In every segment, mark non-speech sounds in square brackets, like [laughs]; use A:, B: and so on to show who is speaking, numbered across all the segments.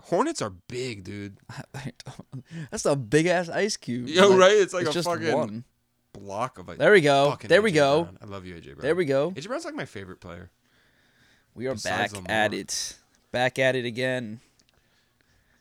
A: Hornets are big, dude.
B: [laughs] um, That's a big ass ice cube.
A: Yo, right? It's like a
B: just
A: fucking
B: one.
A: Block of a
B: There we go.
A: fucking
B: there we
A: AJ
B: go.
A: Brown. I love you, AJ Brown.
B: There we go.
A: AJ Brown's like my favorite player.
B: We are
A: Besides
B: back
A: Lamar.
B: at it. Back at it again.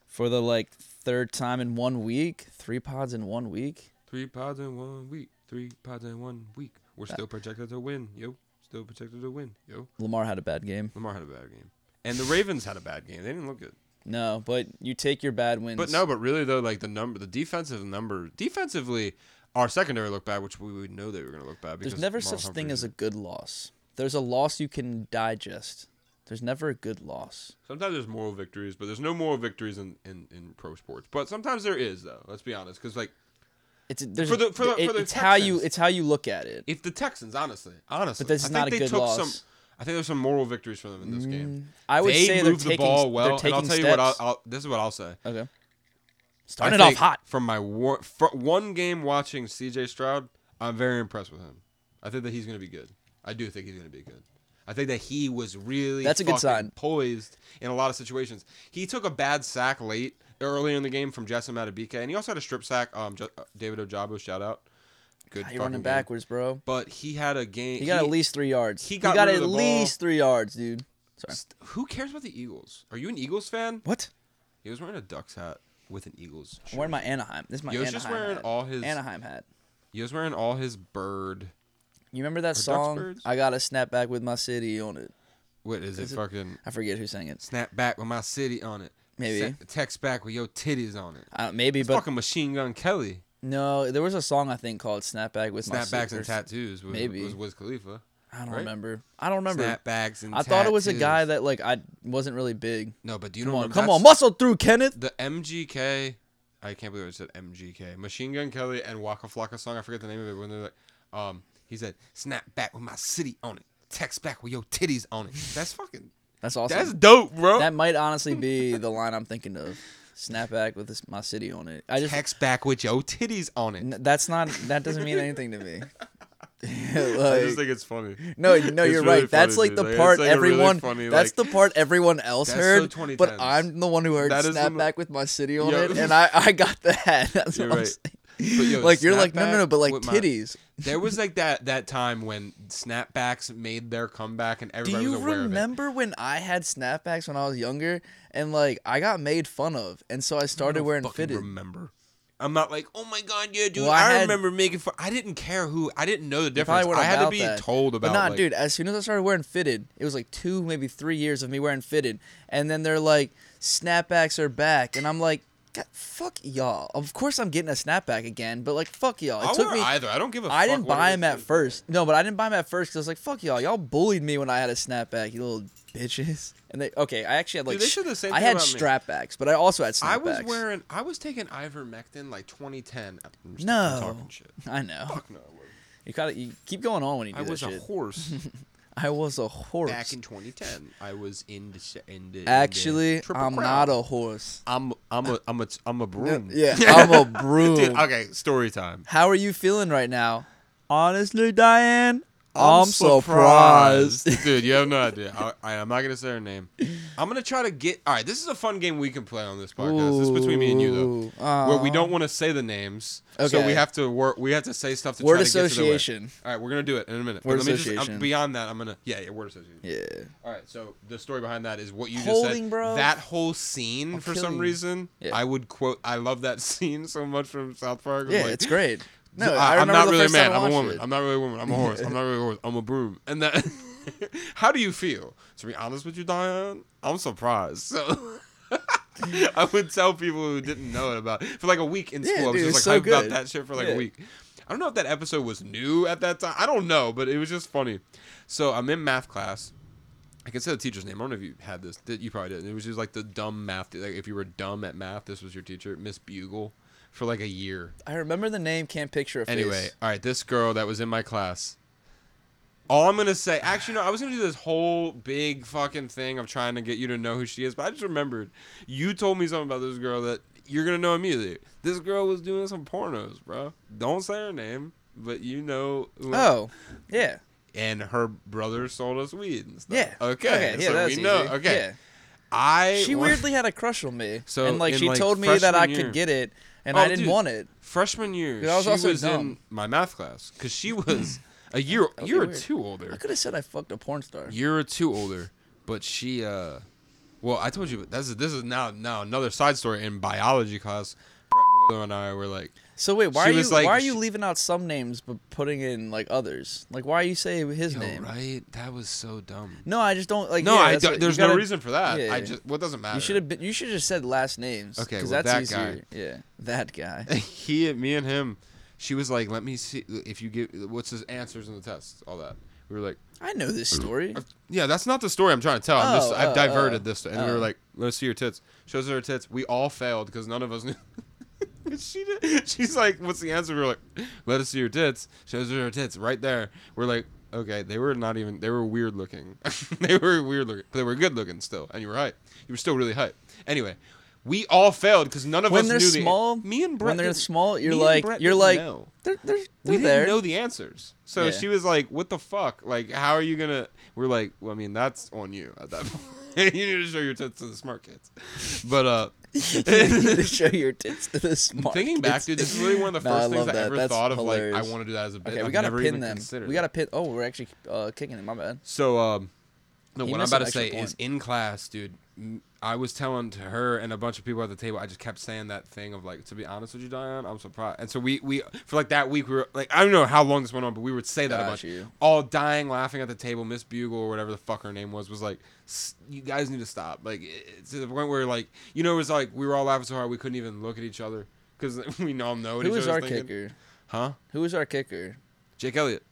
B: For the like third time in one week, three pods in one week.
A: Three pods in one week. Three pods in one week. We're still projected to win, yo. Still projected to win, yo.
B: Lamar had a bad game.
A: Lamar had a bad game, and the Ravens had a bad game. They didn't look good.
B: No, but you take your bad wins.
A: But no, but really though, like the number, the defensive number, defensively, our secondary looked bad, which we would know they were going to look bad. Because
B: there's never
A: Marlon
B: such thing
A: Humphreys-
B: as a good loss. There's a loss you can digest. There's never a good loss.
A: Sometimes there's moral victories, but there's no moral victories in, in, in pro sports. But sometimes there is though. Let's be honest, because like
B: It's there's
A: For the- for the-
B: it-
A: for the
B: it's how you
A: Texans.
B: it's how you look at it.
A: if the Texans, honestly, honestly,
B: this is
A: I think
B: not a
A: they
B: good
A: took
B: loss. Mm,
A: some. I think there's some moral victories for them in this game.
B: I would
A: they
B: say they're
A: moved the
B: taking-
A: ball well.
B: they're
A: and I'll
B: taking
A: tell you what. I'll,
B: steps.
A: I'll, this is what I'll say.
B: Okay.
A: I
B: Starting it off
A: think
B: hot.
A: From my war, fr one game watching CJ Stroud, I'm very impressed with him. I think that he's going to be good. I do think he's going to be good. I think that he was really
B: That's a good
A: fucking
B: sign.
A: poised in a lot of situations. He took a bad sack late earlier in the game from Jessam Adebike, and he also had a strip sack. Um, J- uh, David Ojabo, shout out. Good.
B: You're running
A: fucking game.
B: backwards, bro.
A: But he had a game.
B: He got at least three yards.
A: he
B: He got,
A: got rid
B: at
A: of the
B: least three yards, dude. Sorry.
A: Who cares about the Eagles? Are you an Eagles fan?
B: What?
A: He was wearing a Ducks hat with an Eagles.
B: I'm
A: Shirt.
B: wearing my Anaheim. This is my
A: Yo's
B: Anaheim
A: just wearing
B: hat.
A: all his-
B: Anaheim hat.
A: He was wearing all his bird.
B: You remember that
A: Ducks
B: song?
A: birds?
B: I got a snapback with my city on it.
A: What is,
B: Is
A: it?
B: it-
A: Fucking
B: I forget who sang it.
A: snap back with my city on it.
B: Maybe.
A: Sent- text back with your titties on it.
B: Uh, maybe,
A: It's
B: but
A: fucking Machine Gun Kelly.
B: no, there was a song I think called "Snapback with My
A: Snapbacks
B: City" or
A: and tattoos. Was,
B: maybe.
A: was Wiz Khalifa.
B: I don't
A: right?
B: remember. I don't remember.
A: Snapbacks and
B: I thought it was a guy
A: tattoos.
B: that like I wasn't really big.
A: No, but do you
B: Come
A: know?
B: on, come on, muscle through, Kenneth.
A: the MGK. I can't believe I said MGK. Machine Gun Kelly and Waka Flocka song. I forget the name of it. When they're like, um, he said, "Snap back with my city on it. Text back with your titties on it." That's fucking.
B: That's awesome.
A: That's dope, bro.
B: that might
A: [laughs]
B: honestly be the line I'm thinking of. Snapback with this, my city on it. I just
A: Text back with your titties on it.
B: n- that's not that doesn't mean anything to
A: [laughs]
B: me. [laughs]
A: I just
B: Like-
A: think it's funny.
B: No, no,
A: It's
B: you're
A: really
B: right. That's
A: funny,
B: like
A: dude.
B: the
A: Like, it's
B: part
A: like a really
B: everyone.
A: funny,
B: that's
A: like-
B: the part
A: [laughs]
B: everyone else
A: That's so
B: heard.
A: 20
B: but
A: times.
B: I'm the one who heard
A: That is the mo-
B: "Snapback with my city on
A: Yo.
B: it," and I, I got that. [laughs] That's
A: You're
B: what I'm
A: right.
B: saying.
A: But yo,
B: [laughs] like you're like no, no, no,
A: snapback
B: but like
A: with my-
B: titties.
A: There was like that that time when snapbacks made their comeback and
B: Do
A: everybody
B: you
A: was aware of
B: remember when I had snapbacks when I was younger, and like I got made fun of, and so I
A: it.
B: started
A: I
B: wearing
A: fucking
B: fitted.
A: Remember. I'm not like, oh my god, yeah, dude.
B: Well, I
A: I,
B: had-
A: remember making fun. I didn't care who. I didn't know the difference.
B: Probably weren't
A: I had to
B: about
A: be
B: that.
A: told about.
B: But nah,
A: like,
B: dude. As soon as I started wearing fitted, it was like two, maybe three years of me wearing fitted, and then they're like, snapbacks are back, and I'm like, God, fuck y'all. Of course I'm getting a snapback again, but like, fuck y'all. It
A: I'll
B: took
A: wear
B: me.
A: either. I don't give a.
B: I
A: fuck
B: didn't
A: what
B: buy
A: it
B: them at
A: is.
B: first. No, but I didn't buy them at first because I was like, fuck y'all. Y'all bullied me when I had a snapback, you little bitches. And they okay, I actually had like
A: Dude, they
B: sh-
A: said the same
B: I
A: thing
B: had
A: about me.
B: strapbacks, but I also had snapbacks.
A: I was wearing. I was taking ivermectin like 2010. I'm just- I'm
B: no.
A: talking shit.
B: [laughs] I know.
A: Fuck no. I wasn't.
B: You gotta you keep going on when you do
A: I
B: that
A: was a
B: shit. [laughs]
A: horse
B: I was a horse.
A: back in 2010. I was in the sh- in the in the
B: Actually,
A: Triple
B: I'm
A: Crown.
B: not a horse.
A: I'm I'm a I'm a I'm a broom.
B: Yeah, [laughs] I'm a broom.
A: Dude, okay, story time.
B: How are you feeling right now? Honestly, Diane, I'm, [laughs] surprised.
A: dude. You have no idea. I, I, I'm not gonna say her name. I'm gonna try to get. All right, this is a fun game we can play on this podcast. This is between me and you
B: Ooh, uh-huh.
A: though, where we don't want to say the names, so
B: Okay.
A: we have to work. We have to say stuff to
B: Word
A: try to get to their way.
B: association.
A: All right, we're gonna do it in a minute.
B: Word
A: but let me just- I'm-
B: association.
A: beyond that, I'm gonna yeah, yeah, word association.
B: Yeah.
A: All right, so the story behind that is what you just
B: Holding,
A: said.
B: bro.
A: That whole scene, for
B: kill
A: some
B: you.
A: reason,
B: Yeah.
A: I would quote. I love that [laughs] scene so much from South Park. I'm
B: Yeah,
A: like,
B: it's great. No,
A: I-
B: I
A: I'm
B: remember
A: not
B: the
A: really a
B: first
A: man.
B: time I
A: I'm a
B: watched
A: woman.
B: it.
A: I'm not really a woman. I'm a horse. I'm not really a horse. I'm a broom. And that. [laughs] how do you feel? To be honest with you, Diane, I'm surprised. So. [laughs] I would tell people who didn't know it about for like a week in school.
B: Yeah,
A: I was
B: dude,
A: just
B: it's
A: like
B: so
A: hyped about
B: good.
A: that shit for like a
B: Yeah.
A: week. I don't know if that episode was new at that time. I don't know, but it was just funny. So I'm in math class. I can say the teacher's name. I don't know if you had this. Did- You probably didn't. It was just like the dumb math. Like if you were dumb at math, this was your teacher, Miss Bugle, for like a year.
B: I remember the name, can't picture a face.
A: Anyway, all right, this girl that was in my class. All I'm gonna say, actually, no, I was gonna do this whole big fucking thing of trying to get you to know who she is, but I just remembered you told me something about this girl that you're gonna know immediately. This girl was doing some pornos, bro. Don't say her name, but you know. who-
B: Oh, yeah.
A: And her brother sold us weed and stuff.
B: Yeah.
A: Okay.
B: Okay, yeah,
A: so
B: that was
A: we know.
B: easy.
A: Okay.
B: Yeah.
A: I
B: She
A: wa-
B: weirdly had a crush on me.
A: So,
B: and like
A: in,
B: she
A: like,
B: told me that I
A: freshman year-
B: could get it, and
A: Oh,
B: I didn't
A: dude.
B: want it.
A: freshman year
B: Dude, I was
A: she
B: also
A: was in
B: dumb.
A: my math class because she
B: [clears throat]
A: was a year
B: was
A: year or
B: weird.
A: two older.
B: I could have said I fucked a porn star.
A: year or two older, but she uh well, I told you but that's this is now now another side story in biology class. Brett Boileau and I were like
B: So wait, why
A: She
B: are you
A: was like-
B: why are you
A: she-
B: leaving out some names but putting in like others? Like why are you saying his
A: Yo,
B: name?
A: right? That was so dumb.
B: No, I just don't like.
A: No,
B: yeah,
A: I
B: that's
A: don't,
B: what- you
A: there's no
B: gotta-
A: reason for that.
B: Yeah,
A: I
B: yeah.
A: just what doesn't matter.
B: You should have been. You should have just said last names.
A: Okay,
B: 'cause
A: well,
B: that's
A: that guy.
B: easier. Yeah, that guy.
A: [laughs] he me and him she was like, "Let me see if you give what's his answers in the test, all that." We were like,
B: I know this story.
A: Yeah, that's not the story I'm trying to tell. I'm just
B: Oh,
A: I've
B: oh,
A: diverted
B: oh,
A: this, and we were
B: oh.
A: like, "Let's see your tits." Shows her her tits. We all failed because none of us knew. [laughs] she did. She's like, "What's the answer?" We were like, "Let us see your tits." Shows her her tits right there. We're like, "Okay, they were not even. They were weird looking. [laughs] they were weird looking, but they were good looking still. And you were hype. You were still really hype. Anyway." We all failed because none of
B: When
A: us
B: they're
A: knew the-
B: small-
A: me and Brett
B: when they're
A: didn't-
B: small, you're
A: me and
B: like-
A: Brett
B: you're
A: didn't
B: like,
A: know
B: They're they're, they're
A: we didn't
B: there. [laughs]
A: know the answers. So
B: Yeah.
A: she was like, "What the fuck? Like, how are you gonna?" We're like, "Well, I mean, that's on you at that [laughs] point. you need to show your tits to the smart kids." But uh,
B: you need to show your tits to the smart.
A: thinking back,
B: kids.
A: dude, this is really one of the
B: [laughs] No, I
A: first
B: love
A: things I
B: that.
A: ever
B: That's
A: thought of. Like,
B: hilarious.
A: I want to do that as a bit.
B: Okay, we
A: I've
B: gotta
A: never
B: pin
A: even
B: them.
A: considered
B: We
A: it.
B: gotta pin. Oh, we're actually uh, kicking it. My bad.
A: So, um, no,
B: He
A: what I'm
B: missed
A: about
B: an
A: to
B: extra
A: say
B: point.
A: is in class, dude. m- I was telling to her and a bunch of people at the table. I just kept saying that thing of like, to be honest with you, Diane, I'm surprised. And so we we for like that week we were like, I don't know how long this went on, but we would say that a
B: Got
A: bunch.
B: you.
A: All dying, laughing at the table. Miss Bugle or whatever the fuck her name was was like, "S- you guys need to stop. Like it- to the point where like you know it was like we were all laughing so hard we couldn't even look at each other because [laughs] we all know what
B: Who
A: each
B: was
A: other's
B: our
A: thinking.
B: kicker?
A: Huh?
B: Who was our kicker?
A: Jake Elliott.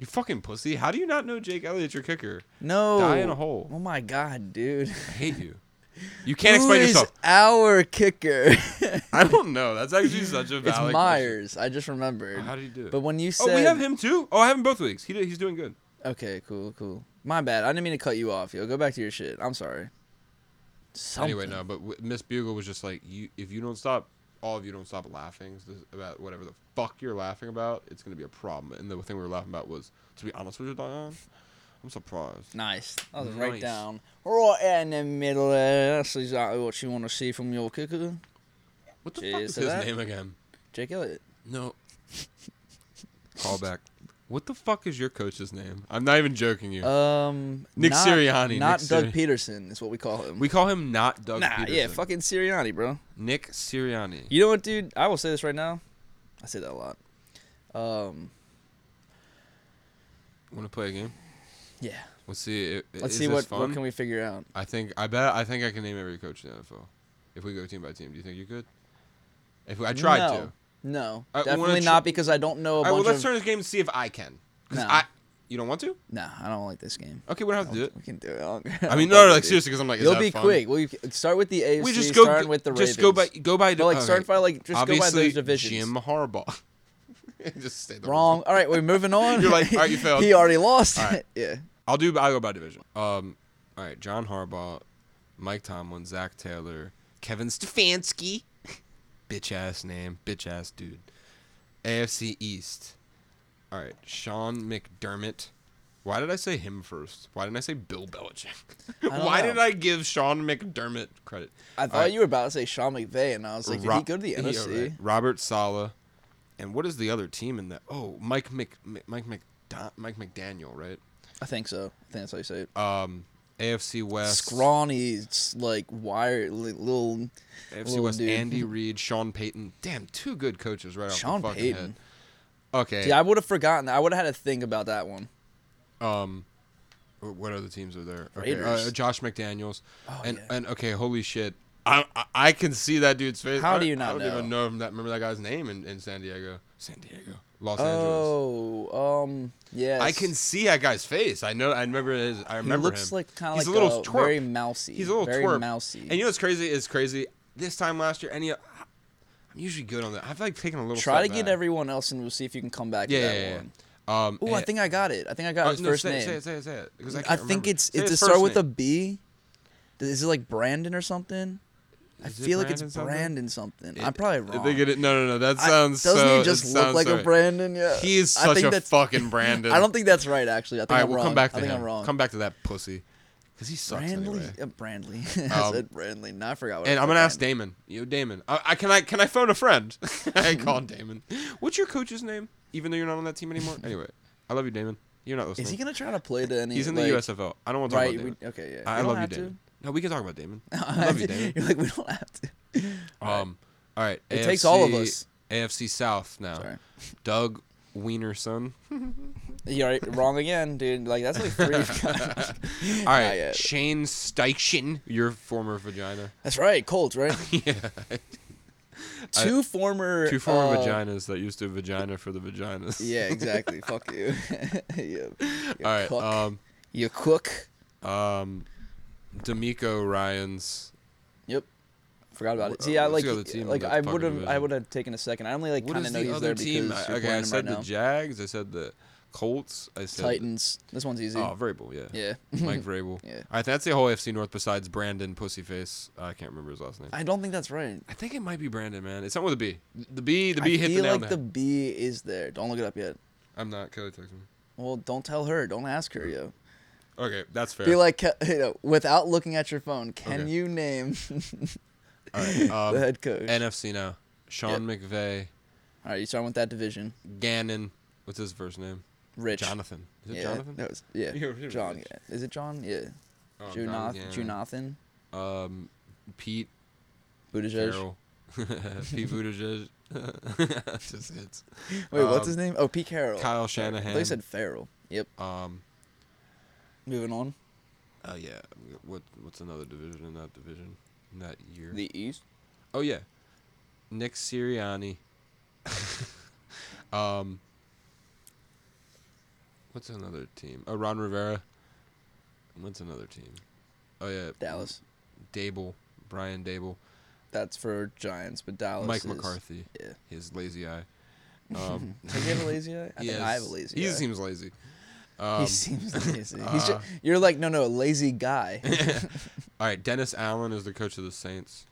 A: You fucking pussy. How do you not know Jake Elliott's your kicker?
B: No.
A: Die in a hole.
B: Oh my god, dude.
A: I hate you. You can't
B: Who
A: explain
B: is
A: yourself.
B: Our kicker.
A: [laughs]
B: [laughs]
A: I don't know. That's actually such a valid.
B: it's
A: question.
B: Myers. I just remembered.
A: How do you do it?
B: But when you said,
A: oh, we have him too. Oh, I have him both weeks. He did, he's doing good.
B: okay, cool, cool. My bad. I didn't mean to cut you off. Yo, go back to your shit. I'm sorry. Something.
A: Anyway, no. But w- Miss Bugle was just like, you. If you don't stop, all of you don't stop laughing s- about whatever the fuck you're laughing about. It's gonna be a problem. And the thing we were laughing about was, to be honest with you, Diane, I'm surprised.
B: Nice. That was right
A: Nice.
B: down, right in the middle. There. That's exactly what you want to see from your kicker,
A: What the fuck
B: Cheers
A: is
B: to
A: his
B: that.
A: name again?
B: Jake Elliott.
A: No. [laughs] Call back. What the fuck is your coach's name? I'm not even joking you.
B: Um,
A: Nick
B: not,
A: Sirianni, Nick
B: not Doug
A: Siri-
B: Peterson is what we call him.
A: we call him not Doug
B: nah,
A: Peterson.
B: yeah, fucking Sirianni, bro.
A: Nick Sirianni.
B: You know what, dude? I will say this right now. I say that a lot. Um,
A: Want to play a game?
B: yeah.
A: Let's see. i-
B: Let's
A: is
B: see
A: this
B: what
A: fun?
B: what can we figure out.
A: I think I bet I think I can name every coach in the NFL. If we go team by team, do you think you could? If we, I tried
B: no,
A: to.
B: No,
A: I Uh, wanna
B: definitely
A: tr-
B: not because I don't know a
A: All right,
B: bunch
A: well, let's
B: of.
A: turn this game to see if I can. 'Cause
B: No.
A: I, you don't want to?
B: Nah, I don't like this game.
A: Okay, we don't have to do it.
B: We can do it. [laughs] I'll-
A: I mean,
B: I'll
A: no,
B: do
A: no,
B: it,
A: like
B: dude.
A: seriously, because I'm like, is
B: You'll
A: that
B: be
A: fun?
B: quick. We start with the AFC.
A: We just go
B: starting with the Ravens.
A: just go by go by
B: But like
A: all
B: start
A: right.
B: by like just go by
A: Obviously,
B: those divisions.
A: Jim Harbaugh. [laughs] just say the
B: Wrong. All right, we're moving
A: [laughs]
B: on.
A: You're like, all
B: [laughs]
A: right, you failed.
B: he already lost.
A: All right.
B: it. [laughs] Yeah.
A: I'll do. I'll go by division. Um, all right. John Harbaugh, Mike Tomlin, Zach Taylor, Kevin Stefanski, [laughs] bitch ass name, bitch ass dude. AFC East. All right, Sean McDermott. Why did I say him first? Why didn't I say Bill Belichick?
B: [laughs] don't
A: Why
B: know.
A: did I give Sean McDermott credit?
B: I thought
A: right.
B: you were about to say Sean McVay, and I was like, did
A: Ro-
B: he go to the
A: yeah,
B: NFC?
A: right. Robert Sala, and what is the other team in that? Oh, Mike Mc, Mike Mc, Mike McDaniel, right?
B: I think so. I think that's how you say it.
A: Um, AFC West.
B: Scrawny, s- like wire, li- little.
A: AFC
B: little
A: West,
B: dude.
A: Andy Reid, Sean Payton. Damn, two good coaches right off
B: Sean
A: the fucking
B: Payton.
A: head. Okay.
B: See, I would have forgotten. that. I would have had to think about that one.
A: um, wh- what other teams are there? Okay,
B: Raiders.
A: uh, Josh McDaniels.
B: Oh,
A: and
B: yeah.
A: and okay, holy shit. I, I I can see that dude's face.
B: How
A: I-
B: do you not
A: I don't
B: know?
A: even know him that remember that guy's name in, in San Diego. San Diego. Los Angeles.
B: Oh, um, yeah.
A: I can see that guy's face. I know I remember his I
B: He
A: remember
B: looks
A: him.
B: like kind
A: He's
B: of like
A: a little twerp.
B: very mousy.
A: He's a little
B: very
A: twerp.
B: mousy.
A: And you know what's crazy is crazy. This time last year, any I'm usually good on that. I've like taken a little
B: Try to
A: step
B: get
A: back.
B: everyone else, and we'll see if you can come back
A: yeah,
B: to that
A: yeah, yeah.
B: one.
A: Um,
B: Oh, I
A: and-
B: think I got it. I think I got
A: Oh,
B: his
A: no,
B: first
A: say, it,
B: name.
A: Say it, say it, say it. 'cause I,
B: I
A: can't
B: think
A: remember.
B: it's
A: Say
B: it's a
A: his
B: start
A: first
B: with a
A: name.
B: B. Is it like Brandon or something? I
A: Is it
B: feel like it's
A: Brandon something?
B: Brandon something. I'm probably
A: I
B: wrong.
A: think it. No, no, no. That
B: I-
A: sounds
B: doesn't
A: so.
B: he just
A: it
B: look
A: sounds
B: like
A: so
B: a
A: right.
B: Brandon? Yeah,
A: He is
B: [laughs] I
A: such
B: think
A: a
B: that's-
A: fucking Brandon.
B: I don't think that's right. Actually, I think
A: All right,
B: I'm
A: we'll
B: wrong.
A: come back to
B: I think
A: him.
B: I'm wrong.
A: Come back to that pussy. because he sucks
B: Brandley,
A: anyway.
B: uh, Brandley. [laughs] I
A: Um,
B: said Brandley. Now I forgot what. I
A: And I'm
B: said
A: gonna ask
B: Brandley.
A: Damon. Yo, Damon, I, I can I can I phone a friend? [laughs]
B: [laughs]
A: I called Damon. What's your coach's name? Even though you're not on that team anymore.
B: [laughs]
A: Anyway, I love you, Damon. You're not listening.
B: Is he gonna try to play to any?
A: He's in the
B: like,
A: USFL. I don't want to talk
B: Right.
A: about Damon.
B: we- okay. Yeah.
A: I
B: You don't
A: love you,
B: have to.
A: Damon. No, we can talk about
B: [laughs]
A: Damon. I love you, Damon.
B: You're like we don't have to.
A: Um, all right.
B: It takes all of
A: AFC
B: us.
A: AFC South now.
B: Sorry.
A: Doug Wiener
B: [clears throat]
A: son.
B: You're right, wrong again, dude. Like that's
A: [laughs]
B: like three. you've got.
A: All
B: Not
A: right.
B: yet.
A: Shane Steichen, your former vagina.
B: that's right. Colts, right?
A: [laughs] yeah.
B: [laughs] Two former.
A: Two former
B: uh,
A: vaginas that used to vagina for the vaginas.
B: Yeah,
A: [laughs]
B: exactly. Fuck you. [laughs] you, you
A: All right.
B: cook.
A: Um,
B: you cook.
A: um, D'Amico Ryan's.
B: Yep. Forgot about it.
A: Wh-
B: See,
A: uh,
B: I
A: what's
B: like
A: the other team in
B: like
A: that
B: I
A: fucking
B: would have I
A: division?
B: would have taken a second. I only like
A: What
B: kind of
A: is
B: know
A: the
B: he's there
A: other
B: because
A: team?
B: you're
A: I-
B: playing
A: Okay, I
B: him
A: said
B: right
A: the
B: now.
A: Jags. I said the Colts. I said the-
B: Titans. This one's easy.
A: Oh, Vrabel. Yeah.
B: Yeah. [laughs]
A: Mike Vrabel.
B: Yeah.
A: All right. That's the whole FC North besides Brandon Pussyface. I can't remember his last name.
B: I don't think that's right.
A: I think it might be Brandon, man. It's something with a B. The B, the B
B: I
A: hit the
B: feel
A: nail on
B: like
A: the
B: the
A: head.
B: B is there. Don't look it up yet.
A: I'm not. Kelly texted me.
B: Well, don't tell her. Don't ask her, yo.
A: Okay, that's fair.
B: Be like, [laughs] ca- you know, without looking at your phone, can
A: Okay.
B: you name [laughs]
A: All right, um,
B: the head coach?
A: NFC now. Sean McVay,
B: All right, you starting with that division.
A: Gannon. What's his first name?
B: Rich.
A: Jonathan. Is it
B: yeah,
A: Jonathan?
B: That was,
A: [laughs]
B: yeah.
A: You're- you're
B: John.
A: Rich.
B: yeah. Is it John? Yeah.
A: Oh, John
B: Junoth-
A: Gannon.
B: Junothan.
A: Um, Pete
B: Buttigieg.
A: Carroll. [laughs] Pete Buttigieg. [laughs] Just hits.
B: Wait, what's his
A: Um,
B: name? Oh, Pete Carroll.
A: Kyle
B: They
A: Shanahan.
B: said Farrell. Yep.
A: Um.
B: Moving on.
A: Oh yeah. What What's another division in that division? In that year.
B: The East.
A: Oh yeah, Nick Sirianni. [laughs] um, what's another team? Oh, Ron Rivera. What's another team? Oh yeah,
B: Dallas.
A: Dable, Brian Dable,
B: That's for Giants, but Dallas.
A: Mike
B: is-
A: McCarthy,
B: Yeah.
A: his lazy
B: [laughs]
A: eye. Um,
B: Does he have a lazy eye? I
A: he
B: think I have
A: has-
B: a lazy
A: He
B: eye.
A: seems lazy. Um, [laughs]
B: he seems lazy. He's
A: uh,
B: just, you're like, no, no, a
A: [laughs]
B: lazy guy. [laughs]
A: all right, Dennis Allen is the coach of the Saints.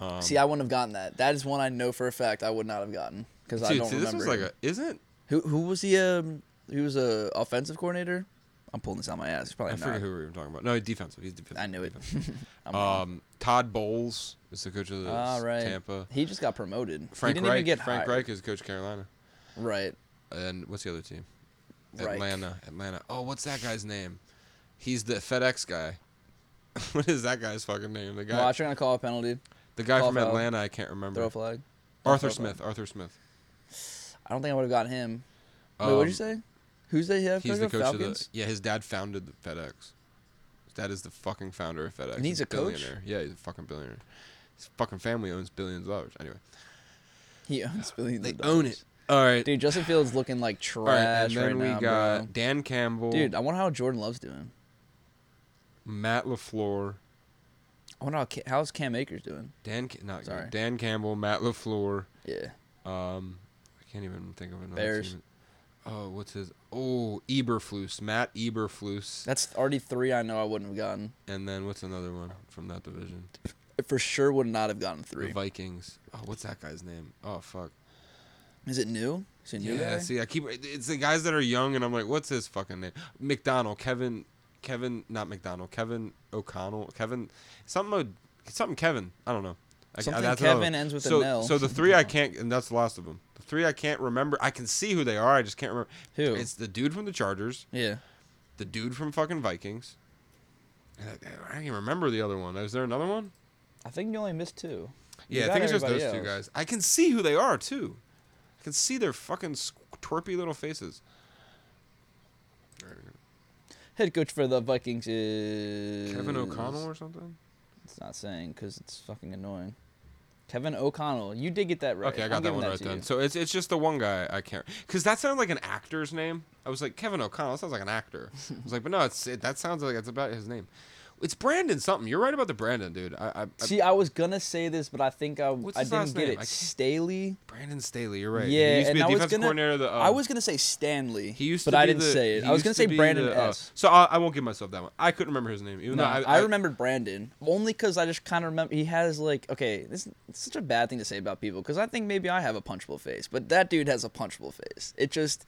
A: Um,
B: See, I wouldn't have gotten that. That is one I know for a fact I would not have gotten because I
A: dude,
B: don't
A: see, this
B: remember.
A: was like
B: him.
A: a isn't.
B: who who was he? Um, he was a offensive coordinator. I'm pulling this out my ass. He's
A: I
B: probably
A: forget
B: not.
A: who we were even talking about. No, defensive. He's defensive.
B: I knew it. [laughs] I'm wrong.
A: Um, Todd Bowles is the coach of the
B: Ah,
A: s-
B: right.
A: Tampa.
B: He just got promoted.
A: Frank
B: he didn't
A: Reich.
B: even get
A: Frank
B: hired.
A: Reich is coach of Carolina.
B: Right.
A: And what's the other team?
B: Reich.
A: Atlanta. Atlanta. Oh, what's that guy's name? He's the FedEx guy. [laughs] what is that guy's fucking name? The guy.
B: Watch, you're gonna call a penalty.
A: the guy
B: call
A: from
B: foul.
A: Atlanta. I can't remember.
B: Throw a flag.
A: Arthur
B: throw a
A: Smith. Arthur Smith.
B: I don't think I would have got him. Wait, what'd you
A: Um,
B: say? Who's they have?
A: He's the coach of the.
B: Falcons?
A: Yeah, his dad founded the FedEx. His dad is the fucking founder of FedEx.
B: And he's a coach?
A: billionaire. Yeah, he's a fucking billionaire. His fucking family owns billions of dollars. Anyway,
B: He owns billions.
A: they
B: of
A: own
B: dollars.
A: it. All right.
B: Dude, Justin Fields looking like
A: All right, and
B: trash
A: then
B: right
A: we
B: now,
A: got
B: bro.
A: Dan Campbell,
B: Dude, I wonder how Jordan Love's doing.
A: Matt Lafleur,
B: I wonder how Ca- how's Cam Akers doing.
A: Dan Ca- not
B: Sorry.
A: Dan Campbell, Matt Lafleur.
B: Yeah.
A: Um, I can't even think of another
B: Bears.
A: team. Oh, what's his? Oh, Eberflus, Matt Eberflus,
B: That's already three I know I wouldn't have gotten.
A: and then what's another one from that division?
B: I for sure would not have gotten
A: The
B: three.
A: Vikings. Oh, what's that guy's name? Oh, fuck.
B: Is it new? Is it new?
A: Yeah,
B: guy?
A: see, I keep it's the guys that are young, and I'm like, what's his fucking name? McDonald, Kevin, Kevin, not McDonald, Kevin O'Connell, Kevin, something, O- something Kevin. I don't know. I,
B: Something
A: another
B: Kevin
A: one.
B: ends with
A: so,
B: an L.
A: So the three I can't, and that's the last of them. The three I can't remember. I can see who they are. I just can't remember.
B: Who?
A: It's the dude from the Chargers,
B: yeah.
A: the dude from fucking Vikings. And I, I don't even remember the other one. Is there another one?
B: I think you only missed two.
A: Yeah, I think it's just those two guys. I can see who they are too. I can see their fucking squ- twerpy little faces.
B: Head coach for the Vikings is
A: Kevin O'Connell or something?
B: It's not saying because it's fucking annoying. Kevin O'Connell, you did get that right.
A: Okay, I got
B: I'm
A: that
B: giving
A: one right
B: to
A: then.
B: you.
A: So it's it's just the one guy I can't because that sounds like an actor's name. I was like Kevin O'Connell that sounds like an actor. I was like, but no, it's it, that sounds like it's about his name. It's Brandon something. You're right about the Brandon dude. I, I, I
B: See, I was gonna say this, but I think I
A: What's
B: I
A: his last
B: didn't
A: name?
B: get
A: I
B: it.
A: can't-
B: Staley.
A: Brandon Staley. You're right.
B: Yeah,
A: he used to be
B: and
A: the
B: I was
A: defensive
B: gonna-
A: coordinator. Of the um,
B: I was gonna say Stanley.
A: He used
B: but
A: to
B: I
A: be
B: didn't
A: the-
B: say it.
A: he
B: I
A: used
B: was gonna
A: to
B: say
A: be
B: Brandon
A: the, uh,
B: S.
A: so I, I won't give myself that one. I couldn't remember his name. Even
B: No,
A: though
B: I, remember Brandon only because I just kind of remember he has like okay, this it's such a bad thing to say about people because I think maybe I have a punchable face, but that dude has a punchable face. It just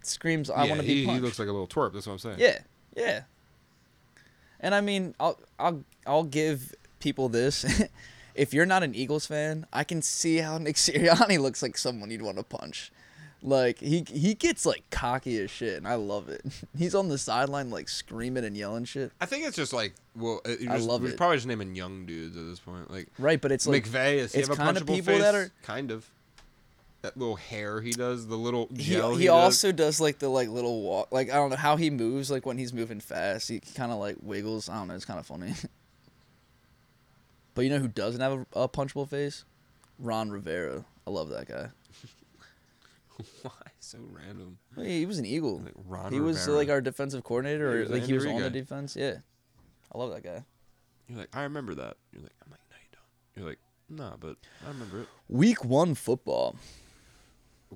B: screams I
A: yeah,
B: want to be
A: he, he
B: punched.
A: looks like a little twerp. That's what I'm saying.
B: yeah, yeah. And I mean, I'll I'll I'll give people this. [laughs] if you're not an Eagles fan, I can see how Nick [laughs] Sirianni looks like someone you'd want to punch. Like he he gets like cocky as shit, and I love it. [laughs] He's on the sideline like screaming and yelling shit.
A: I think it's just like well, it, you
B: I
A: just-
B: love
A: we're
B: it.
A: probably just naming young dudes at this point. Like
B: Right, but it's like
A: McVeigh is he
B: it's
A: have a
B: kinda
A: punchable
B: people
A: face?
B: that are-
A: kind of that little hair he does, the little
B: he,
A: gel.
B: he,
A: He, does.
B: also does like the like little walk like i don't know how he moves like when he's moving fast he kind of like wiggles i don't know it's kind of funny [laughs] but you know who doesn't have a, a punchable face ron rivera i love that guy
A: [laughs] why so random.
B: Well, he he was an eagle
A: Like Ron
B: he was
A: Rivera.
B: like our defensive coordinator
A: Yeah, he
B: or
A: was the
B: like he was
A: Andy Reid
B: on the
A: guy.
B: defense yeah i love that guy
A: You're like, I remember that. You're like, I'm like, no, you don't. You're like, nah, but I remember it.
B: week one football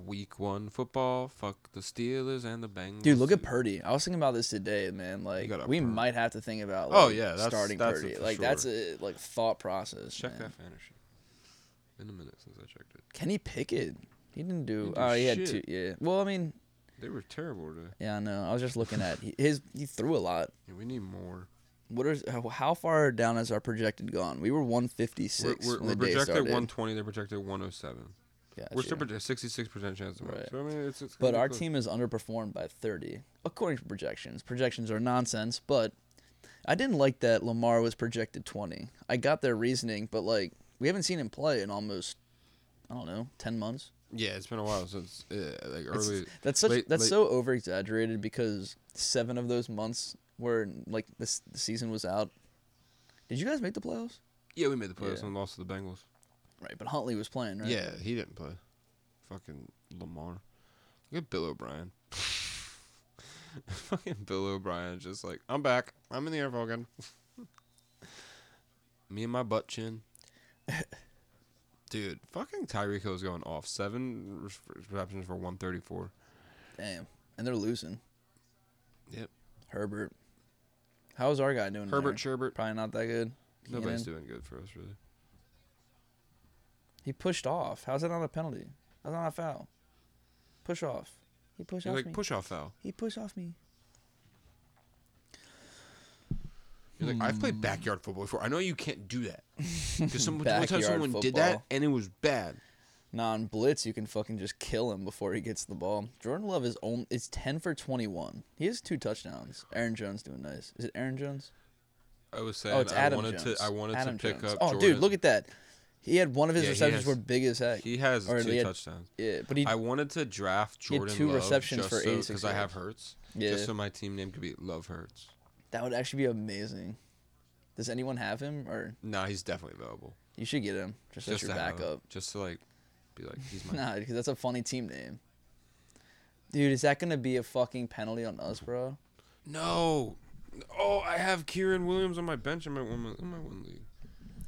A: Week one football. Fuck the Steelers and the Bengals.
B: dude look at purdy i was thinking about this today man like
A: gotta
B: we
A: pur-
B: might have to think about like,
A: Oh, yeah, that's-
B: starting
A: that's
B: purdy
A: for
B: like
A: sure.
B: that's a like thought process
A: Check
B: man.
A: that fantasy. In a minute since I checked it,
B: Kenny Pickett. He didn't do.
A: Didn't do
B: Oh, he had two.
A: shit.
B: Yeah. Well, I mean,
A: they were terrible today.
B: yeah, I know. I was just looking at he- his. He threw a lot.
A: Yeah, we need more.
B: What is how, how far down is our projected gone? We were 156
A: we're we're,
B: when
A: we're
B: the day
A: projected
B: started.
A: 120. They're projected 107. We're still projected 66 percent chance of
B: Right.
A: So I mean, it's, it's gonna
B: but
A: be
B: our
A: close.
B: team is underperformed by 30, according to projections. Projections are nonsense, but I didn't like that Lamar was projected 20. I got their reasoning, but like we haven't seen him play in almost, I don't know, 10 months.
A: Yeah, it's been a while since uh, like
B: It's-
A: early.
B: that's such
A: late-
B: that's
A: late-
B: so over exaggerated because seven of those months were like this the season was out. Did you guys make the playoffs?
A: Yeah, we made the playoffs
B: Yeah.
A: and lost to the Bengals.
B: Right, but Huntley was playing, right?
A: Yeah, he didn't play. Fucking Lamar. Look at Bill O'Brien. [laughs] Fucking Bill O'Brien, just like I'm back. I'm in the air again. [laughs] Me and my butt
B: [laughs]
A: chin. Dude, fucking Tyreek Hill's going off. Seven receptions for 134.
B: Damn. And they're losing.
A: Yep.
B: Herbert. How's our guy doing?
A: Herbert
B: there?
A: Sherbert.
B: Probably not that good.
A: Nobody's
B: Keenan.
A: doing good for us, really.
B: He pushed off. How's that not a penalty? How's that not a foul? Push off. He pushed
A: You're
B: off
A: like
B: me.
A: push off foul.
B: He pushed off me.
A: You're like, I've
B: Hmm.
A: played backyard football before. I know you can't do
B: [laughs]
A: that because some one time
B: Backyard
A: someone did that
B: football.
A: and it was bad.
B: Nah, on blitz, you can fucking just kill him before he gets the ball. Jordan Love is on, is ten for twenty one. He has two touchdowns. Aaron Jones doing nice. Is it Aaron Jones?
A: I was saying
B: Oh, it's
A: I
B: Adam
A: wanted
B: Jones.
A: to I wanted
B: Adam
A: to pick
B: Jones.
A: up.
B: Oh,
A: Jordan.
B: dude, look at that. He had one of his
A: Yeah, he
B: receptions
A: has-
B: were big as heck.
A: he has
B: or
A: two
B: he had-
A: touchdowns.
B: yeah, but he
A: I wanted to draft
B: He had
A: Jordan
B: two
A: Love
B: receptions
A: just
B: for
A: so,
B: 86
A: because I have
B: yards.
A: Hurts.
B: Yeah.
A: Just so my team name could be Love Hurts.
B: that would actually be amazing. Does anyone have him or
A: Nah, he's definitely available.
B: you should get him just,
A: Just
B: as your
A: to have him.
B: backup? [laughs]
A: Just to like be like he's my.
B: Nah, because that's a funny team name. Dude, is that gonna be a fucking penalty on us, bro?
A: No. Oh, I have Kieran Williams on my bench in my one in my one league.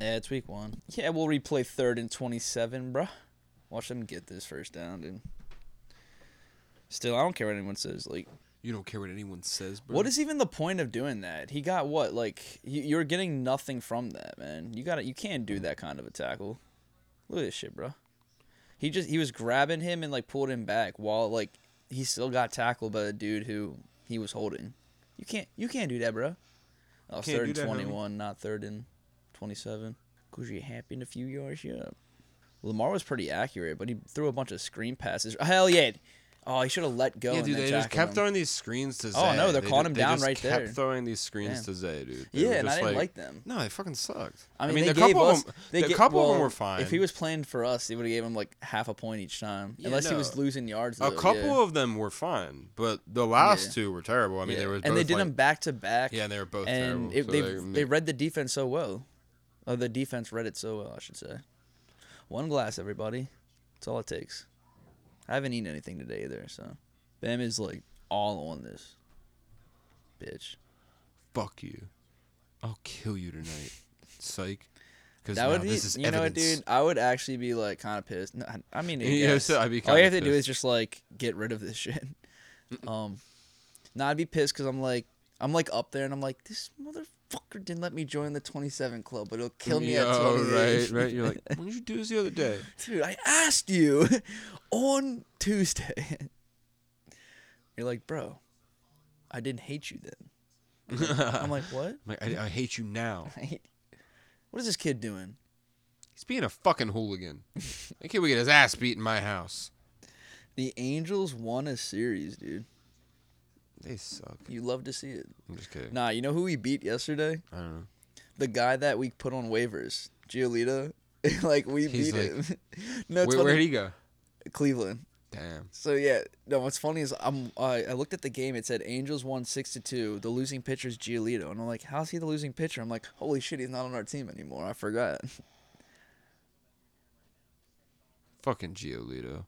B: Yeah, it's week one. Yeah, we'll replay third and twenty-seven, bruh. Watch them get this first down, dude. Still, I don't care what anyone says. Like,
A: You don't care what anyone says, bro.
B: what is even the point of doing that? He got what? Like, you- you're getting nothing from that, man. You got to You can't do that kind of a tackle. Look at this shit, bruh. He just he was grabbing him and like pulled him back while like he still got tackled by the dude who he was holding. You can't you can't do that, bruh. Oh,
A: Can't do
B: third and
A: that, homie.
B: twenty one, not third and twenty seven. Cause you happy in a few yards, yeah. Lamar was pretty accurate, but he threw a bunch of screen passes. Hell yeah! Oh, he should have let go.
A: Yeah,
B: and
A: dude,
B: then
A: they just
B: tackled
A: kept
B: him.
A: throwing these screens to Zay.
B: Oh, no, they're
A: They
B: calling
A: ju-
B: him
A: they
B: down
A: just
B: right
A: kept
B: there.
A: throwing these screens
B: Damn.
A: to Zay, dude. They
B: Yeah,
A: were
B: and I
A: just
B: didn't like them.
A: No, they fucking sucked.
B: I mean, they
A: the
B: gave
A: couple
B: us.
A: of them,
B: they
A: the
B: ga-
A: couple of them
B: well,
A: were fine.
B: If he was playing for us, they would have gave him like half a point each time,
A: Yeah,
B: unless he
A: no.
B: was losing yards.
A: a
B: though,
A: couple
B: yeah.
A: of them were fine, but the last
B: Yeah.
A: two were terrible. I mean,
B: Yeah.
A: they were both
B: and they did
A: like,
B: them back to back.
A: Yeah, and they were both
B: and
A: terrible.
B: it,
A: so
B: they
A: they-
B: they read the defense so well. Or the defense read it so well, I should say. One glass, everybody. That's all it takes. I haven't eaten anything today either, so Bam is like all on this, bitch.
A: fuck you. I'll kill you tonight, psych. Because
B: That would be,
A: this is
B: you know what,
A: evidence.
B: dude? I would actually be like kind of pissed. No, I- I mean,
A: [laughs]
B: I
A: Yeah,
B: guess.
A: so I'd be
B: all
A: kinda
B: you have to do
A: pissed.
B: is just like get rid of this shit. [laughs] Um, no, I'd be pissed because I'm like, I'm like up there and I'm like, this motherfucker didn't let me join the 27 club, but it'll kill me at
A: Yo, right,
B: 28.
A: right. You're like, when did you do this the other day?
B: [laughs] Dude, I asked you [laughs] on [laughs] Tuesday. You're like, bro, I didn't hate you then.
A: [laughs]
B: I'm like, what? [laughs]
A: Like, I, I hate you now.
B: what is this kid doing?
A: He's being a fucking
B: [laughs]
A: hooligan. That kid would get his ass beat in my house.
B: The Angels won a series, dude.
A: They suck.
B: You love to see it.
A: I'm just kidding.
B: Nah, you know who we beat yesterday?
A: I don't know.
B: The guy that we put on waivers, Giolito. [laughs] like we
A: He's
B: beat him. [laughs] no, it's
A: Where, where'd
B: funny.
A: he go?
B: Cleveland.
A: Damn.
B: So yeah, no. What's funny is I'm I I looked at the game. It said Angels won six to two. The losing pitcher is Giolito, and I'm like, how's he the losing pitcher? I'm like, holy shit, he's not on our team anymore. I forgot.
A: Fucking Giolito.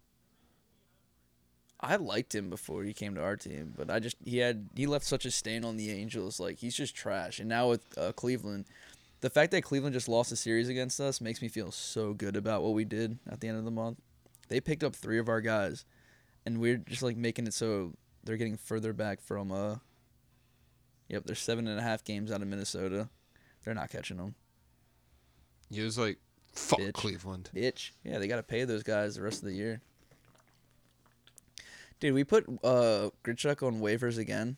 B: I liked him before he came to our team, but I just he had he left such a stain on the Angels. Like he's just trash. And now with uh, Cleveland, the fact that Cleveland just lost a series against us makes me feel so good about what we did at the end of the month. They picked up three of our guys, and we're just like making it so they're getting further back from uh. Yep, they're seven and a half games out of Minnesota. They're not catching them,
A: He was like, fuck
B: Bitch.
A: Cleveland.
B: bitch. Yeah, they got to pay those guys the rest of the year. Dude, we put uh Grichuk on waivers again,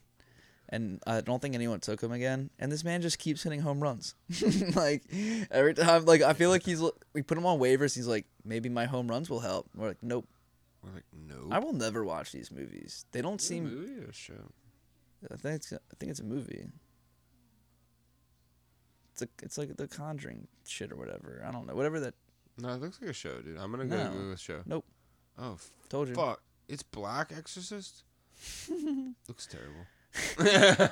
B: and I don't think anyone took him again. And this man just keeps hitting home runs. [laughs] like every time, like I feel like he's we put him on waivers. He's like, maybe my home runs will help. We're like, nope.
A: We're like, no.
B: I will never watch these movies. They don't
A: a
B: seem.
A: movie or a show?
B: I think it's, I think it's a movie. It's a, it's like the Conjuring shit or whatever. I don't know. Whatever that.
A: No, it looks like a show, dude. I'm gonna go
B: No.
A: Google a show.
B: Nope.
A: Oh
B: Told you.
A: fuck! It's Black
B: [laughs]
A: Exorcist. looks terrible.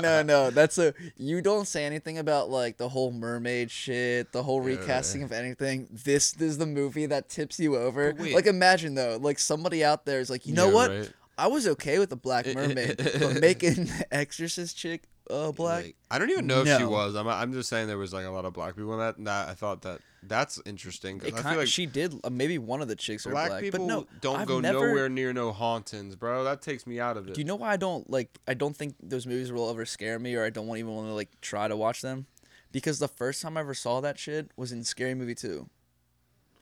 A: [laughs]
B: no, no. That's a you don't say anything about like the whole mermaid shit, the whole
A: Yeah.
B: recasting of anything. This is the movie that tips you over.
A: But wait.
B: Like imagine though, like somebody out there is like, you know
A: Yeah,
B: what?
A: right.
B: I was okay with the black
A: [laughs]
B: mermaid, but making the exorcist chick uh black.
A: Like, I don't even know if she
B: No.
A: was. I'm, I'm just saying there was like a lot of black people in that. And that I thought that that's interesting
B: it
A: because I
B: kind
A: feel like
B: she did uh, maybe one of the chicks are
A: black,
B: black,
A: people
B: but no,
A: don't
B: I've
A: go
B: never,
A: nowhere near no hauntings, bro. That takes me out of it.
B: Do you know why I don't like? I don't think those movies will ever scare me, or I don't want even want to like try to watch them, because the first time I ever saw that shit was in Scary Movie Two,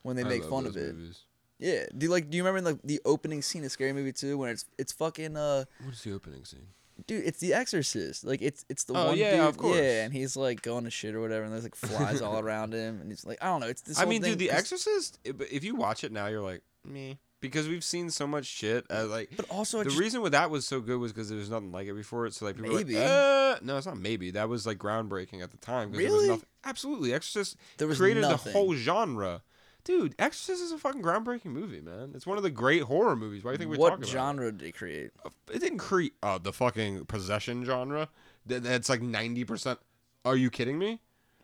B: when they
A: I
B: make
A: love
B: fun
A: those
B: of it.
A: movies.
B: Yeah, do you like? Do you remember in the the opening scene of Scary Movie Two when it's it's fucking uh,
A: What is the opening scene?
B: dude, it's The Exorcist. Like it's it's the
A: Oh,
B: one
A: yeah,
B: dude,
A: of course.
B: yeah, and he's like going to shit or whatever, and there's like
A: [laughs]
B: flies all around him, and he's like, I don't know, it's this.
A: I
B: whole
A: mean,
B: thing,
A: dude, The
B: 'cause-
A: Exorcist. i- If you watch it now, you're like me because we've seen so much shit. uh, like,
B: But also, I
A: the
B: just,
A: reason why that was so good was because there was nothing like it before it. So like people
B: Maybe.
A: were like, uh, no, it's not maybe. That was like groundbreaking at the time. 'cause There was
B: Really?
A: nothing. Absolutely, Exorcist
B: There was
A: created
B: nothing.
A: the whole genre. Dude, Exorcist is a fucking groundbreaking movie, man. It's one of the great horror movies. Why do you think we talk
B: what
A: about
B: genre did they create?
A: It? it didn't create uh, the fucking possession genre. That, that's like ninety percent. Are you kidding me?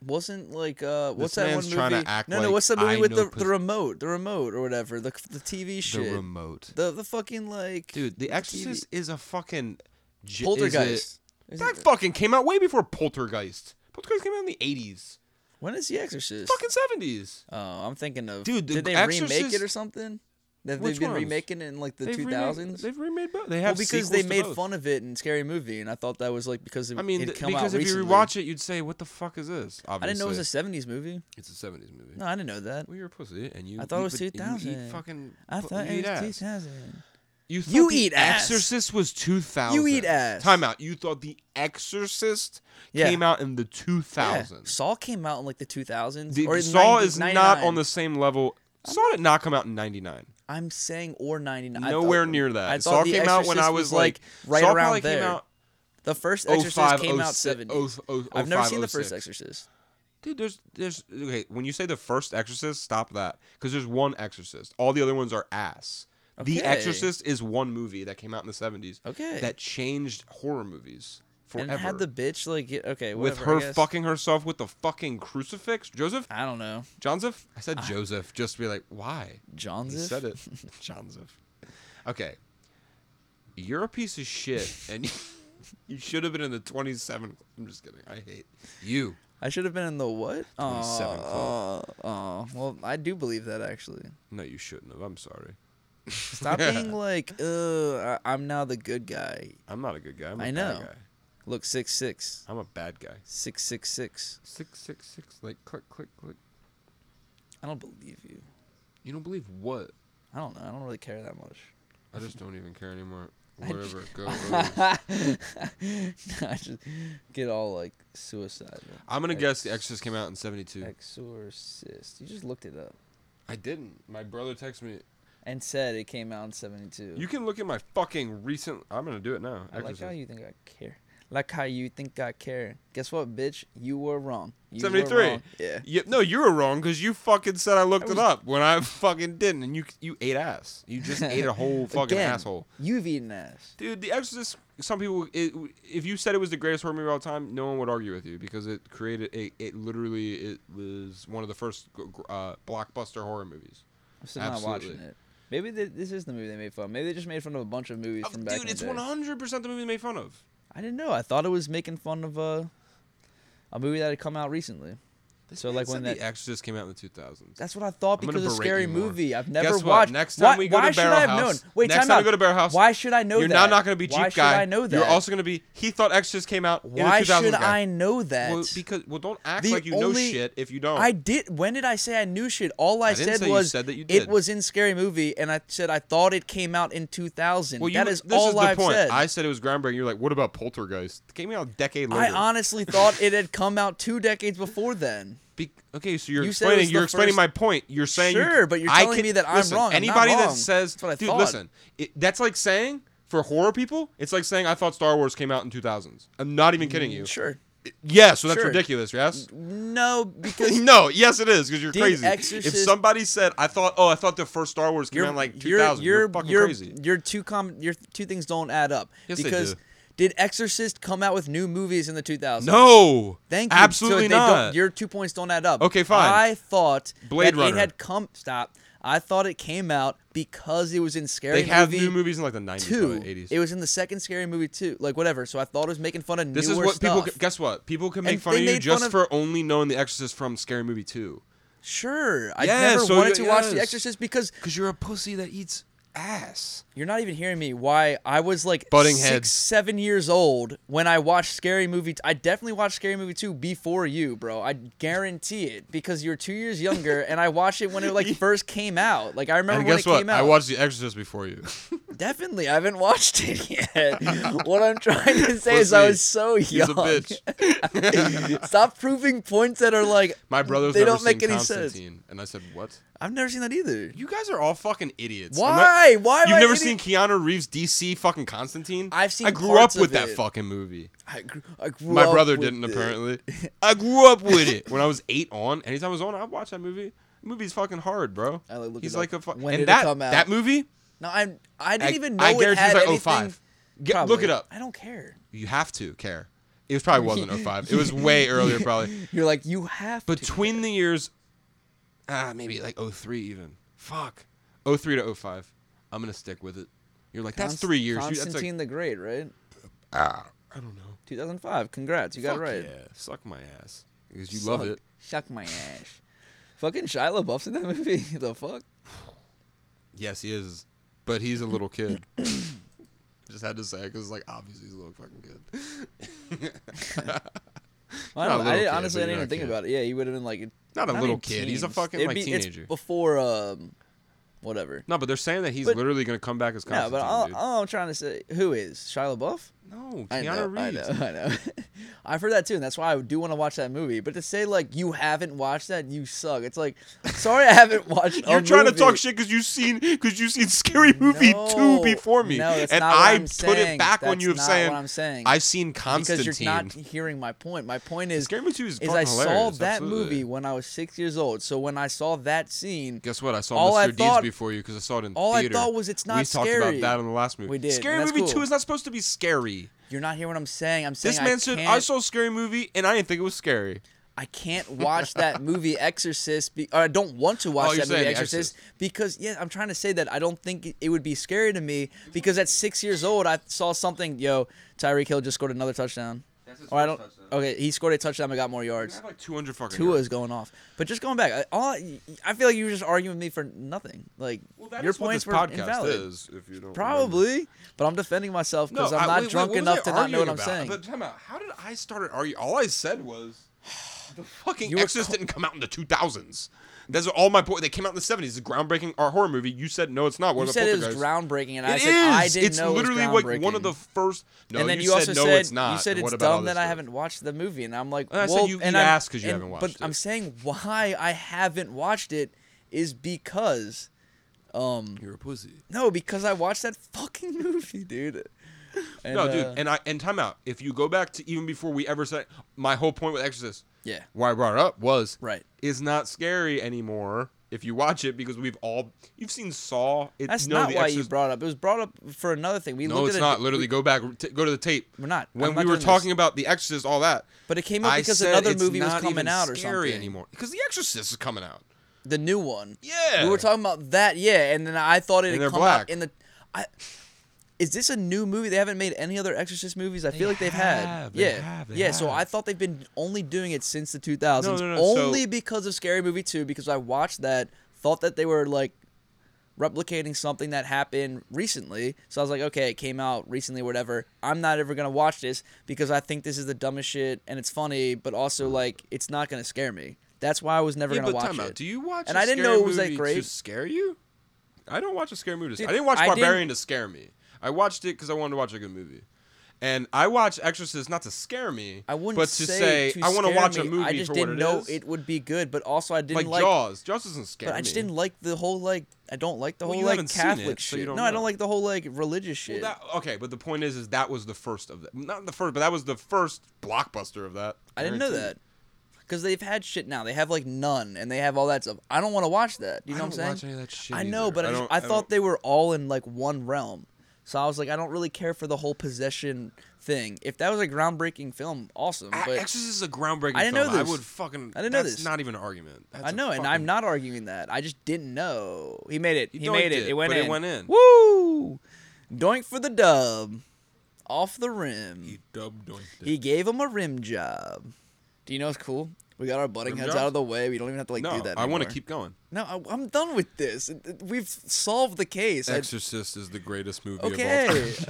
B: Wasn't like uh, what's that one
A: man's
B: movie?
A: trying to act
B: no, no,
A: like
B: what's that movie
A: I
B: with
A: know
B: the,
A: pos-
B: the remote, the remote or whatever, the the TV shit,
A: The remote,
B: the the fucking like
A: dude. The
B: TV
A: Exorcist is a fucking j- is a-
B: Poltergeist. Is
A: that
B: it-
A: fucking came out way before Poltergeist. Poltergeist came out in the eighties,
B: when is The Exorcist?
A: fucking seventies.
B: Oh, I'm thinking of
A: Dude, The
B: Did they remake
A: Exorcist-
B: it or something? That
A: Which
B: they've been
A: ones?
B: remaking it in like the
A: They've
B: two
A: remade-
B: thousands.
A: They've remade both. They
B: Well,
A: have
B: because
A: sequels
B: they
A: to
B: made
A: both.
B: fun of it in Scary Movie, and I thought that was like because it,
A: I mean,
B: it
A: th-
B: come out
A: because if you
B: recently.
A: rewatch it, you'd say, "What the fuck is this?" Obviously,
B: I didn't know it was a '70s movie.
A: it's a '70s movie.
B: No, I didn't know that.
A: Well, you're a pussy, and you.
B: I thought it
A: you
B: was
A: put- and You
B: 2000.
A: eat fucking.
B: I
A: pu-
B: thought
A: you eat
B: it was
A: ass.
B: 2000.
A: You, thought
B: You
A: The
B: eat ass.
A: Exorcist was 2000.
B: You eat ass.
A: Time out. You thought The Exorcist
B: Yeah.
A: came out in the
B: Yeah.
A: 2000s.
B: Saw came out in like the 2000s.
A: The,
B: or in
A: Saw
B: 90
A: is not
B: 99.
A: on the same level. Saw did not come out in '99.
B: I'm saying or 99. I
A: Nowhere
B: thought-
A: near that.
B: I
A: Saw
B: thought The
A: came out when I
B: Exorcist
A: was like
B: like right
A: Saw
B: around
A: probably
B: there.
A: Came out
B: the first
A: 05,
B: Exorcist came out
A: 06,
B: 70.
A: oh, oh,
B: I've never
A: 05,
B: seen the first
A: 06.
B: Exorcist.
A: Dude, there's there's okay. When you say the first Exorcist, stop that because there's one Exorcist. All the other ones are ass. The
B: Okay.
A: Exorcist is one movie that came out in the seventies.
B: Okay.
A: That changed horror movies forever.
B: And had the bitch like get, okay
A: with
B: whatever, I
A: her
B: guess.
A: fucking herself with the fucking crucifix. Joseph,
B: I don't know
A: Joseph. I
B: Uh,
A: said Joseph. Just to be like, why?
B: John's
A: He said [laughs] it. Joseph. Okay. You're a piece of shit, and you [laughs] should have been in the 27. I'm just kidding. I hate you.
B: I should have been in the what?
A: Twenty-seven
B: Oh, oh, well, I do believe
A: [laughs]
B: that actually.
A: No, you shouldn't have. I'm sorry.
B: Stop being like, uh, I- I'm now the good guy.
A: I'm not a good guy. I'm a
B: I
A: bad
B: know.
A: guy.
B: Look, six six
A: I'm a bad guy.
B: six six six.
A: Six six six. Like click click click.
B: I don't believe you.
A: You don't believe what?
B: I don't know. I don't really care that much.
A: [laughs] I just don't even care anymore. Whatever. Go.
B: [laughs]
A: O's.
B: Nah, I just get all like suicidal.
A: I'm gonna
B: Ex-
A: guess The Exorcist came out in '72.
B: Exorcist. You just looked it up
A: I didn't. My brother texted me.
B: and said it came out in '72.
A: You can look at my fucking recent. I'm gonna do it now.
B: I like
A: Exorcist.
B: how you think I care. Like how you think I care. Guess what, bitch? You were wrong. You were
A: 73.
B: wrong. Yeah.
A: Yeah, no, you were wrong because you fucking said I looked it
B: was-
A: up when I [laughs] fucking didn't, and you you ate ass. You just ate a
B: [laughs]
A: whole fucking
B: Again,
A: asshole,
B: You've eaten ass.
A: dude. The Exorcist. Some people, it, if you said it was the greatest horror movie of all time, no one would argue with you because it created it. It literally it was one of the first gr- gr- uh, blockbuster horror movies.
B: I'm still not watching
A: Absolutely.
B: it. Maybe th this is the movie they made fun. of. Maybe they just made fun of a bunch of movies
A: Oh,
B: from back in
A: dude,
B: the
A: it's
B: day.
A: one hundred percent the movie they made fun of.
B: I didn't know. I thought it was making fun of a a movie that had come out recently.
A: This
B: So,
A: man
B: like, when
A: said
B: that-
A: The Exorcist came out in the two thousands.
B: That's what I thought
A: I'm gonna
B: because of
A: berate
B: scary
A: you more.
B: movie. I've never
A: Guess what?
B: watched.
A: Next
B: Why-
A: time we go
B: why
A: to
B: should
A: Barrel
B: I have
A: House.
B: known? Wait,
A: next
B: time
A: time
B: out.
A: we go to Barrel House.
B: Why should I know
A: You're
B: that?
A: not, not going to be cheap
B: Why
A: guy.
B: should I know that?
A: You're also going to be. He thought Exorcist came out.
B: Why
A: in the 2000s
B: should
A: guy.
B: I know that?
A: Well, because well, don't act
B: The
A: like you know
B: only-
A: shit if you don't.
B: I did. When did I say I knew shit? All I,
A: didn't
B: said
A: say you
B: was
A: said that you did.
B: it was in Scary Movie, and I said I thought it came out in 2000.
A: well, you,
B: that is
A: this
B: all
A: is the
B: I've
A: point.
B: said.
A: I said it was groundbreaking. You're like, what about Poltergeist? It came out a decade later.
B: I honestly thought it had come out two decades before then.
A: Be- okay, so you're
B: You said it
A: explaining.
B: was
A: You're
B: the
A: explaining
B: first-
A: my point. You're saying you-
B: Sure, but you're
A: I
B: telling
A: can-
B: me that I'm
A: listen,
B: wrong. I'm not
A: Anybody that
B: wrong.
A: says,
B: That's what I
A: dude,
B: thought.
A: listen, it, that's like saying for horror people, it's like saying I thought Star Wars came out in 2000s. I'm not even kidding you.
B: Sure.
A: Yeah, so that's
B: Sure.
A: ridiculous. Yes.
B: No, because
A: [laughs] no, yes, it is because you're
B: Did
A: crazy. If
B: Exorcist-
A: somebody said, "I thought, oh, I thought the first Star Wars came
B: you're
A: out in like
B: you're-
A: 2000," you're,
B: you're-
A: fucking
B: you're-
A: crazy.
B: Your two com your two things don't add up.
A: Yes, they
B: because
A: do.
B: did Exorcist come out with new movies in the 2000s?
A: No.
B: Thank you.
A: Absolutely
B: so they
A: not.
B: Don't, your two points don't add up.
A: Okay, fine.
B: I thought
A: Blade
B: that
A: Runner.
B: it had come. Stop. I thought it came out because it was in scary
A: they have
B: movie
A: new movies in like the 90s,
B: two.
A: probably 80s.
B: It was in the second scary movie two, like whatever. So I thought it was making fun of
A: this is
B: newer
A: what people
B: stuff.
A: ca- guess what? People can make
B: And
A: fun
B: they
A: of you
B: made
A: just
B: fun of-
A: for only knowing The Exorcist from Scary Movie 2.
B: Sure, I
A: Yeah,
B: never
A: so
B: wanted to
A: you-
B: watch The
A: yes.
B: Exorcist because
A: Cuz you're a pussy that eats ass.
B: you're not even hearing me. Why I was like
A: Butting
B: six,
A: heads.
B: seven years old when I watched Scary Movie. T- I definitely watched Scary Movie two before you, bro. I guarantee it because you're two years younger, and I watched it when
A: [laughs]
B: it like first came out. Like I remember
A: and
B: when
A: guess
B: it
A: what?
B: came out.
A: I watched The Exorcist before
B: [laughs]
A: you.
B: Definitely, I haven't watched it yet.
A: [laughs]
B: what I'm trying to say is, I
A: Pussy.
B: was so
A: He's a
B: young.
A: bitch.
B: [laughs] Stop proving points that are like
A: My brother's
B: They
A: never
B: don't
A: seen
B: make any sense.
A: Constantine, and I said, "What?
B: I've never seen that either.
A: You guys are all fucking idiots." I'm not-
B: Why? Why? am
A: You've
B: I
A: never seen
B: idi-
A: Keanu Reeves DC fucking Constantine?
B: I've seen
A: I grew up
B: parts
A: with
B: of
A: that
B: it.
A: fucking movie.
B: I grew, I grew
A: My
B: up
A: brother
B: with
A: didn't
B: it.
A: apparently.
B: [laughs]
A: I grew up with it when I was eight. On anytime I was on, I'd watch that movie. The movie's fucking hard, bro.
B: I, like, look
A: He's
B: it up.
A: like a fu-
B: When
A: and
B: did it
A: that
B: come out?
A: that movie.
B: No, I'm. I didn't
A: I-
B: even know
A: I
B: it
A: guarantee
B: had
A: it's like
B: anything.
A: 05. Get, look
B: Probably.
A: it up.
B: I don't care.
A: You have to care. It was probably wasn't 05.
B: [laughs]
A: It was way earlier, probably
B: You're like you have to.
A: between the years. Ah, maybe like 03 even. Fuck. 03 to 05. I'm gonna stick with it. You're like that's
B: Const-
A: three years. You- that's like- ah,
B: Constantine the Great, right?
A: I don't know.
B: 2005. Congrats, you got it
A: Fuck
B: right.
A: Yeah, suck my ass because you love
B: Suck-
A: it.
B: Suck my ass. Fucking Shia LaBeouf's in that movie. [laughs] the fuck?
A: Yes, he is, but he's a little
B: [coughs]
A: kid. [coughs] Just had to say because like obviously he's a little fucking kid.
B: I,
A: Not a
B: don't, know.
A: little
B: I
A: kid,
B: didn't,
A: but
B: honestly, I
A: you're
B: didn't even
A: not a
B: think
A: kid.
B: about it. Yeah, he would have been like
A: Not a
B: even
A: little kid. He's a
B: teens.
A: fucking,
B: It'd
A: like,
B: be-
A: teenager.
B: It's before um, whatever.
A: No, but they're saying that he's
B: But-
A: literally gonna come back as
B: No,
A: Constantine.
B: but all,
A: dude.
B: all I'm trying to say, who is Shia LaBeouf?
A: no,
B: I know,
A: Keanu
B: I
A: Reeves.
B: know, I know. [laughs] I've heard that too, and that's why I do want to watch that movie. But to say like you haven't watched that, you suck. It's like, sorry, I haven't [laughs] watched. a
A: You're trying to talk
B: movie.
A: shit because you've seen because you've seen [laughs] Scary Movie
B: No,
A: two before me,
B: no, that's
A: and
B: not what
A: I
B: I'm
A: put it
B: saying.
A: back on
B: That's
A: you of
B: not what
A: saying
B: I'm saying.
A: have seen Constantine.
B: because you're not hearing my point. My point is,
A: Scary Movie two is,
B: is
A: fucking
B: I saw
A: hilarious,
B: that
A: absolutely.
B: movie when I was six years old. So when I saw that scene,
A: Guess what? I saw
B: All
A: Mr.
B: I
A: D's
B: thought-
A: before you because I saw it in
B: all I
A: theater.
B: thought was it's not
A: We talked about
B: scary.
A: that in the last movie.
B: We did,
A: Scary
B: and that's
A: Movie Two
B: cool.
A: is not supposed to be scary.
B: you're not hearing what I'm saying. I'm saying
A: This
B: I
A: man said,
B: can't,
A: "I saw a Scary Movie and I didn't think it was scary."
B: I can't watch
A: [laughs]
B: that movie Exorcist, be, or I don't want to watch
A: Oh, you're
B: that movie
A: saying
B: Exorcist, because yeah, I'm trying to say that I don't think it- it would be scary to me because at six years old I saw something. Yo, Tyreek Hill just scored another touchdown.
A: That's his
B: Or I
A: first
B: don't.
A: touchdown.
B: Okay, he scored a touchdown and got more
A: I
B: yards.
A: have like 200 fucking.
B: Tua
A: yards.
B: is going off, but just going back, I- all I I feel like you were just arguing with me for nothing. Like
A: Well, that
B: your
A: is what
B: points
A: this
B: were
A: podcast
B: invalid.
A: is. If you don't remember.
B: Probably, but I'm defending myself because
A: No,
B: I'm
A: I-
B: not
A: wait, wait,
B: drunk
A: what was I
B: enough to not know
A: arguing
B: what I'm
A: about?
B: saying.
A: But time out. How did I start an argument? All I said was, [sighs] Fucking
B: You were
A: Exorcist didn't come out in the 2000s. That's all my point. They came out in the 70s. It's a groundbreaking uh, horror movie. You said no, it's not. What
B: You
A: about
B: said it was
A: Poltergeist?
B: groundbreaking, and I
A: It
B: said I
A: is.
B: didn't
A: it's
B: know it was
A: literally like one of
B: groundbreaking.
A: the first. No,
B: and then
A: you,
B: you,
A: said
B: also
A: no,
B: said
A: it's not.
B: you said
A: and
B: it's
A: what about all
B: dumb that
A: this
B: I
A: stuff?
B: haven't watched the movie, and I'm like,
A: And I said
B: well,
A: you
B: and
A: eat
B: I'm-
A: ass 'cause you
B: and-
A: haven't
B: But
A: watched
B: I'm
A: it.
B: saying why I haven't watched it is because, um,
A: You're a pussy.
B: no, because I watched that fucking [laughs] movie, dude. And,
A: no, dude,
B: uh,
A: and I and time out. If you go back to even before we ever said my whole point with Exorcist,
B: yeah,
A: why I brought it up was
B: Right.
A: Is not scary anymore if you watch it because we've all you've seen Saw. It,
B: that's
A: no,
B: not
A: the
B: why you
A: Exorcist,
B: brought up. It was brought up for another thing. We
A: No,
B: looked
A: it's
B: at
A: not.
B: It,
A: Literally, go back, t- go to the tape.
B: We're not.
A: When
B: I'm
A: we
B: not
A: were
B: doing
A: talking
B: this.
A: about The Exorcist, all that.
B: but it came up
A: I
B: because
A: said
B: another
A: it's
B: movie was
A: not even
B: coming out or
A: scary
B: something.
A: anymore because The Exorcist is coming out.
B: The new one.
A: Yeah.
B: We were talking about that, yeah, and then I thought it
A: And
B: had
A: they're
B: come
A: black.
B: out in the. I, is this a new movie? They haven't made any other Exorcist movies. I feel like they've had.
A: have, they
B: yeah,
A: have, they
B: yeah. So
A: have.
B: I thought they've been only doing it since the 2000s,
A: no, no, so-
B: only because of Scary Movie 2. Because I watched that, thought that they were like replicating something that happened recently. So I was like, okay, it came out recently, whatever. I'm not ever gonna watch this because I think this is the dumbest shit, and it's funny, but also like it's not gonna scare me. That's why I was never
A: Yeah,
B: gonna
A: but
B: watch
A: time
B: it.
A: out. Do you watch?
B: And
A: I
B: I didn't know it was that
A: To
B: great.
A: scare you? I don't watch a scary movie. To
B: Dude,
A: I didn't watch
B: I didn't-
A: Barbarian to scare me. I watched it because I wanted to watch a good movie. And I watch Exorcist not to scare me,
B: I wouldn't
A: but to say, I
B: want to
A: watch a movie
B: I just
A: for
B: didn't
A: what
B: know
A: it is.
B: would be good, but also I didn't
A: like,
B: like.
A: Jaws. Jaws doesn't scare
B: but
A: me.
B: I just didn't like the whole like. I don't like the
A: Well,
B: whole
A: you
B: like
A: haven't seen
B: Catholic
A: it,
B: shit.
A: so you don't
B: no, I
A: know.
B: don't like the whole like religious shit.
A: That, okay, but the point is, is that was the first of that. Not the first, but that was the first blockbuster of that.
B: I didn't know
A: guaranteed.
B: that. Because they've had shit now. They have like none, and they have all that stuff. I don't want to watch that. You know
A: I
B: what I'm
A: don't
B: saying?
A: watch any of that shit
B: I know,
A: either.
B: but
A: I
B: I, just,
A: don't-
B: I,
A: I
B: thought
A: don't-
B: they were all in like one realm. So I was like, I don't really care for the whole possession thing. If that was a groundbreaking film, awesome.
A: I-
B: But
A: Exorcist is a groundbreaking
B: I didn't know
A: film.
B: this.
A: I would fucking.
B: I didn't know
A: that's
B: this.
A: Not even an argument. That's
B: I
A: a
B: know, and
A: fucking-
B: I'm not arguing that. I just didn't know. He made it. He
A: doinked
B: made it.
A: it,
B: It went
A: but it
B: in.
A: went in.
B: Woo! Doink for the dub. Off the rim.
A: He
B: He,
A: dubbed doinked it.
B: gave him a rim job. Do you know what's cool? We got our butting
A: Rim
B: heads
A: jobs?
B: out of the way. We don't even have to like
A: no,
B: do that.
A: I want to
B: anymore.
A: keep going.
B: No, I, I'm done with this. It- it- We've solved the case. I-
A: Exorcist is the greatest movie of all time.
B: [laughs] okay.
A: [laughs]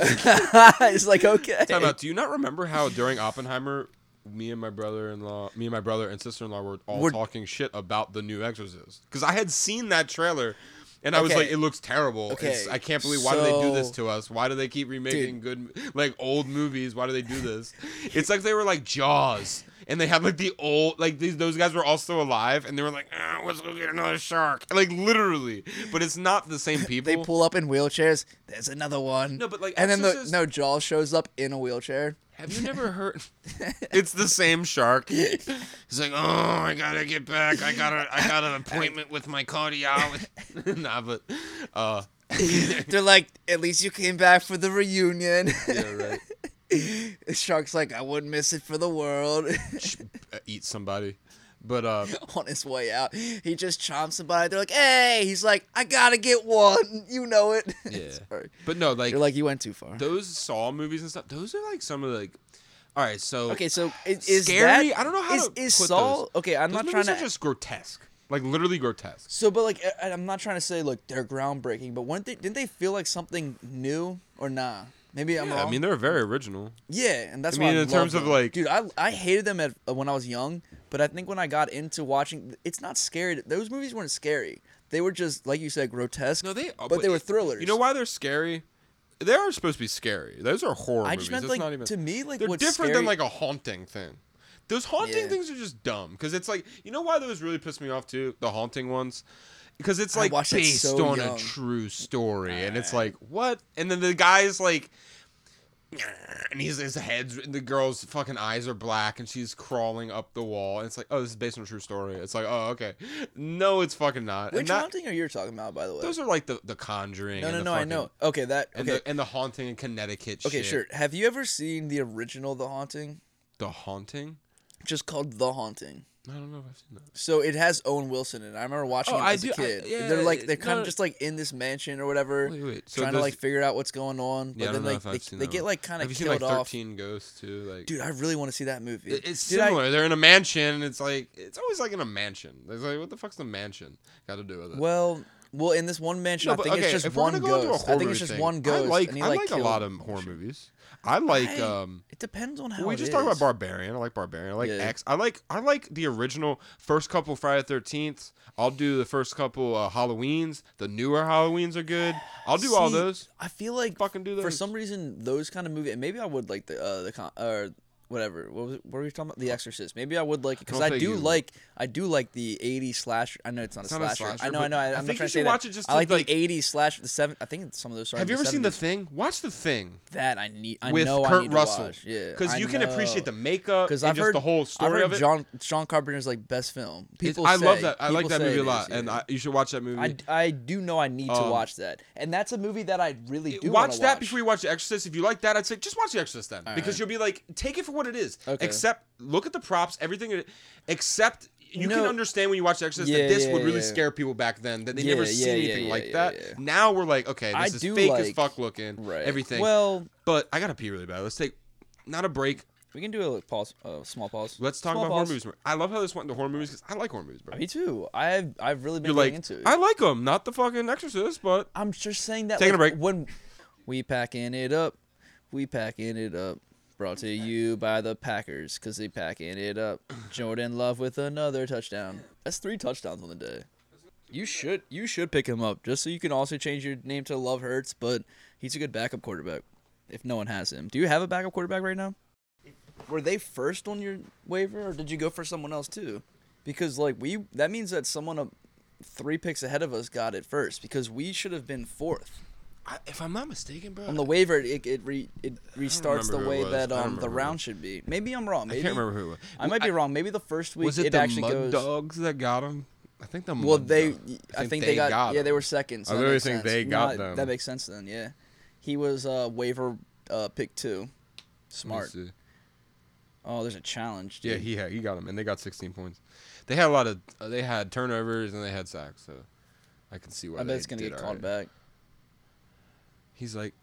B: it's like okay.
A: Time out. Do you not remember how during Oppenheimer, me and my brother-in-law, me and my brother and sister-in-law were all
B: We're-
A: talking shit about the new Exorcist because I had seen that trailer. And I was
B: Okay.
A: like, it looks terrible. It's,
B: Okay,
A: I can't believe why do they do this
B: so-
A: to us? Why do they keep remaking good, like old movies? Why do they do this? It's like they were like Jaws, and they had like the old, like these those guys were all still alive, and they were like, "Ah, let's go get another shark, like literally. But it's not the same people.
B: They pull up in wheelchairs. There's another one.
A: No, but, like,
B: and then the
A: Exorcist-
B: no Jaws shows up in a wheelchair. [laughs]
A: Have you never heard? [laughs] it's the same shark. He's like, oh, I gotta get back. I got to I got an appointment with my cardiologist. [laughs] nah, but uh,
B: They're like, at least you came back for the reunion.
A: yeah, right.
B: The [laughs] Shark's like, I wouldn't miss it for the world.
A: Uh, Eat somebody, but
B: [laughs]
A: uh,
B: On his way out, he just chomps somebody. They're like, hey. He's like, I gotta get one. [laughs] You know it.
A: Yeah.
B: Sorry.
A: but no, like,
B: You're like, you went too far.
A: those Saw movies and stuff. Those are like some of the, like, all right, so
B: Okay, so is, is
A: Scary?
B: that-
A: I don't know how
B: is,
A: to
B: is
A: put
B: Saul?
A: those.
B: Okay, I'm
A: those
B: not
A: movies
B: trying to.
A: are just grotesque, like literally grotesque.
B: So, but like, I, I'm not trying to say like they're groundbreaking, but weren't they? Didn't they feel like something new or nah? Maybe I'm
A: Yeah,
B: wrong.
A: I mean, they're very original.
B: Yeah, and that's
A: I
B: why
A: mean, in
B: love
A: terms of,
B: them.
A: like-
B: dude, I I hated them at uh, when I was young, but I think when I got into watching, it's not scary. Those movies weren't scary. They were just like you said, grotesque.
A: No, they,
B: but, they were thrillers.
A: Uh, You know why they're scary? They are supposed to be scary. Those are horror
B: I
A: movies.
B: just meant
A: That's
B: like
A: not even,
B: to me like
A: they're
B: what's
A: different
B: scary-
A: than like a haunting thing. Those haunting
B: Yeah.
A: things are just dumb because it's like you know why those really pissed me off too. The haunting ones. Because it's
B: I
A: like
B: watched that
A: based
B: so
A: on a
B: young.
A: true story, and it's like what? And then the guy's like, and he's his head's the girl's fucking eyes are black, and she's crawling up the wall, and it's like, oh, this is based on a true story. It's like, oh, okay, no, it's fucking not.
B: which
A: and that,
B: haunting are you talking about by the way?
A: those are like the the Conjuring.
B: no,
A: and
B: no,
A: the
B: no. I
A: fucking-
B: know. Okay, that
A: And,
B: okay.
A: the, and the haunting in Connecticut.
B: okay,
A: shit.
B: sure. Have you ever seen the original The Haunting?
A: The haunting.
B: Just called The Haunting.
A: I don't know if I've seen that.
B: So it has Owen Wilson in it. I remember watching
A: Oh,
B: it
A: I
B: as
A: do-
B: a
A: I-
B: kid.
A: yeah,
B: they're like they're
A: no,
B: kind
A: no.
B: of just like in this mansion or whatever,
A: Wait, wait, so
B: trying to
A: does-
B: like figure out what's going on. But
A: Yeah, I
B: then
A: don't know
B: like
A: if I've
B: they,
A: seen
B: they
A: that
B: get
A: one.
B: like kind
A: Have
B: of
A: you seen
B: killed
A: like
B: off.
A: Thirteen Ghosts too? Like,
B: Dude, I really want to see that movie.
A: it- it's
B: Dude, I-
A: similar. They're in a mansion, and it's like it's always like in a mansion. It's like what the fuck's the mansion got to do with it?
B: well, Well, in this one mansion, I
A: but
B: think it's just
A: if we're
B: one
A: gonna go into a
B: ghost. I
A: horror
B: think
A: movie
B: it's just
A: thing,
B: one ghost.
A: I like,
B: and he,
A: I
B: like,
A: like a lot
B: killed-
A: of horror movies. I like
B: Right.
A: um
B: It depends on how
A: we
B: it
A: just talked about
B: is.
A: Barbarian. I like Barbarian. I like
B: Yeah.
A: X. I like I like the original first couple Friday Thirteenth. I'll do the first couple uh, Halloweens. The newer Halloweens are good. I'll do all
B: See,
A: those.
B: I feel like
A: Fucking do
B: for
A: those.
B: some reason those kind of movies, and maybe I would like the uh, the con- or whatever. What was it, what were you talking about? The Exorcist. Maybe I would like it because
A: don't
B: I,
A: think
B: do
A: you would.
B: like I do like the '80s slasher. I know it's not,
A: It's
B: a,
A: not a
B: slasher. I
A: slasher,
B: know,
A: but
B: I know. I,
A: I
B: I'm not
A: think you
B: trying to
A: should
B: say that.
A: watch it just
B: I
A: to,
B: like,
A: like-
B: the '80s slasher. The seven. I think some of those. Are
A: Have you
B: uh, the
A: ever seen The
B: 70s.
A: Thing? Watch The Thing
B: That I need. I
A: with
B: know I
A: Kurt
B: need to
A: Russell.
B: watch. Yeah,
A: because
B: I
A: you can appreciate the
B: know.
A: makeup and
B: I've
A: just
B: heard
A: the whole
B: I've
A: story
B: heard
A: of it.
B: John John Carpenter's like best film.
A: It's-
B: People
A: I
B: say,
A: love that. I like
B: people
A: that
B: say
A: movie a
B: it
A: lot,
B: is,
A: and
B: yeah.
A: I, you should watch that movie.
B: I, I do know I need to
A: Um,
B: watch that, and that's a movie that I really do wanna
A: watch that before you watch The Exorcist. If you like that, I'd say just watch The Exorcist then, because
B: right.
A: you'll be like, take it for what it is.
B: Okay.
A: Except look at the props, everything. it- Except you can
B: No.
A: understand when you watch The Exorcist
B: Yeah,
A: that this
B: yeah,
A: would really
B: yeah.
A: scare people back then that they
B: Yeah,
A: never seen
B: yeah, yeah,
A: anything
B: yeah,
A: like
B: yeah,
A: that.
B: yeah.
A: Now we're like, okay, this
B: I
A: is
B: do
A: fake as
B: like-
A: fuck looking.
B: Right.
A: Everything.
B: Well,
A: but I gotta pee really bad. Let's take not a break.
B: we can do a little pause, uh, small pause.
A: Let's talk
B: Small
A: about horror
B: pause.
A: movies. more. I love how this went into horror movies because I like horror movies, bro.
B: Me too. I've I've really been
A: You're
B: getting
A: like,
B: into. It.
A: I like them, not the fucking Exorcist, but
B: I'm just saying that.
A: Taking a
B: like,
A: break.
B: When we packing it up, we packing it up. Brought to you by the Packers because they packing it up. Jordan Love with another touchdown. That's three touchdowns on the day. You should you should pick him up just so you can also change your name to Love Hurts. But he's a good backup quarterback if no one has him. Do you have a backup quarterback right now? Were they first on your waiver or did you go for someone else too? Because like we that means that someone up three picks ahead of us got it first because we should have been fourth
A: I, if I'm not mistaken, bro,
B: on the waiver. It it, re, it restarts
A: remember
B: the
A: who it
B: way
A: was.
B: that
A: I don't
B: um
A: remember
B: the
A: who it
B: round should be. Maybe I'm wrong.
A: I
B: Maybe
A: can't remember who it was.
B: I might be wrong. Maybe the first week
A: Was it,
B: it
A: the
B: actually
A: Mud
B: goes.
A: Dogs that got him? I think the Mud
B: Well, they
A: Dogs.
B: I think, they, got, yeah they
A: him.
B: were second. So
A: I
B: that
A: literally
B: makes
A: think
B: sense.
A: they got
B: No,
A: them.
B: That makes sense then. Yeah, he was uh waiver uh pick two.
A: Let me
B: Smart.
A: see.
B: Oh, there's a challenge. Dude.
A: Yeah, he had, he got him, and they got 16 points. They had a lot of uh, they had turnovers and they had sacks, so I can see why.
B: I bet
A: they
B: it's gonna
A: did
B: get
A: all
B: called
A: right.
B: back.
A: He's like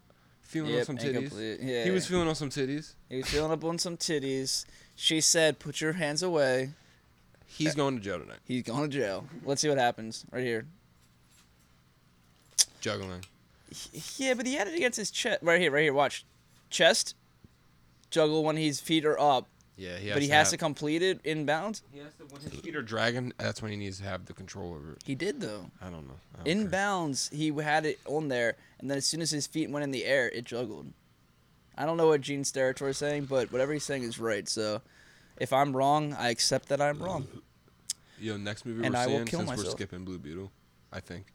A: feeling
B: Yep,
A: on some titties.
B: incomplete. Yeah.
A: He was feeling on some titties.
B: He was feeling up on some titties. She said, "Put your hands away." Eh.
A: He's going to jail tonight.
B: He's going to jail. Let's see what happens right here.
A: Juggling.
B: Yeah, but he had it against his chest. Right here, right here. Watch, chest. Juggle when his feet are up,
A: Yeah, he has
B: but he has to
A: have-
B: complete it inbounds.
A: He has to when his feet are dragging. That's when he needs to have the control over it.
B: He did though.
A: I don't know. I don't care.
B: Inbounds, he had it on there, and then as soon as his feet went in the air, it juggled. I don't know what Gene Steratore is saying, but whatever he's saying is right. So, if I'm wrong, I accept that I'm wrong.
A: Yo, next movie
B: And
A: we're
B: I will
A: seeing
B: kill
A: since we're
B: myself.
A: skipping Blue Beetle, I think.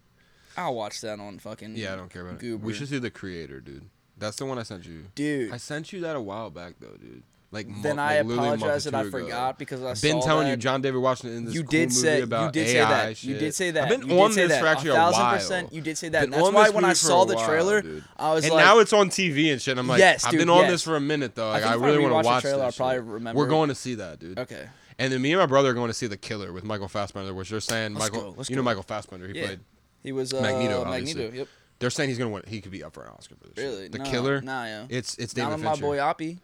B: I'll watch that on fucking.
A: Yeah, I don't care about it.
B: Goober.
A: We should see the creator, dude. That's the one I sent you.
B: Dude.
A: I sent you that a while back though, dude. Like mo-
B: then
A: like
B: I
A: literally a month or
B: apologize that I
A: two ago.
B: forgot because I
A: I've been
B: saw
A: telling you,
B: that.
A: John David Washington in this
B: you
A: cool
B: did
A: movie
B: say
A: about
B: you did
A: AI
B: say that you
A: shit.
B: did say that
A: I've been
B: you
A: on
B: did say
A: this
B: that.
A: for actually
B: a
A: a
B: thousand
A: while.
B: percent you did say that
A: Been
B: and that's
A: on
B: why
A: this
B: when I
A: movie for
B: saw
A: a
B: the
A: while,
B: trailer
A: dude.
B: I was
A: and
B: like
A: now it's on TV and shit. and I'm like,
B: Yes,
A: I've
B: dude,
A: been on
B: yes.
A: this for a minute though. Like,
B: think
A: I,
B: if I
A: really want
B: rewatch
A: to watch
B: the trailer,
A: this
B: I'll
A: shit.
B: probably remember
A: We're
B: it.
A: going to see that, dude.
B: okay
A: And then me and my brother are going to see The Killer with Michael Fassbender, which they're saying
B: Let's
A: Michael.
B: go, let's
A: you know
B: go.
A: Michael Fassbender, he
B: yeah
A: played.
B: he was uh,
A: Magneto, obviously.
B: Magneto yep
A: They're saying he's gonna win. He could be up for an Oscar for this. shit.
B: Really?
A: The
B: Nah,
A: Killer.
B: nah, yeah.
A: It's it's
B: not
A: David
B: on my
A: Fincher.
B: boy Oppie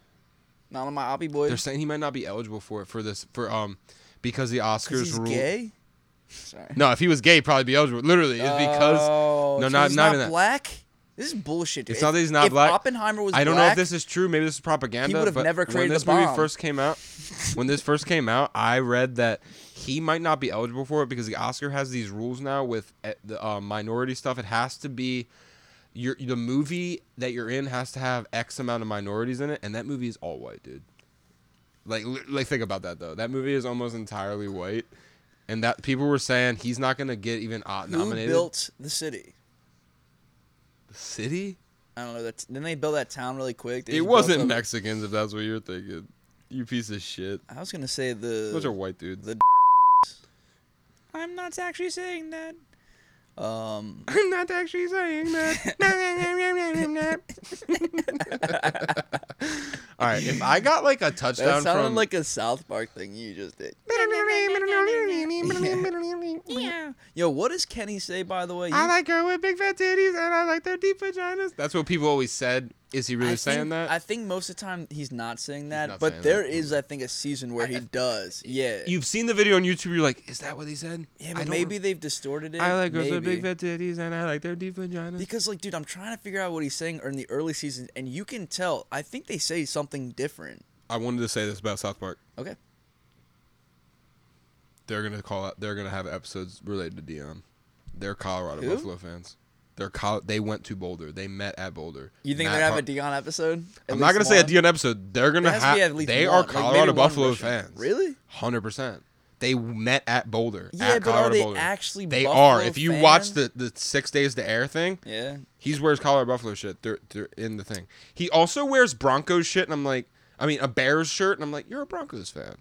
B: not on my Oppie boy
A: They're saying he might not be eligible for it for this for um because the Oscars
B: 'Cause he's
A: rule.
B: gay sorry
A: No, if he was gay, he'd probably be eligible. Literally, it's because
B: oh,
A: no,
B: so
A: not
B: he's
A: not
B: not
A: in that.
B: black this is bullshit dude.
A: It's not
B: If-
A: that he's not
B: if
A: black.
B: Oppenheimer was
A: I don't know if
B: black,
A: this is true. Maybe this is propaganda.
B: He would've
A: but
B: never
A: when
B: created the
A: this movie
B: bomb.
A: first came out. when this first came out, I read that he might not be eligible for it because the Oscar has these rules now with eh, the uh, minority stuff. It has to be your the movie that you're in has to have X amount of minorities in it, and that movie is all white, dude. Like, li- like think about that though. That movie is almost entirely white, and that people were saying he's not gonna get even uh,
B: who
A: nominated.
B: built the city
A: the city?
B: I don't know that then they built that town really quick They
A: It
B: just built
A: wasn't
B: a-
A: Mexicans, if that's what you're thinking. You piece of shit.
B: I was gonna say the
A: Those are white dudes.
B: the I'm not actually saying that. Um,
A: I'm not actually saying that. All right, if I got like a
B: that
A: touchdown
B: sounded
A: from
B: like a South Park thing you just did.
A: like
B: Yo, what does Kenny say by the way? You-
A: I like her with big fat titties and I like their deep vaginas. That's what people always said. Is he really
B: I
A: saying
B: think,
A: that?
B: I think most of the time he's not saying that,
A: not
B: but
A: saying
B: there
A: that.
B: is, I think, a season where he does. Yeah.
A: You've seen the video on YouTube. You're like, is that what he said?
B: yeah,
A: I
B: but
A: don't
B: maybe they've distorted it.
A: I like girls with big fat
B: maybe.
A: titties and I like their deep vaginas.
B: Because like, dude, I'm trying to figure out what he's saying or in the early seasons, and you can tell. I think they say something different.
A: I wanted to say this about South Park.
B: Okay.
A: They're gonna call out. They're gonna have episodes related to Dion. They're Colorado
B: Who?
A: Buffalo fans. They're Col- They went to Boulder. They met at Boulder.
B: You think
A: Matt
B: they're gonna have
A: Har-
B: a Dion episode? At
A: I'm not gonna
B: least
A: say a
B: one?
A: Dion episode. They're gonna
B: There has to
A: have.
B: be at least
A: They
B: one,
A: are
B: like, maybe
A: Colorado
B: one
A: Buffalo
B: Russian.
A: fans.
B: Really?
A: Hundred percent. They met at Boulder.
B: Yeah,
A: at
B: but
A: Colorado
B: are they
A: Boulder.
B: actually?
A: They
B: Buffalo
A: are. If you watch
B: fans?
A: the the six days to air thing,
B: Yeah.
A: He's wears Colorado Buffalo shit. They're, they're in the thing. He also wears Broncos shit, and I'm like, I mean, a Bears shirt, and I'm like, you're a Broncos fan.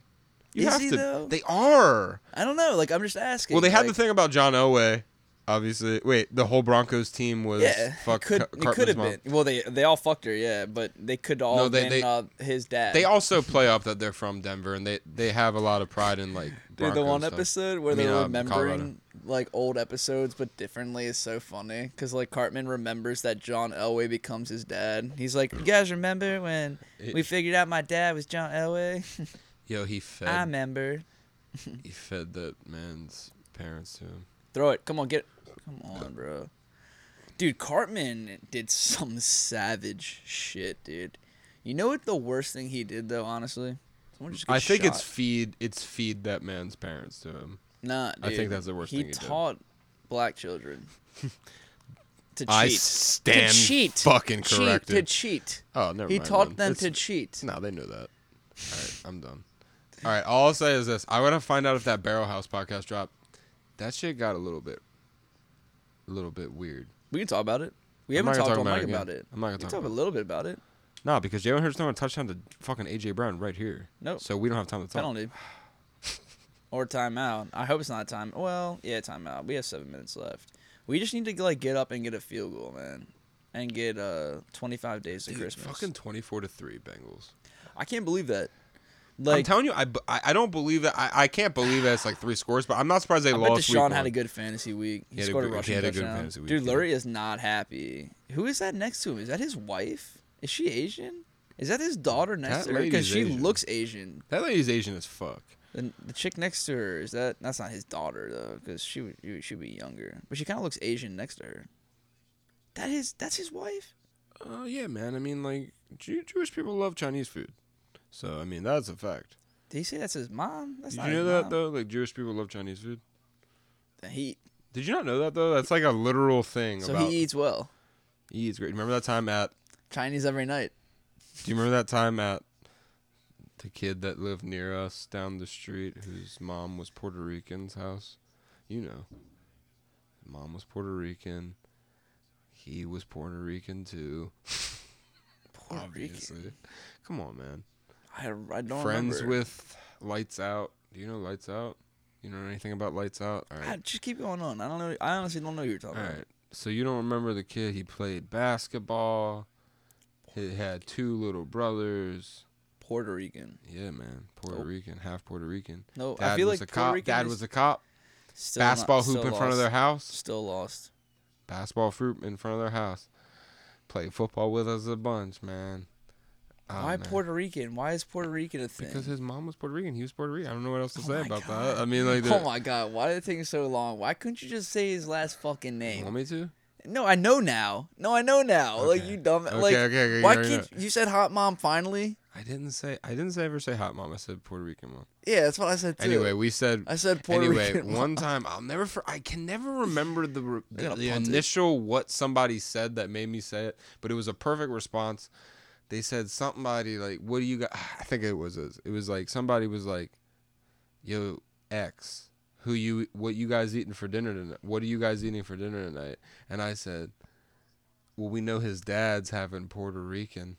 A: You
B: Is
A: have
B: he,
A: to.
B: though?
A: They are.
B: I don't know. Like, I'm just asking.
A: Well, they had the
B: like-
A: thing about John Elway. Obviously, wait, the whole Broncos team was
B: Yeah,
A: fuck
B: it could
A: Ca-
B: it could
A: Cartman's
B: have
A: mom.
B: been. Well, they they all fucked her, yeah, but they could all
A: No,
B: have
A: they-
B: been
A: they-
B: uh, his dad.
A: They also play up that they're from Denver, and they they have a lot of pride in like.
B: Dude,
A: Broncos
B: the one
A: stuff.
B: episode where
A: I mean,
B: they're
A: um,
B: remembering
A: Colorado.
B: like old episodes but differently is so funny because like Cartman remembers that John Elway becomes his dad. He's like, "You guys remember when
A: It-
B: we figured out my dad was John Elway?" [laughs]
A: Yo, he fed
B: I remember.
A: he fed that man's parents to him.
B: Throw it. Come on, get. Come on, bro. Dude, Cartman did some savage shit, dude. You know what the worst thing he did though, honestly? Someone just
A: I
B: gets
A: think
B: shot.
A: it's feed it's feed that man's parents to him.
B: Nah,
A: I think
B: dude.
A: that's the worst
B: he
A: thing he did.
B: taught
A: [laughs]
B: black children to cheat.
A: I stand
B: to cheat.
A: fucking
B: Cheat,
A: corrected.
B: to cheat.
A: Oh, never
B: He
A: mind.
B: taught
A: then.
B: them
A: It's-
B: to cheat.
A: No, they knew that. All right, I'm done. All right, all I'll say is this: I want to find out if that Barrel House podcast dropped. That shit got a little bit, a little bit weird.
B: We can talk about it. We
A: I'm
B: haven't
A: not
B: talked
A: gonna
B: on
A: talk
B: mic
A: about it
B: about
A: again.
B: it.
A: I'm not gonna
B: We can
A: talk
B: talk a
A: about it.
B: little bit about it.
A: No, because Jalen Hurts throwing a touchdown to fucking AJ Brown right here.
B: Nope.
A: So we don't have time to talk.
B: Penalty. or timeout. I hope it's not a time. Well, yeah, timeout. We have seven minutes left. We just need to like get up and get a field goal, man, and get uh 25 days to
A: Dude,
B: Christmas.
A: fucking twenty-four to three Bengals.
B: I can't believe that.
A: I'm
B: Like,
A: telling you, I, bu- I I don't believe that. I, I can't believe that it's like three scores, but I'm not surprised they
B: I bet
A: lost. week
B: Deshaun had
A: one.
B: a good fantasy week. He,
A: He had a
B: scored a,
A: good- he
B: rushing
A: had a good
B: touchdown.
A: fantasy week,
B: Dude,
A: yeah.
B: Lurie is not happy. Who is that next to him? Is that his wife? Is she Asian? Is that his daughter
A: That
B: next to her? Because
A: lady's
B: she
A: Asian.
B: looks Asian.
A: That lady's Asian as fuck.
B: And the chick next to her is that? That's not his daughter though, because she would she would- she'd be younger. But she kind of looks Asian next to her. That is that's his wife.
A: Oh yeah, man. I mean, like Jew- Jewish people love Chinese food, so I mean that's a fact.
B: Did he say that's his mom? That's
A: Did
B: not
A: you know
B: his
A: that
B: mom.
A: though? Like Jewish people love Chinese food.
B: He
A: Did you not know that though? That's like a literal thing.
B: so
A: about,
B: he eats well.
A: he eats great. Remember that time at?
B: Chinese every night.
A: Do you remember that time at? The kid that lived near us down the street, whose mom was Puerto Rican's house, you know. Mom was Puerto Rican. He was Puerto Rican too.
B: Puerto Rican.
A: obviously. Come on, man.
B: I, I don't
A: friends
B: remember.
A: with Lights Out. Do you know Lights Out? You know anything about Lights Out? All
B: Ah,
A: right.
B: just keep going on. I don't know. I honestly don't know who you're talking
A: All
B: about.
A: right. So you don't remember the kid? He played basketball. He had two little brothers.
B: Puerto Rican.
A: Yeah, man. Puerto
B: Nope.
A: Rican, half Puerto Rican.
B: No,
A: Dad
B: I feel
A: was
B: like
A: a
B: Puerto
A: cop.
B: Rican
A: Dad
B: is
A: was a cop.
B: still not-
A: Basketball hoop
B: still
A: in front of
B: lost.
A: their house.
B: Still lost.
A: Basketball hoop in front of their house. Played football with us a bunch, man. Oh,
B: Why
A: man.
B: Puerto Rican? Why is Puerto Rican a thing?
A: Because his mom was Puerto Rican. He was Puerto Rican. I don't know what else to
B: Oh
A: say
B: my
A: about
B: God.
A: that. I mean, like,
B: [laughs] oh
A: the-
B: my god, why did it take so long? Why couldn't you just say his last fucking
A: you
B: name?
A: want me to?
B: No, I know now. No, I know now. Like
A: Okay.
B: you dumb.
A: Okay,
B: like
A: okay, okay,
B: why
A: you're
B: can't you said hot mom finally?
A: I didn't say I didn't say ever say hot mom. I said Puerto Rican mom.
B: Yeah, that's what I said too.
A: Anyway, we said.
B: I said Puerto
A: anyway,
B: Rican. [laughs]
A: one time I'll never. For, I can never remember the re-
B: They're
A: the,
B: gonna
A: the
B: punt it.
A: initial what somebody said that made me say it, but it was a perfect response. They said somebody like, "What do you got?" [sighs] I think it was this. It was like somebody was like, "Yo, ex, who you? What you guys eating for dinner tonight? What are you guys eating for dinner tonight?" And I said, "Well, we know his dad's having Puerto Rican."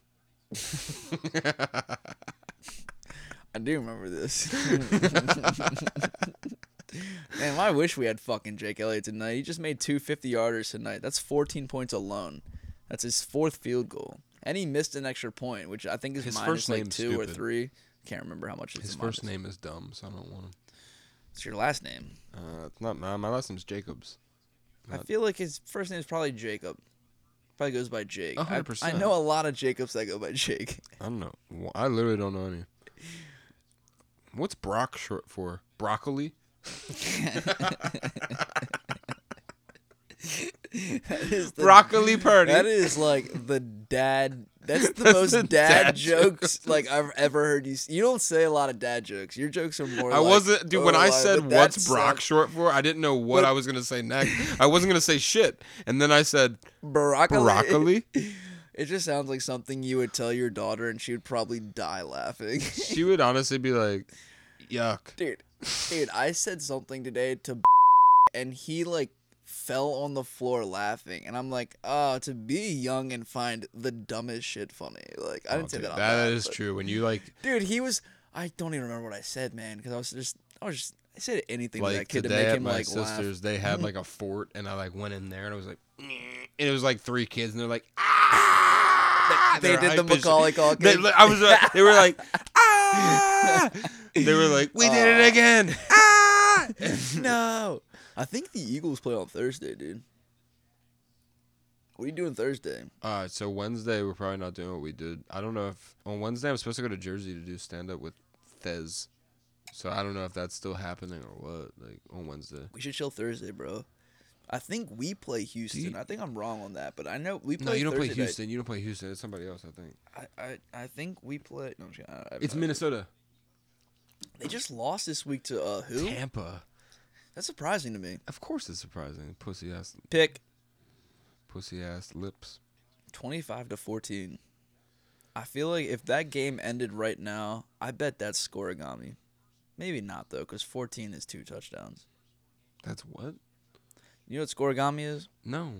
B: I do remember this. [laughs] Man, I wish we had fucking Jake Elliott tonight. He just made two 50 yarders tonight. That's 14 points alone. That's his fourth field goal. And he missed an extra point, which I think is
A: His
B: minus
A: first
B: like
A: name's
B: two or
A: stupid.
B: three. Can't remember how much it's
A: His
B: a
A: first
B: minus.
A: name is dumb, so I don't want him.
B: It's your last name.
A: Uh, it's not mine. My last name's Jacobs.
B: I
A: Not-
B: feel like his first name is probably Jacob. Probably goes by Jake.
A: A
B: I-
A: hundred
B: I,
A: percent.
B: know a lot of Jacobs that go by Jake. [laughs]
A: I don't know. Wh- I literally don't know any. What's Brock short for? Broccoli?
B: That is the- [laughs]
A: Broccoli Purdy.
B: That is like the dad. That's
A: [laughs]
B: the
A: That's
B: most
A: the
B: dad,
A: dad
B: jokes like I've ever heard you. s- You don't say a lot of dad jokes. Your jokes are more.
A: I
B: like,
A: wasn't, dude. When
B: oh,
A: I
B: like,
A: said
B: but that
A: what's Brock
B: sound-
A: short for, I didn't know what
B: But-
A: I was gonna say next. I wasn't gonna say shit, and then I
B: [laughs]
A: said
B: broccoli.
A: broccoli.
B: [laughs] It just sounds like something you would tell your daughter, and she would probably die laughing. [laughs]
A: she would honestly be like, "Yuck."
B: dude, dude, I said something today to, and he like fell on the floor laughing, and I'm like, oh, to be young and find the dumbest shit funny. Like I
A: Oh,
B: didn't say
A: dude,
B: that. out
A: that
B: loud,
A: is
B: but-
A: true. When you like,
B: dude. He was. I don't even remember what I said, man, because I was just. I was just. I said anything to that
A: like
B: kid to
A: today
B: make
A: at
B: him
A: my
B: like laugh.
A: sister's, they had like a fort, and I like went in there, and I was like, and it was like three kids, and they're like, ah!
B: They
A: They're
B: did the
A: hype as shit.
B: Macaulay
A: [laughs]
B: Culkin.
A: They, li- I was. Like, they were [laughs] like, ah! They were like, we did
B: Aw.
A: it [laughs] again. Ah!
B: [laughs]
A: [laughs]
B: no. I think the Eagles play on Thursday, dude. What are you doing Thursday?
A: Uh, so Wednesday we're probably not doing what we did. I don't know if on Wednesday I'm supposed to go to Jersey to do stand up with Thez. So I don't know if that's still happening or what. Like on Wednesday.
B: We should chill Thursday, bro. I think we play Houston. I think I'm wrong on that, but I know we play.
A: No, you don't play
B: Thursday night.
A: Houston. You don't play Houston. It's somebody else, I think. Uh,
B: I, I, I think we play. No, I'm just kidding. I- I-
A: It's
B: I-
A: Minnesota.
B: They just lost this week to uh, who?
A: Tampa.
B: That's surprising to me.
A: Of course, it's surprising. Pussy ass,
B: Pick
A: pussy ass lips.
B: 25 to 14. I feel like if that game ended right now, I bet that's scoregami. Maybe not though, because 14 is two touchdowns.
A: That's what?
B: You know what scoregami is?
A: No.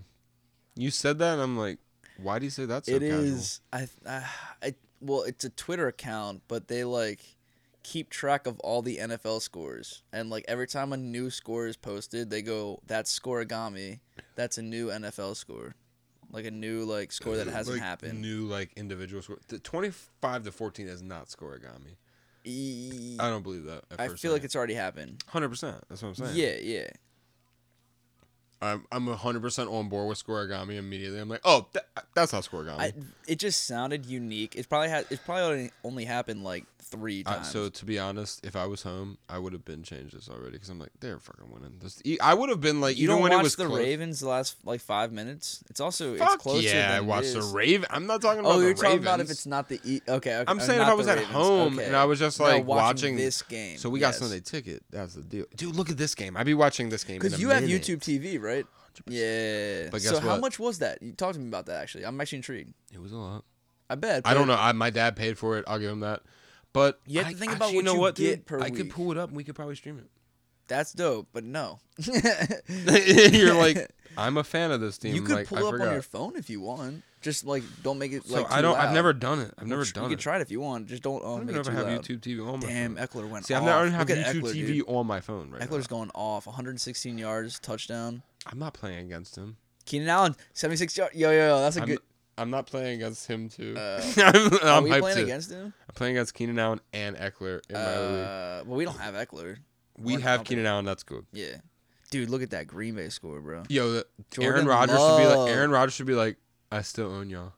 A: You said that, and I'm like, why do you say that? So
B: It
A: casual?
B: is. I, I, I. Well, it's a Twitter account, but they like keep track of all the NFL scores, and like every time a new score is posted, they go, "That's scoregami. That's a new NFL score, like a new like score that hasn't
A: [laughs] Like,
B: happened."
A: New like individual score. The 25 to 14 is not scoregami.
B: E-
A: I don't believe that. At
B: I
A: first
B: feel like it's already happened.
A: Hundred percent. That's what I'm saying.
B: Yeah, yeah.
A: I'm I'm hundred percent on board with scoregami immediately. I'm like, oh, tha- that's how scoregami.
B: I, it just sounded unique. It probably had. It probably only, only happened like three
A: Uh,
B: times.
A: so to be honest, if I was home, I would have been changed this already because I'm like, they're fucking winning this. E- I would have been like,
B: you
A: even
B: don't
A: when
B: watch
A: it was
B: the
A: close,
B: Ravens the last like five minutes. It's also
A: Fuck
B: it's closer.
A: yeah,
B: than
A: I
B: it
A: watched the
B: is.
A: Raven. I'm not talking about
B: Oh,
A: the
B: you're talking about if
A: Ravens.
B: it's not the e- okay. okay
A: I'm
B: uh,
A: saying if
B: not
A: I was
B: the
A: at
B: Ravens,
A: home
B: okay.
A: and I was just
B: No,
A: like
B: watching,
A: watching
B: this game.
A: So we got
B: yes.
A: Sunday ticket. That's the deal, dude. Look at this game. I'd be watching this game
B: because
A: because
B: you have YouTube TV, right? Yeah.
A: But
B: so
A: guess
B: how
A: what?
B: much was that? You talked to me about that actually. I'm actually intrigued.
A: It was a lot.
B: I bet.
A: I don't
B: but
A: know. I, my dad paid for it. I'll give him that. But
B: You have
A: I
B: to think about
A: actually-
B: what
A: you know
B: you
A: what,
B: get
A: dude?
B: per
A: I could
B: week.
A: pull it up. and We could probably stream it.
B: That's dope, but no. [laughs]
A: [laughs] you're [laughs] like, I'm a fan of this team.
B: you could
A: like,
B: pull
A: I
B: up
A: forgot.
B: on your phone if you want. Just like don't make it
A: So
B: like.
A: I
B: too
A: don't.
B: loud.
A: I've never done it. I've never
B: you
A: done
B: You
A: it.
B: could try it if you want. Just don't. Um,
A: I don't even
B: make it
A: know if I
B: too
A: have
B: loud.
A: YouTube TV on my
B: Damn,
A: phone.
B: Eckler went
A: See,
B: off.
A: I've never have
B: Look at
A: YouTube
B: Eckler,
A: TV
B: dude.
A: on my phone right now.
B: Eckler's going off. 116 yards, touchdown.
A: I'm not playing against him.
B: Keenan Allen, 76 yards. Yo, yo, yo, that's a
A: I'm,
B: good.
A: I'm not playing against him too. [laughs] Uh, I'm,
B: Are
A: I'm
B: we
A: hyped
B: playing
A: too.
B: against him?
A: I'm playing against Keenan Allen and Eckler in my other
B: Uh, well, we don't have Eckler.
A: league. We
B: one
A: have
B: company.
A: Keenan Allen. That's good.
B: Yeah, dude, look at that Green Bay score, bro.
A: Yo, the, Aaron
B: Jordan
A: Rodgers should be
B: Love.
A: like. Aaron Rodgers should be like. I still own y'all.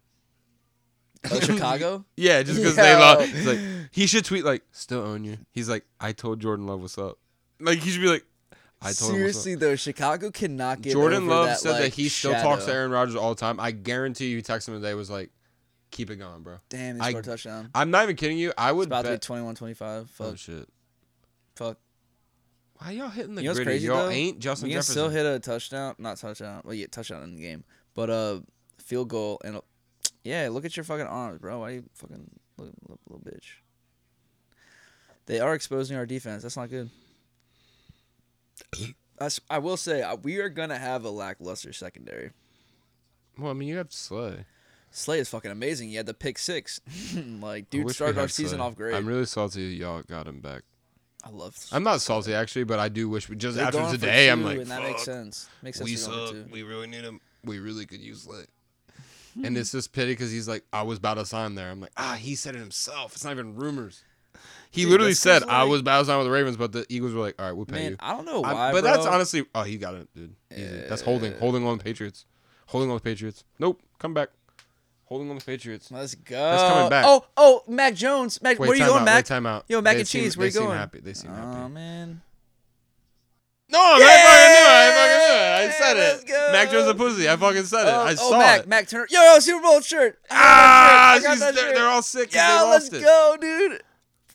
B: Oh, Chicago.
A: Yeah, just because they love.
B: Yo.
A: It's like he should tweet like, "Still own you." He's like, "I told Jordan Love what's up." Like he should be like, [laughs] "I told him what's up."
B: Seriously though, Chicago cannot get
A: Jordan
B: over
A: Love
B: that,
A: said
B: like,
A: that he still
B: shadow.
A: talks to Aaron Rodgers all the time. I guarantee you, he texted him today was like, "Keep it going, bro."
B: Damn,
A: I-
B: he scored a touchdown.
A: I'm not even kidding you. I
B: It's
A: would
B: about to be
A: bet.
B: 21-25. Fuck,
A: Oh shit!
B: fuck.
A: Why y'all hitting the
B: You know what's
A: gritty?
B: crazy
A: y'all
B: though?
A: ain't Justin
B: we can
A: Jefferson.
B: still hit a touchdown, not touchdown. Well, yeah, touchdown in the game, but uh, field goal and yeah, look at your fucking arms, bro. Why you fucking look, look, little bitch? They are exposing our defense. That's
A: [coughs]
B: not good. That's, I will say uh, we are gonna have a lackluster secondary.
A: well, I mean, you have Slay.
B: Slay is fucking amazing. He had the pick six. [laughs] like,
A: I
B: dude
A: wish we
B: started our
A: had
B: season
A: Slay.
B: off great.
A: I'm really salty y'all got him back.
B: I love.
A: I'm not salty actually, but I do wish we just
B: They're
A: after
B: going for
A: today. I'm
B: two,
A: like,
B: and that
A: "Fuck,
B: makes sense. Makes sense.
A: we
B: they're going for
A: suck.
B: two.
A: We really need him. We really could use Slay.
B: Hmm.
A: And it's just pity because he's like, I was about to sign there. I'm like, ah, he said it himself. It's not even rumors. He
B: Dude,
A: literally
B: that's 'cause,
A: said, "I
B: like-
A: was bounced down with the Ravens," but the Eagles were like, "All right, we'll pay
B: Man,
A: you."
B: I don't know
A: I'm-
B: why,
A: but that's
B: bro.
A: honestly, oh, he got it, dude. Easy. that's holding, holding on the Patriots, holding on the Patriots. Nope, come back, holding on the Patriots.
B: Let's go.
A: coming back.
B: Oh, oh, Mac Jones. Mac,
A: Wait,
B: where are you
A: time
B: going,
A: out,
B: Mac?
A: Wait, time out.
B: Yo, mac
A: They
B: and
A: seem-
B: cheese,
A: They
B: where you
A: seem
B: going?
A: happy. They seem
B: Oh
A: happy.
B: man.
A: No, man, I fucking knew it. I fucking
B: Yeah,
A: knew it. I said
B: let's
A: it.
B: go.
A: Mac Jones a pussy. I fucking said it.
B: Oh,
A: Uh, I
B: oh,
A: saw
B: Mac,
A: it.
B: Mac Turner. Yo, Super Bowl shirt. I got that
A: ah,
B: shirt. I got
A: she's-
B: that
A: they're,
B: shirt.
A: they're all sick. 'cause
B: Yeah,
A: they
B: let's
A: lost it.
B: go, dude.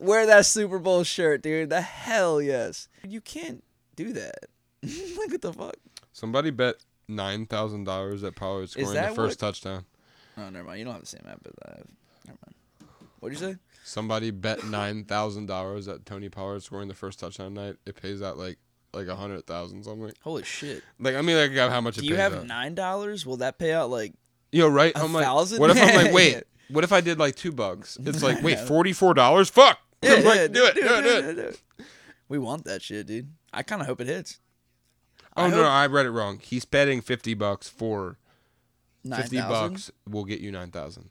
B: Wear that Super Bowl shirt, dude. The hell yes. You can't do that. [laughs] like what the fuck?
A: Somebody bet nine thousand dollars that Pollard scoring the
B: that
A: first
B: what-
A: touchdown.
B: Oh, never mind. You don't have the same app as I have. Never mind. What'd you say?
A: Somebody bet nine thousand dollars that Tony Pollard scoring the first touchdown night. It pays out like like a hundred thousand something.
B: Holy shit.
A: Like I mean, like I got how much it
B: Do you
A: pays
B: have
A: out.
B: nine dollars? Will that pay out like
A: Yo, right?
B: A
A: I'm like,
B: thousand?
A: what if I'm
B: [laughs]
A: like, wait,
B: Yeah.
A: what if I did like two bucks? It's like,
B: [laughs]
A: wait, forty four dollars? Fuck!
B: Yeah,
A: I'm [laughs] [laughs] like,
B: yeah,
A: do it, do it, do it.
B: We want that shit, dude. I kinda hope it hits.
A: Oh
B: I
A: no,
B: hope-
A: I read it wrong. He's betting fifty bucks for
B: Nine
A: fifty
B: thousand?
A: bucks will get you nine thousand.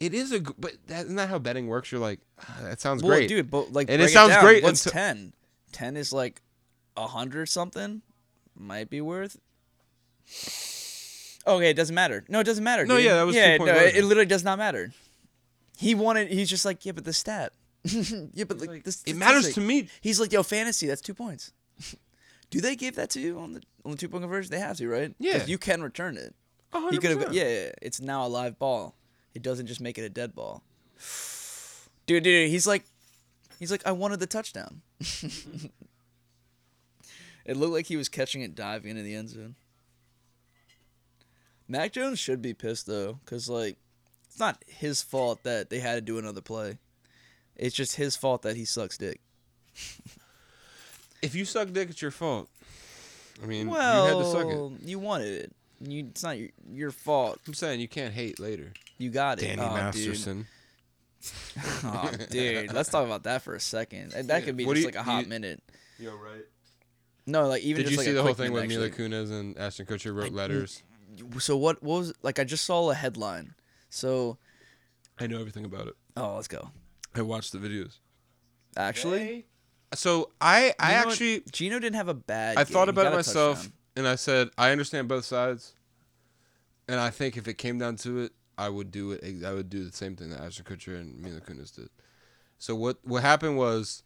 A: It is a, g- but that, isn't that how betting works? You're like, ah, that sounds
B: Well,
A: great.
B: dude, but like,
A: And it
B: break
A: sounds
B: down.
A: great
B: What's
A: until-
B: ten? Ten is like a hundred something. Might be worth. Okay, it doesn't matter. No, it doesn't matter.
A: No,
B: dude.
A: yeah, that was
B: yeah.
A: two-point
B: No, it,
A: version.
B: it literally does not matter. He wanted. He's just like, yeah, but the stat. [laughs] yeah, but like, this.
A: it matters to me.
B: He's like, yo, fantasy. That's two points. [laughs] Do they give that to you on the on the two point conversion? They have to, right? 'Cause
A: Yeah.
B: you can return it. He
A: 100%.
B: could have. Yeah, yeah, yeah. it's now a live ball. It doesn't just make it a dead ball. [sighs] Dude, dude, he's like, he's like, I wanted the touchdown. [laughs] it looked like he was catching it diving into the end zone. Mac Jones should be pissed though, cause like, it's not his fault that they had to do another play. It's just his fault that he sucks dick.
A: If you suck dick, it's your fault. I mean,
B: Well,
A: you had to suck it.
B: you wanted it. You, it's not your, your fault.
A: I'm saying you can't hate later.
B: You got it.
A: Danny
B: Aw, dude.
A: Masterson. [laughs]
B: Oh, dude, let's talk about that for a second. That that could be
A: What do
B: just
A: you-
B: like a hot
A: you-
B: minute.
A: You're right.
B: No, like even
A: Did
B: just
A: you
B: like
A: see
B: a
A: the whole
B: quick
A: thing with
B: minute,
A: Mila
B: actually.
A: Kunis and Ashton Kutcher wrote letters?
B: So what, what was like? I just saw a headline. So
A: I know everything about it.
B: oh, let's go.
A: I watched the videos.
B: Actually,
A: So I, I
B: you know what?
A: actually,
B: Gino didn't have a bad.
A: I
B: game.
A: thought
B: He
A: about
B: got
A: it
B: a
A: myself,
B: touchdown.
A: and I said I understand both sides, and I think if it came down to it, I would do it. ex- I would do the same thing that Ashton Kutcher and Mila Kunis did. So what what happened was,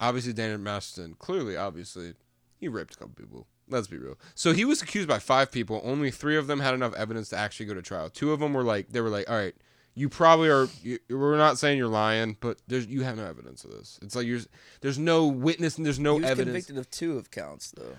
A: obviously Daniel Masterson, clearly, obviously, he raped a couple people. Let's be real. So he was accused by five people. Only three of them had enough evidence to actually go to trial. Two of them were like, they were like, all right, you probably are. You, we're not saying you're lying, but there's you have no evidence of this. It's like you're there's no witness and there's no
B: He was
A: evidence.
B: convicted of two of counts though.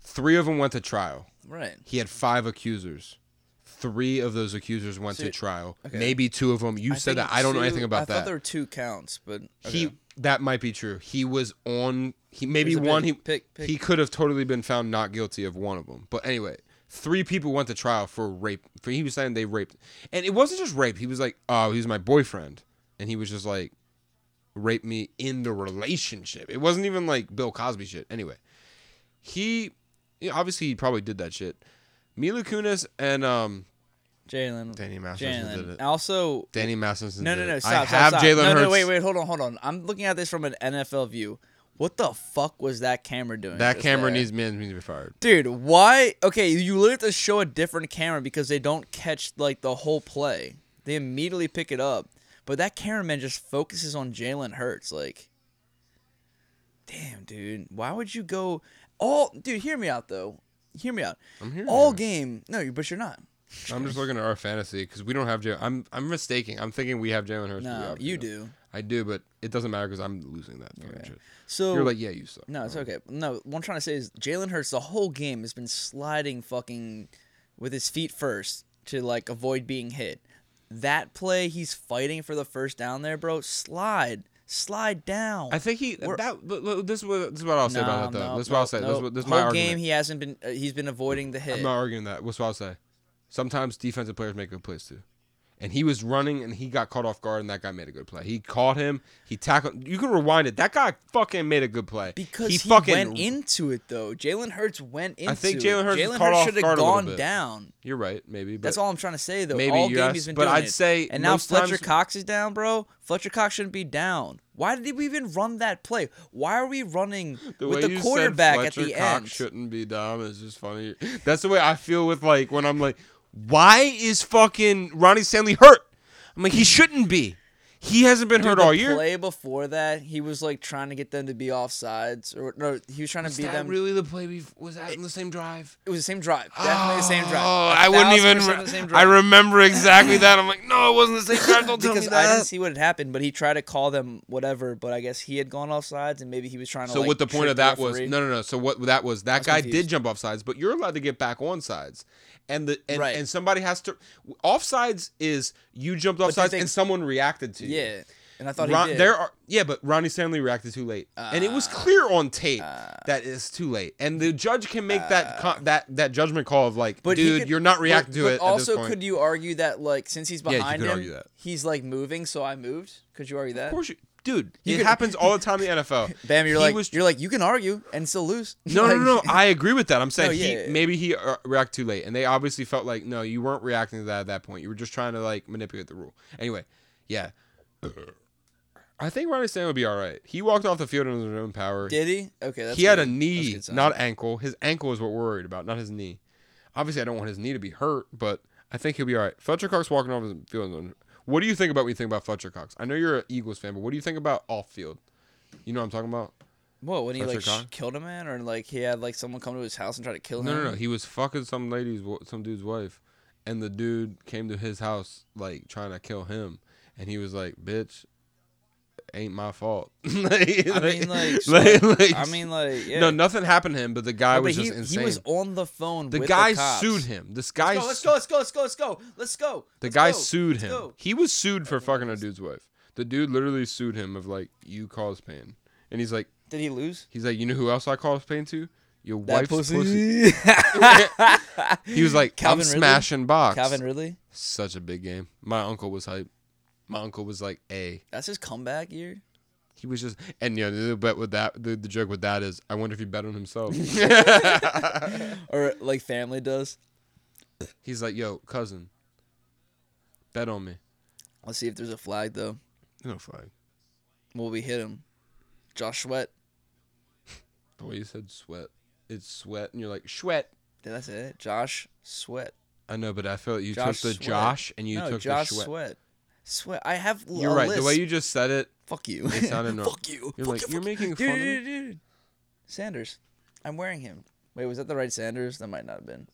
A: Three of them went to trial.
B: Right.
A: He had five accusers. Three of those accusers went to
B: So-
A: trial.
B: okay.
A: Maybe two of them. You said
B: think
A: that. I don't know
B: two-
A: anything
B: I
A: about
B: thought
A: that.
B: there were two counts, but okay.
A: He that might be true. He was on. He maybe
B: There's a
A: one.
B: pick-
A: He
B: pick- pick.
A: he could have totally been found not guilty of one of them. But anyway, three people went to trial for rape. For he was saying they raped, and it wasn't just rape. He was like, oh, he was my boyfriend, and he was just like, rape me in the relationship. It wasn't even like Bill Cosby shit. Anyway, he yeah, obviously he probably did that shit. Mila Kunis and um
B: Jalen.
A: Danny Masterson did
B: Jalen.
A: it.
B: Also,
A: Danny Masterson.
B: No,
A: did
B: no, no.
A: it.
B: Stop,
A: I
B: stop,
A: have
B: stop.
A: Jalen
B: no,
A: Hurts.
B: no, wait, wait. Hold on, hold on. I'm looking at this from an NFL view. What the fuck was that camera doing?
A: That
B: just
A: camera
B: there?
A: needs needs needs to be fired.
B: Dude, why? Okay, you literally have to show a different camera because they don't catch like the whole play. They immediately pick it up, but that cameraman just focuses on Jalen Hurts. Like, damn, dude, why would you go? All, dude, hear me out though. Hear me out.
A: I'm hearing
B: All
A: you.
B: game, no, you- but you're not.
A: I'm just looking at our fantasy because we don't have Jalen. I'm I'm mistaking. I'm thinking we have Jalen Hurts. but we
B: No,
A: obviously
B: you
A: don't.
B: do.
A: I do, but it doesn't matter because I'm losing that. fucking shit.
B: So
A: You're like, yeah, you suck.
B: No, it's okay. No, what I'm trying to say is Jalen Hurts the whole game has been sliding fucking with his feet first to like avoid being hit. That play, he's fighting for the first down there, bro. Slide, slide down.
A: I think he
B: We're-
A: that. But, but this is what this is what I'll say about that though.
B: No,
A: this is
B: no,
A: what I'll say. This is
B: no.
A: what this is
B: whole
A: my argument.
B: game he hasn't been. Uh, he's been avoiding the hit.
A: I'm not arguing that. What's what I'll say? Sometimes defensive players make good plays too. and he was running and he got caught off guard and that guy made a good play. He caught him. He tackled. You can rewind it. That guy fucking made a good play
B: Because he, went into it though. Jalen Hurts went into.
A: I think Jalen
B: Jalen
A: Hurts
B: Hurts,
A: was caught off
B: should have
A: guard a little
B: gone
A: bit.
B: down.
A: You're right, maybe. But
B: That's all I'm trying to say though.
A: maybe,
B: all game
A: yes,
B: he's been
A: but
B: doing
A: I'd
B: it.
A: say
B: and now
A: most
B: Fletcher
A: times-
B: Cox is down, bro. Fletcher Cox shouldn't be down. Why did we even run that play? Why are we running with
A: way
B: the
A: you said
B: quarterback at
A: Fletcher
B: the
A: Cox
B: end?
A: Shouldn't be dumb. It's just funny. That's the way I feel with like when I'm like, why is fucking Ronnie Stanley hurt? I'm like, he shouldn't be. He hasn't been hurt
B: the
A: all year.
B: Play before that, he was like trying to get them to be offsides, or no, he was trying to
A: Was
B: be
A: that
B: them.
A: really the play? We was that in the same drive?
B: it was the same drive, definitely the same drive.
A: Oh,
B: A
A: I wouldn't
B: thousand
A: even.
B: percent
A: re-
B: the same
A: I
B: drive.
A: remember exactly that. I'm like, no, it wasn't the same drive.
B: [laughs]
A: Don't tell me
B: because
A: that.
B: I didn't see what had happened, but he tried to call them whatever, but I guess he had gone offsides and maybe he was trying to.
A: So
B: like,
A: what the point
B: trick
A: of that was?
B: referee.
A: No, no, no. So what that was? That guy did
B: confused.
A: jump off sides, but you're allowed to get back on sides, and the and,
B: Right.
A: and somebody has to. Offsides is you jumped off
B: did
A: sides
B: they-
A: and someone reacted to you.
B: Yeah, and I thought
A: Ron,
B: he did. Ah.
A: there are yeah, but Ronnie Stanley reacted too late, and it was clear on tape that it's too late, and the judge can make that con- that that judgment call of like,
B: Ah. But he
A: dude,
B: could-
A: you're not reacting
B: but,
A: to
B: but
A: it.
B: Also,
A: at this point.
B: could you argue that like since he's
A: you
B: behind
A: could
B: him,
A: argue that.
B: he's like moving, so I moved? Could you argue that?
A: Of course, you, dude, it
B: could-
A: happens all the
B: [laughs]
A: time in the NFL.
B: Bam, you're
A: He
B: like
A: was-
B: you're like you can argue and still lose. [laughs]
A: No, no,
B: Like-
A: no. I agree with that. I'm saying
B: No, yeah,
A: he,
B: yeah, yeah.
A: maybe he uh, reacted too late, and they obviously felt like no, you weren't reacting to that at that point. You were just trying to like manipulate the rule. Anyway, yeah. I think Ronnie Stanley would be all right. He walked off the field on his own power.
B: Did he? Okay, that's
A: he had a
B: good. That's
A: knee,
B: good sign.
A: not ankle. His ankle is what we're worried about, not his knee. Obviously, I don't want his knee to be hurt, but I think he'll be all right. Fletcher Cox walking off the field. on- What do you think about when you think about Fletcher Cox? I know you're an Eagles fan, but what do you think about off field? You know what I'm talking about?
B: What when he
A: Fletcher
B: like sh-
A: Cox?
B: killed a man or like he had like someone come to his house and try to kill
A: No,
B: him?
A: no, no. He was fucking some lady's, wa- some dude's wife, and the dude came to his house like trying to kill him, and he was like, "Bitch, ain't my fault." [laughs] like,
B: I
A: [laughs]
B: mean like,
A: like-
B: I mean like yeah.
A: no, nothing happened to him, but the guy
B: No, but
A: was
B: he,
A: just insane.
B: he was on the phone.
A: the
B: with
A: guy
B: cops.
A: sued him. This guy,
B: Let's go, let's
A: su-
B: go, let's go, let's go, let's go, let's go.
A: the
B: let's
A: guy
B: go,
A: sued
B: let's
A: him.
B: go.
A: He was sued for fucking a dude's wife. The dude literally sued him of like, "You caused pain," and he's like,
B: Did he lose?
A: he's like, "You know who else I caused pain to?" Your
B: That
A: wife's pussy.
B: pussy. [laughs]
A: [laughs] He was like,
B: Calvin
A: "I'm
B: Ridley?
A: smashing box."
B: Calvin Ridley.
A: such a big game. My uncle was hype. My uncle was like, "A."
B: That's his comeback year.
A: He was just, and you know, the bet with that, the, the joke with that is, I wonder if he bet on
B: [laughs]
A: himself.
B: Or like family does.
A: He's like, "Yo, cousin, bet on me."
B: Let's see if there's a flag though.
A: No flag.
B: Will we hit him? Josh Sweat.
A: The way you said sweat, it's sweat, and you're like sweat.
B: Did I say it? Josh Sweat.
A: I know, but I felt you
B: Josh
A: took the
B: Sweat.
A: Josh and you
B: no,
A: took
B: Josh
A: the sweat.
B: sweat. sweat. I have. l-
A: You're
B: a
A: right.
B: List.
A: The way you just said it,
B: Fuck you.
A: It
B: [laughs]
A: sounded wrong.
B: fuck you.
A: You're like,
B: fuck you,
A: "You're
B: fuck you."
A: making
B: Dude,
A: fun of me?"
B: dude, dude, dude. Sanders. I'm wearing him. Wait, was that the right Sanders? That might not have been.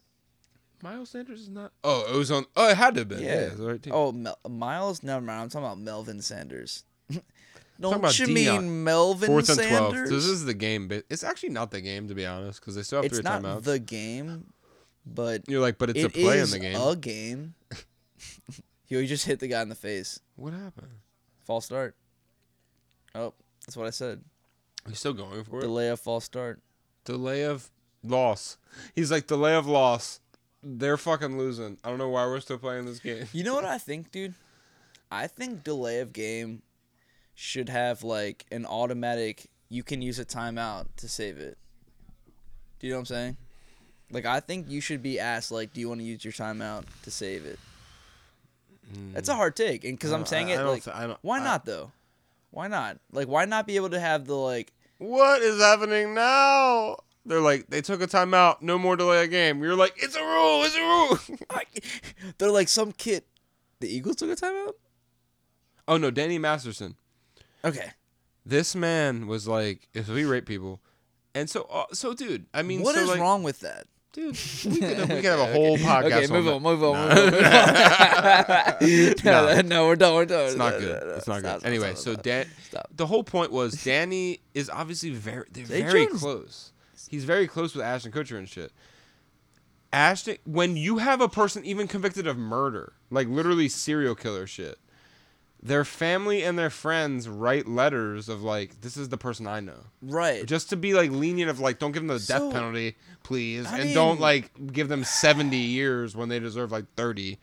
A: Miles Sanders is not. Oh, it was on. Oh, it had to have been. Yeah.
B: Yeah.
A: it was the right team.
B: Oh, Mel- Miles. Never mind. I'm talking about Melvin Sanders. [laughs]
A: talking
B: Don't
A: about
B: you
A: Deion.
B: mean Melvin
A: Fourth and
B: Sanders?
A: twelve. This is the game, but it's actually not the game to be honest, because they still have
B: it's
A: three
B: not
A: timeouts.
B: the game, but
A: You're like, but it's a
B: it
A: play in
B: is
A: the game.
B: a game. [laughs] Yo, he just hit the guy in the face.
A: What happened?
B: False start. Oh, that's what I said.
A: He's still going for it.
B: Delay of false start.
A: Delay of loss. He's like delay of loss. They're fucking losing. I don't know why we're still playing this game.
B: You know what I think, dude? I think delay of game should have like an automatic. You can use a timeout to save it. Do you know what I'm saying? Like I think you should be asked like, do you want to use your timeout to save it? That's a hard take, and because
A: Hmm. I
B: I'm
A: don't-
B: saying
A: I- I
B: it
A: don't
B: like,
A: th- I don't-
B: why
A: I-
B: not though? Why not? Like, why not be able to have the like?
A: [laughs]
B: [laughs]
A: What is happening now? They're like, they took a timeout. No more delay a game. You're like, it's a rule. It's a rule. [laughs]
B: They're like some kid. The Eagles took a timeout.
A: oh no, Danny Masterson.
B: Okay.
A: This man was like, if we rape people, and so, uh, so dude. I mean,
B: what
A: so,
B: is
A: like,
B: wrong with that?
A: dude? We could, we could have
B: [laughs]
A: a whole podcast.
B: Okay, move
A: that.
B: on, move on, move on. move on. no,
A: [laughs]
B: no, we're done, we're done.
A: It's not good. It's not good. Anyway, so Dan,
B: Stop.
A: the whole point was Danny is obviously very, they're
B: Zay
A: very
B: Jones-
A: close. He's very close with Ashton Kutcher and shit. Ashton, when you have a person even convicted of murder, like literally serial killer shit, their family and their friends write letters of like, "This is the person I know,"
B: right.
A: just to be like lenient of like, "Don't give them the death
B: So-
A: penalty, please,"
B: I
A: and don't
B: mean-
A: like give them seventy years when they deserve like thirty.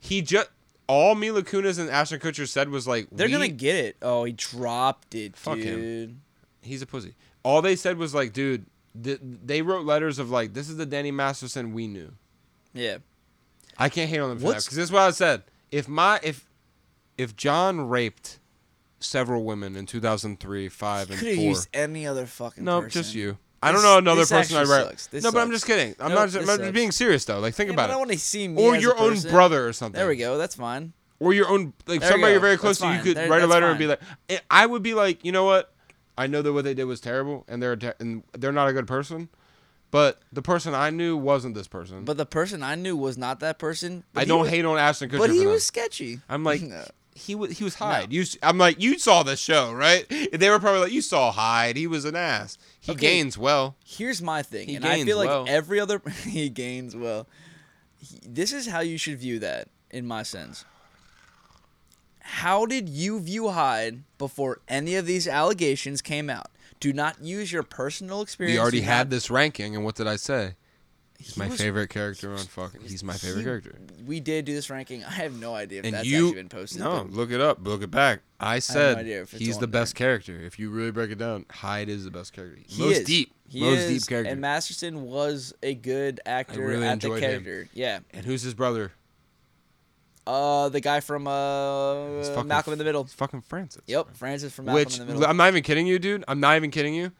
A: He just all Mila Kunis and Ashton Kutcher said was like,
B: They're
A: we-
B: gonna get it. Oh, he dropped it,
A: Fuck him.
B: dude.
A: he's a pussy. All they said was like, dude, th- they wrote letters of like, this is the Danny Masterson we knew.
B: Yeah.
A: I can't hate on them for
B: What's-
A: that because this is what I said. If my if if John raped several women in 2003, five, and
B: Could have
A: four,
B: used any other fucking.
A: no,
B: person.
A: just you. I
B: This-
A: don't know another
B: this
A: person I
B: actually
A: write.
B: sucks. This
A: no, but I'm
B: sucks.
A: just kidding. I'm
B: Nope,
A: not.
B: this
A: I'm just
B: sucks.
A: being serious though. Like think
B: Yeah, but
A: about
B: I
A: it.
B: want to see me
A: Or
B: as a
A: your own
B: person.
A: brother or something.
B: There we go. That's fine.
A: Or your own like
B: There we
A: somebody
B: go.
A: you're very
B: That's
A: close to. You
B: fine.
A: could
B: There-
A: write a
B: that's
A: letter and
B: fine.
A: be like, I- I would be like, you know what? I know that what they did was terrible, and they're a ter- and they're not a good person. But the person I knew wasn't this person.
B: But the person I knew was not that person. but
A: I
B: he
A: don't
B: was-
A: hate on Ashton Kutcher.
B: But
A: for
B: he
A: that.
B: was sketchy.
A: I'm like,
B: [laughs] No.
A: he was he was Hyde. You, s- I'm like, you saw the show, right? They were probably like, you saw Hyde. He was an ass. He
B: Okay.
A: gains well.
B: here's my thing,
A: He
B: and I
A: gains
B: feel like
A: well.
B: every other [laughs] he gains well. He- this is how you should view that, in my sense. How did you view Hyde before any of these allegations came out? Do not use your personal experience.
A: We already
B: Do
A: had
B: not-
A: this ranking, and what did I say? He's
B: He
A: my
B: was-
A: favorite character on fucking. He's my favorite
B: he-
A: character.
B: We did do this ranking. I have no idea if
A: And
B: that's
A: you
B: actually been posted.
A: no,
B: but
A: look it up, look it back. I said
B: idea if it's
A: he's
B: on
A: the best character. If you really break it down, Hyde is the best character.
B: he
A: most
B: is.
A: deep,
B: He
A: most
B: is,
A: deep character.
B: And Masterson was a good actor
A: really
B: at the
A: enjoyed him.
B: character. Yeah.
A: And who's his brother?
B: Uh, the guy from uh,
A: It's fucking
B: Malcolm in the Middle.
A: It's fucking Francis.
B: Yep, Francis from Malcolm
A: Which
B: in the Middle.
A: I'm not even kidding you, dude. I'm not even kidding you.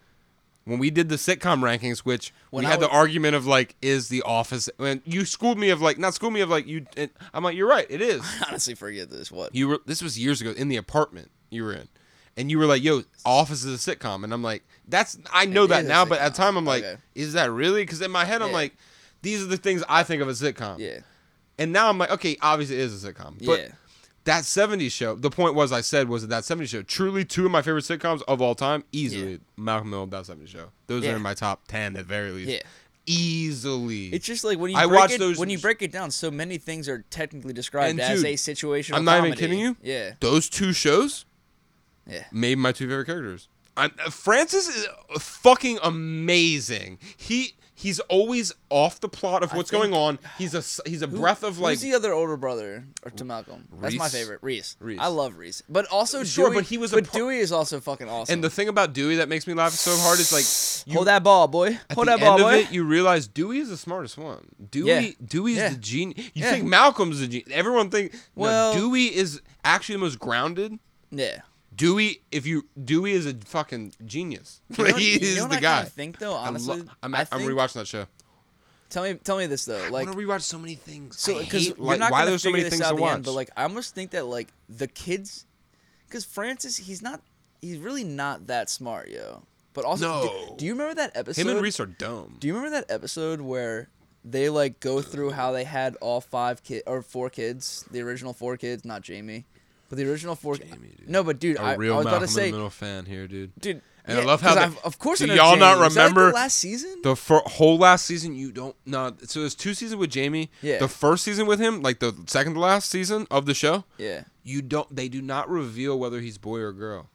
A: When we did the sitcom rankings, which
B: When
A: we
B: I
A: had the
B: was-
A: argument of like, is The Office? And you schooled me of like, not schooled me of like you. And I'm like, you're right, it
B: [laughs]
A: is.
B: honestly forget this. What?
A: You were this was years ago in the apartment you were in, and you were like, yo, Office is a sitcom, and I'm like, that's I know
B: It
A: that
B: is a
A: now, but at
B: sitcom.
A: the time I'm like,
B: Okay.
A: is that really? Because in my head I'm
B: Yeah.
A: like, these are the things I think of a sitcom.
B: Yeah.
A: And now I'm like, okay, obviously it is a sitcom. But
B: Yeah.
A: that 70s show, the point was I said was that that 70s show, truly two of my favorite sitcoms of all time, easily Malcolm Mill and that 70s show. Those
B: Yeah.
A: are in my top 10 at very least.
B: Yeah.
A: Easily.
B: It's just like when you
A: I
B: break
A: watched
B: it,
A: those-
B: when you break it down, so many things are technically described
A: And
B: as
A: dude,
B: a situational.
A: I'm not even
B: comedy.
A: kidding you.
B: Yeah.
A: Those two shows
B: Yeah.
A: made my two favorite characters. I'm, uh, Francis is uh, fucking amazing. He he's always off the plot of what's
B: think-
A: going
B: [sighs]
A: on. He's a s- he's a
B: Who-
A: breath of like
B: Who's the other older brother or to Malcolm? That's my
A: Reese.
B: favorite. Reese.
A: Reese.
B: I love Reese, but also
A: Sure,
B: Dewey,
A: but he was a
B: But
A: pro-
B: Dewey is also fucking awesome.
A: and the thing about Dewey that makes me laugh so hard is like you
B: hold that ball, boy.
A: At
B: Hold
A: the
B: that ball,
A: end of
B: boy.
A: it, you realize Dewey is the smartest one. Dewey,
B: Yeah.
A: Dewey is
B: Yeah.
A: the genius. You
B: Yeah.
A: think Malcolm's the genius. Everyone think no,
B: Well-
A: Dewey is actually the most grounded. [laughs]
B: yeah.
A: Dewey, if you Dewey is a fucking genius.
B: You know
A: [laughs]
B: what-
A: he
B: you
A: is
B: know
A: the
B: what I
A: guy.
B: kinda think though,
A: I
B: honestly,
A: lo- I'm,
B: I
A: I'm
B: think-
A: rewatching that show.
B: Tell me, tell me this though, like
A: I want to rewatch so many things.
B: So
A: I
B: because
A: hate,
B: you're
A: like,
B: not
A: why
B: gonna
A: there's so
B: figure
A: many
B: this
A: things
B: out
A: to
B: at the
A: watch.
B: end, but like I almost think that like the kids, because Francis, he's not, he's really not that smart, yo. But also, do- do,
A: No.
B: you remember that episode?
A: Him and Reese are dumb.
B: do you remember that episode where they like go through how they had all five kid or four kids, the original four kids, not Jamie, but the original four.
A: Jamie, dude.
B: No, but dude,
A: a
B: I, I
A: real
B: was about
A: Malcolm
B: to
A: in
B: say,
A: the Middle fan here, dude.
B: dude.
A: And
B: yeah,
A: I love how
B: 'cause
A: the-
B: I've- of course, I
A: do
B: know
A: y'all not
B: Jamie. Was that, like, the
A: remember-
B: last season?
A: The fir- whole last season, you don't. No, so there's two seasons with Jamie.
B: Yeah.
A: The first season with him, like the second to last season of the show.
B: yeah.
A: You don't. They do not reveal whether he's boy or girl.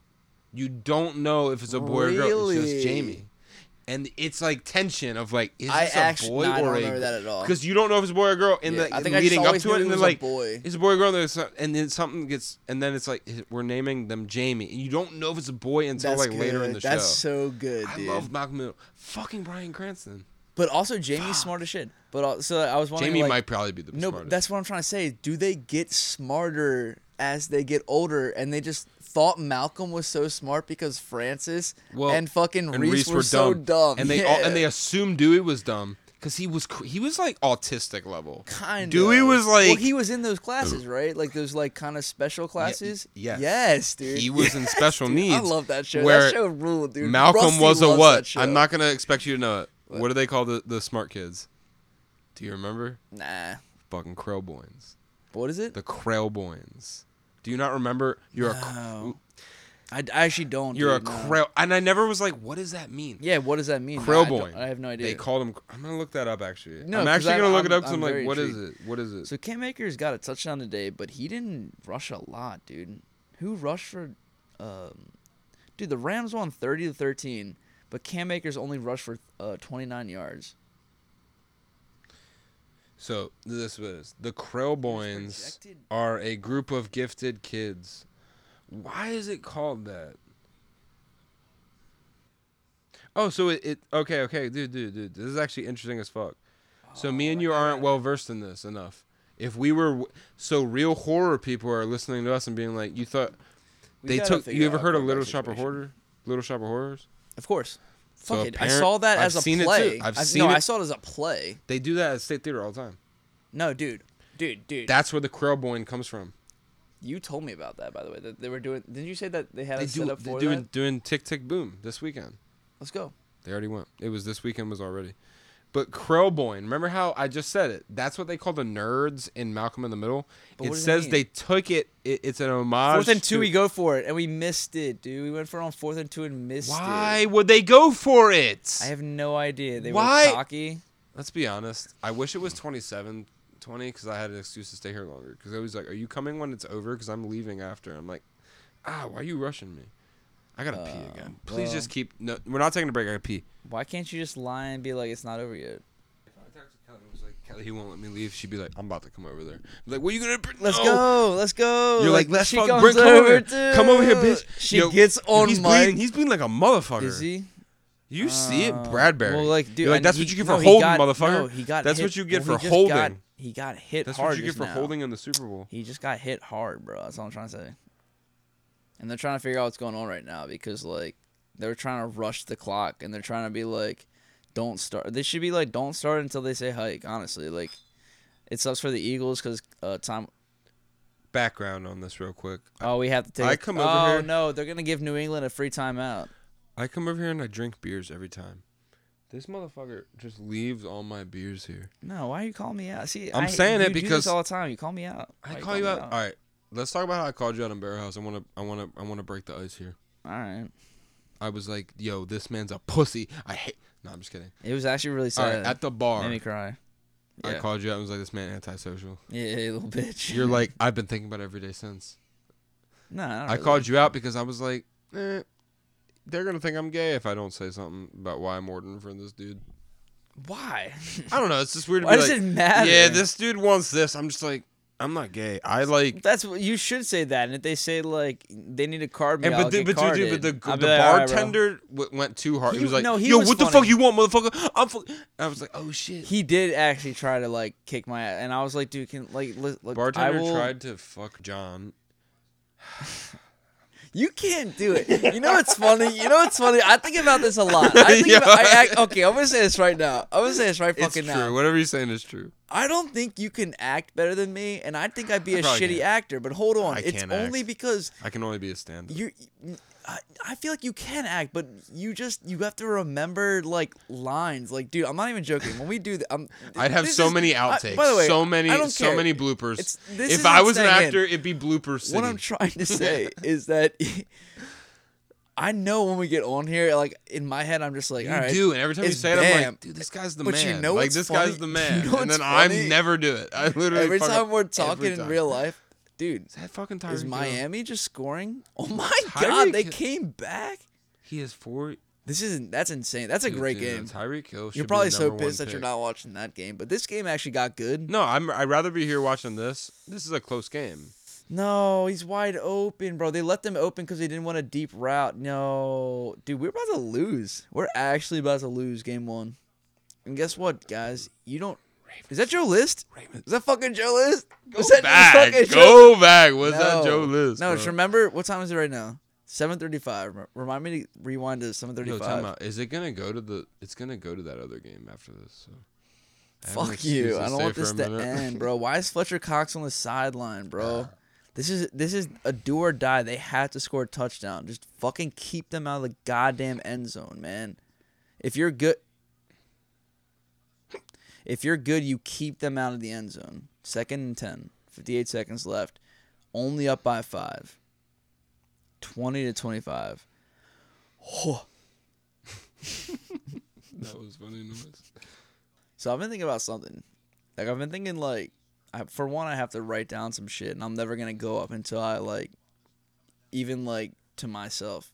A: You don't know if it's a boy or girl. It's
B: Really?
A: just Jamie. And it's a tension of like, is
B: I
A: this
B: actu-
A: a boy
B: no, I don't
A: or a
B: remember that at all.
A: Because you don't know if it's a boy or girl, and
B: Yeah,
A: like
B: I think I just
A: leading up
B: always
A: to
B: knew
A: it,
B: it
A: and
B: was
A: then
B: a
A: like,
B: boy.
A: it's a boy or girl, and, there's some- and then something gets, and then it's like we're naming them Jamie, and you don't know if it's a boy until
B: That's
A: like later in
B: good.
A: the
B: That's
A: show.
B: so good,
A: I
B: dude.
A: love Malcolm Middle. Fucking Brian Cranston.
B: But also, Jamie's smart as shit. But al- so I was wondering,
A: Jamie
B: like,
A: might probably be the
B: no, but
A: smartest.
B: that's what I'm trying to say. Do they get smarter as they get older? And they just thought Malcolm was so smart because Francis
A: Well,
B: and fucking
A: and
B: Reese, were, so dumb,
A: and they all,
B: Yeah.
A: and they assumed Dewey was dumb because he was cr- he was like autistic level.
B: kind of.
A: Dewey was like
B: well, he was in those
A: [clears throat]
B: classes, right? Like those like kind of special classes.
A: yes.
B: yes, [laughs] dude.
A: he was in special needs.
B: I love that show.
A: Where
B: that show ruled, dude.
A: Malcolm
B: Rusty
A: was a
B: loves that
A: what?
B: show.
A: I'm not gonna expect you to know it. What, do they call the, the smart kids? Do you remember?
B: Nah.
A: Fucking Krellboins.
B: What is it?
A: The Krellboins. Do you not remember? You're a cr-
B: No. I, I actually don't.
A: you're a
B: dude, no.
A: Krell, and I never was like, what does that mean?
B: Yeah, what does that mean? Nah, I,
A: Krellboin.
B: don't- I have no idea.
A: They called him. I'm gonna look that up actually.
B: No,
A: I'm
B: 'cause
A: actually
B: I'm-
A: gonna look
B: I'm-
A: it up. 'cause
B: I'm
A: I'm, like,
B: very
A: what is
B: intrigued.
A: it? What is it?
B: So Cam Akers got a touchdown today, but he didn't rush a lot, dude. Who rushed for um Dude, the Rams won 30 to 13, but Cam Akers only rushed for uh, 29 yards.
A: So this was the Krellboins
B: Rejected?
A: are a group of gifted kids. Why is it called that? Oh, so it, it okay, okay, dude, dude, dude. This is actually interesting as fuck. So me
B: Oh
A: and you aren't well versed in this enough. If we were w- so real horror people are listening to us and being like, you thought
B: We
A: they
B: gotta
A: took
B: figure
A: you ever
B: out
A: heard of
B: Groundhog
A: Little Shop of
B: Situation.
A: Horror? Little Shop of Horrors?
B: Of course.
A: So
B: Fuck
A: a
B: it. I
A: parent-
B: saw that
A: I've
B: as a
A: seen it too.
B: play.
A: I've
B: no,
A: seen
B: I
A: it.
B: saw it as a play.
A: They do that at state theater all the time.
B: No, dude, dude, dude.
A: That's where the Krellboin comes from.
B: you told me about that, by the way. That they were doing. Didn't you say that they had
A: They
B: a
A: do
B: setup
A: they're
B: for
A: doing
B: that?
A: doing Tick Tick Boom this weekend.
B: Let's go.
A: They already went. It was this weekend was already. But Krellboin, remember how I just said it? That's what they call the nerds in Malcolm in the Middle.
B: But
A: it
B: what does it
A: says
B: mean?
A: they took it, it. It's an homage.
B: Fourth and two,
A: to-
B: we go for it, and we missed it, dude. We went for it on fourth and two and missed
A: Why
B: it.
A: would they go for it?
B: I have no idea. They
A: Why?
B: were cocky.
A: Let's be honest. I wish it was 27, 20, because I had an excuse to stay here longer. Because I was like, "Are you coming when it's over?" Because I'm leaving after. I'm like, "Ah, why are you rushing me? I gotta pee
B: Uh,
A: again. Please
B: well-
A: just keep. No, we're not taking a break. I gotta pee."
B: Why can't you just lie and be like it's not over yet?
A: I talked to Kelly. I was like, Kelly, he won't let me leave. She'd be like, I'm about to come over there. I'm like, what are you gonna? Br-
B: Let's
A: no.
B: go. Let's go.
A: You're like, let's
B: she
A: fuck
B: comes
A: Brent, come over,
B: too.
A: here. Come over here, bitch.
B: She
A: Yo,
B: gets on
A: he's
B: Mike.
A: Bleeding. He's bleeding like a motherfucker.
B: Is he?
A: You see it,
B: Uh,
A: Bradbury.
B: Well, like, dude,
A: You're like,
B: and
A: that's
B: he-
A: what you get
B: no,
A: for
B: he
A: holding,
B: got-
A: motherfucker.
B: No, he got
A: that's
B: hit-
A: what you get for
B: well, he just
A: holding.
B: got- he got hit
A: that's
B: hard.
A: what you get
B: just
A: for
B: now.
A: holding in the Super Bowl.
B: He just got hit hard, bro. That's all I'm trying to say. And they're trying to figure out what's going on right now because like they're trying to rush the clock and they're trying to be like, don't start. They should be like, don't start until they say hike. Honestly, like it sucks for the Eagles because uh, time.
A: Background on this, real quick.
B: Oh, we have to take.
A: I
B: a-
A: come
B: oh,
A: over here-
B: no, they're gonna give New England a free timeout.
A: I come over here and I drink beers every time. This motherfucker just leaves all my beers here.
B: No, why are you calling me out? See,
A: I'm
B: I-
A: saying
B: you
A: it
B: do this
A: because-
B: all the time you call me out. Why
A: I call you
B: calling
A: out.
B: me
A: All right, let's talk about how I called you out on Bear House. I wanna, I wanna, I wanna break the ice here.
B: All right.
A: I was like, yo, this man's a pussy. I hate. No, I'm just kidding.
B: It was actually really
A: All
B: sad.
A: right, at the bar,
B: Made me cry.
A: I
B: Yeah.
A: called you out and was like, this man antisocial.
B: yeah, yeah, little bitch.
A: [laughs]
B: [laughs]
A: You're like, I've been thinking about it every day since.
B: no, I, don't
A: I
B: really.
A: called you out because I was like, eh, they're gonna think I'm gay if I don't say something about why I'm ordering for this dude.
B: [laughs]
A: [laughs]
B: Why?
A: I don't know. It's just weird. To
B: Why
A: be
B: does
A: like,
B: it matter?
A: Yeah, this dude wants this. I'm just like, I'm not gay. I like.
B: That's what you should say that. And if they say like they need a card, me,
A: And
B: I'll
A: but, the,
B: get
A: but, dude, dude, but
B: carded.
A: the,
B: I'll be
A: the
B: like, "All right, bro."
A: bartender w- went too hard. He,
B: He-
A: was like,
B: no, he
A: "Yo,
B: was
A: what the fuck
B: funny.
A: you want, motherfucker?" [laughs] I'm. Fu-. I was like, "Oh shit."
B: he did actually try to like kick my ass, and I was like, dude, can like li- look,
A: bartender
B: I will,
A: tried to fuck John.
B: You can't do it. You know what's funny? You know what's funny? I think about this a lot. I think
A: Yeah.
B: about, I, act okay, I'm gonna say this right now. I'm gonna say this right
A: It's
B: fucking
A: true.
B: now.
A: Whatever you're saying is true.
B: I don't think you can act better than me, and I think I'd be
A: I
B: a shitty
A: probably can't.
B: actor. But hold on,
A: I
B: it's
A: can't
B: only because
A: I can only be a stand-up.
B: you. I, I feel like you can act, but you just you have to remember like lines. Like, dude, I'm not even joking. When we do that, I'm,
A: I'd have
B: this
A: so
B: is-
A: many
B: I-
A: outtakes.
B: by the way,
A: so many,
B: I don't
A: so
B: care.
A: many bloopers.
B: It's- this
A: if
B: isn't
A: I was an
B: staying in.
A: actor, it'd be bloopers city. [laughs]
B: What I'm trying to say is that [laughs] I know when we get on here, like in my head, I'm just like,
A: you
B: all right,
A: do, and every time you
B: it's
A: say it, I'm
B: bam.
A: like, dude, this guy's the
B: But you
A: man.
B: know
A: like
B: what's
A: this
B: funny?
A: guy's the man.
B: [laughs] You know
A: and
B: what's
A: then
B: funny?
A: I'm never do it. I literally
B: every
A: fuck
B: time
A: up
B: we're
A: every
B: talking in
A: time.
B: real life, dude,
A: Is that fucking Tyreek?
B: is
A: Hill?
B: Miami just scoring? [laughs] Oh my
A: Tyreek
B: god, they
A: Hill-
B: came back.
A: He is four.
B: This isn't that's insane. That's a great game.
A: Tyreek Hill. should
B: You're
A: be
B: probably
A: the
B: so
A: number one
B: pissed that you're
A: pick.
B: not watching that game, but this game actually got good.
A: No, I'm. I'd rather be here watching this. This is a close game.
B: No, he's wide open, bro. They let them open because they didn't want a deep route. No, dude, we're about to lose. We're actually about to lose game one. And guess what, guys? You don't. Is that your list? Is that fucking Joe list? Is that
A: back.
B: Joe?
A: Go back. Was that
B: No.
A: Joe Liz?
B: No,
A: bro?
B: just remember what time is it right now? Seven thirty-five. Remind me to rewind to seven
A: No, time
B: thirty-five.
A: out. Is it gonna go to the? It's gonna go to that other game after this. So. I have an
B: Fuck
A: excuse
B: you! I don't
A: stay
B: want
A: for
B: this
A: a
B: to
A: minute.
B: end, bro. Why is Fletcher Cox on the sideline, bro? This is this is a do or die. They have to score a touchdown. Just fucking keep them out of the goddamn end zone, man. If you're good, if you're good, you keep them out of the end zone. Second and 10, 58 seconds left. Only up by five. 20 to 25. Oh.
A: [laughs] That was funny
B: [laughs]
A: noise.
B: So I've been thinking about something. Like I've been thinking like I, for one I have to write down some shit and I'm never going to go up until I like even like to myself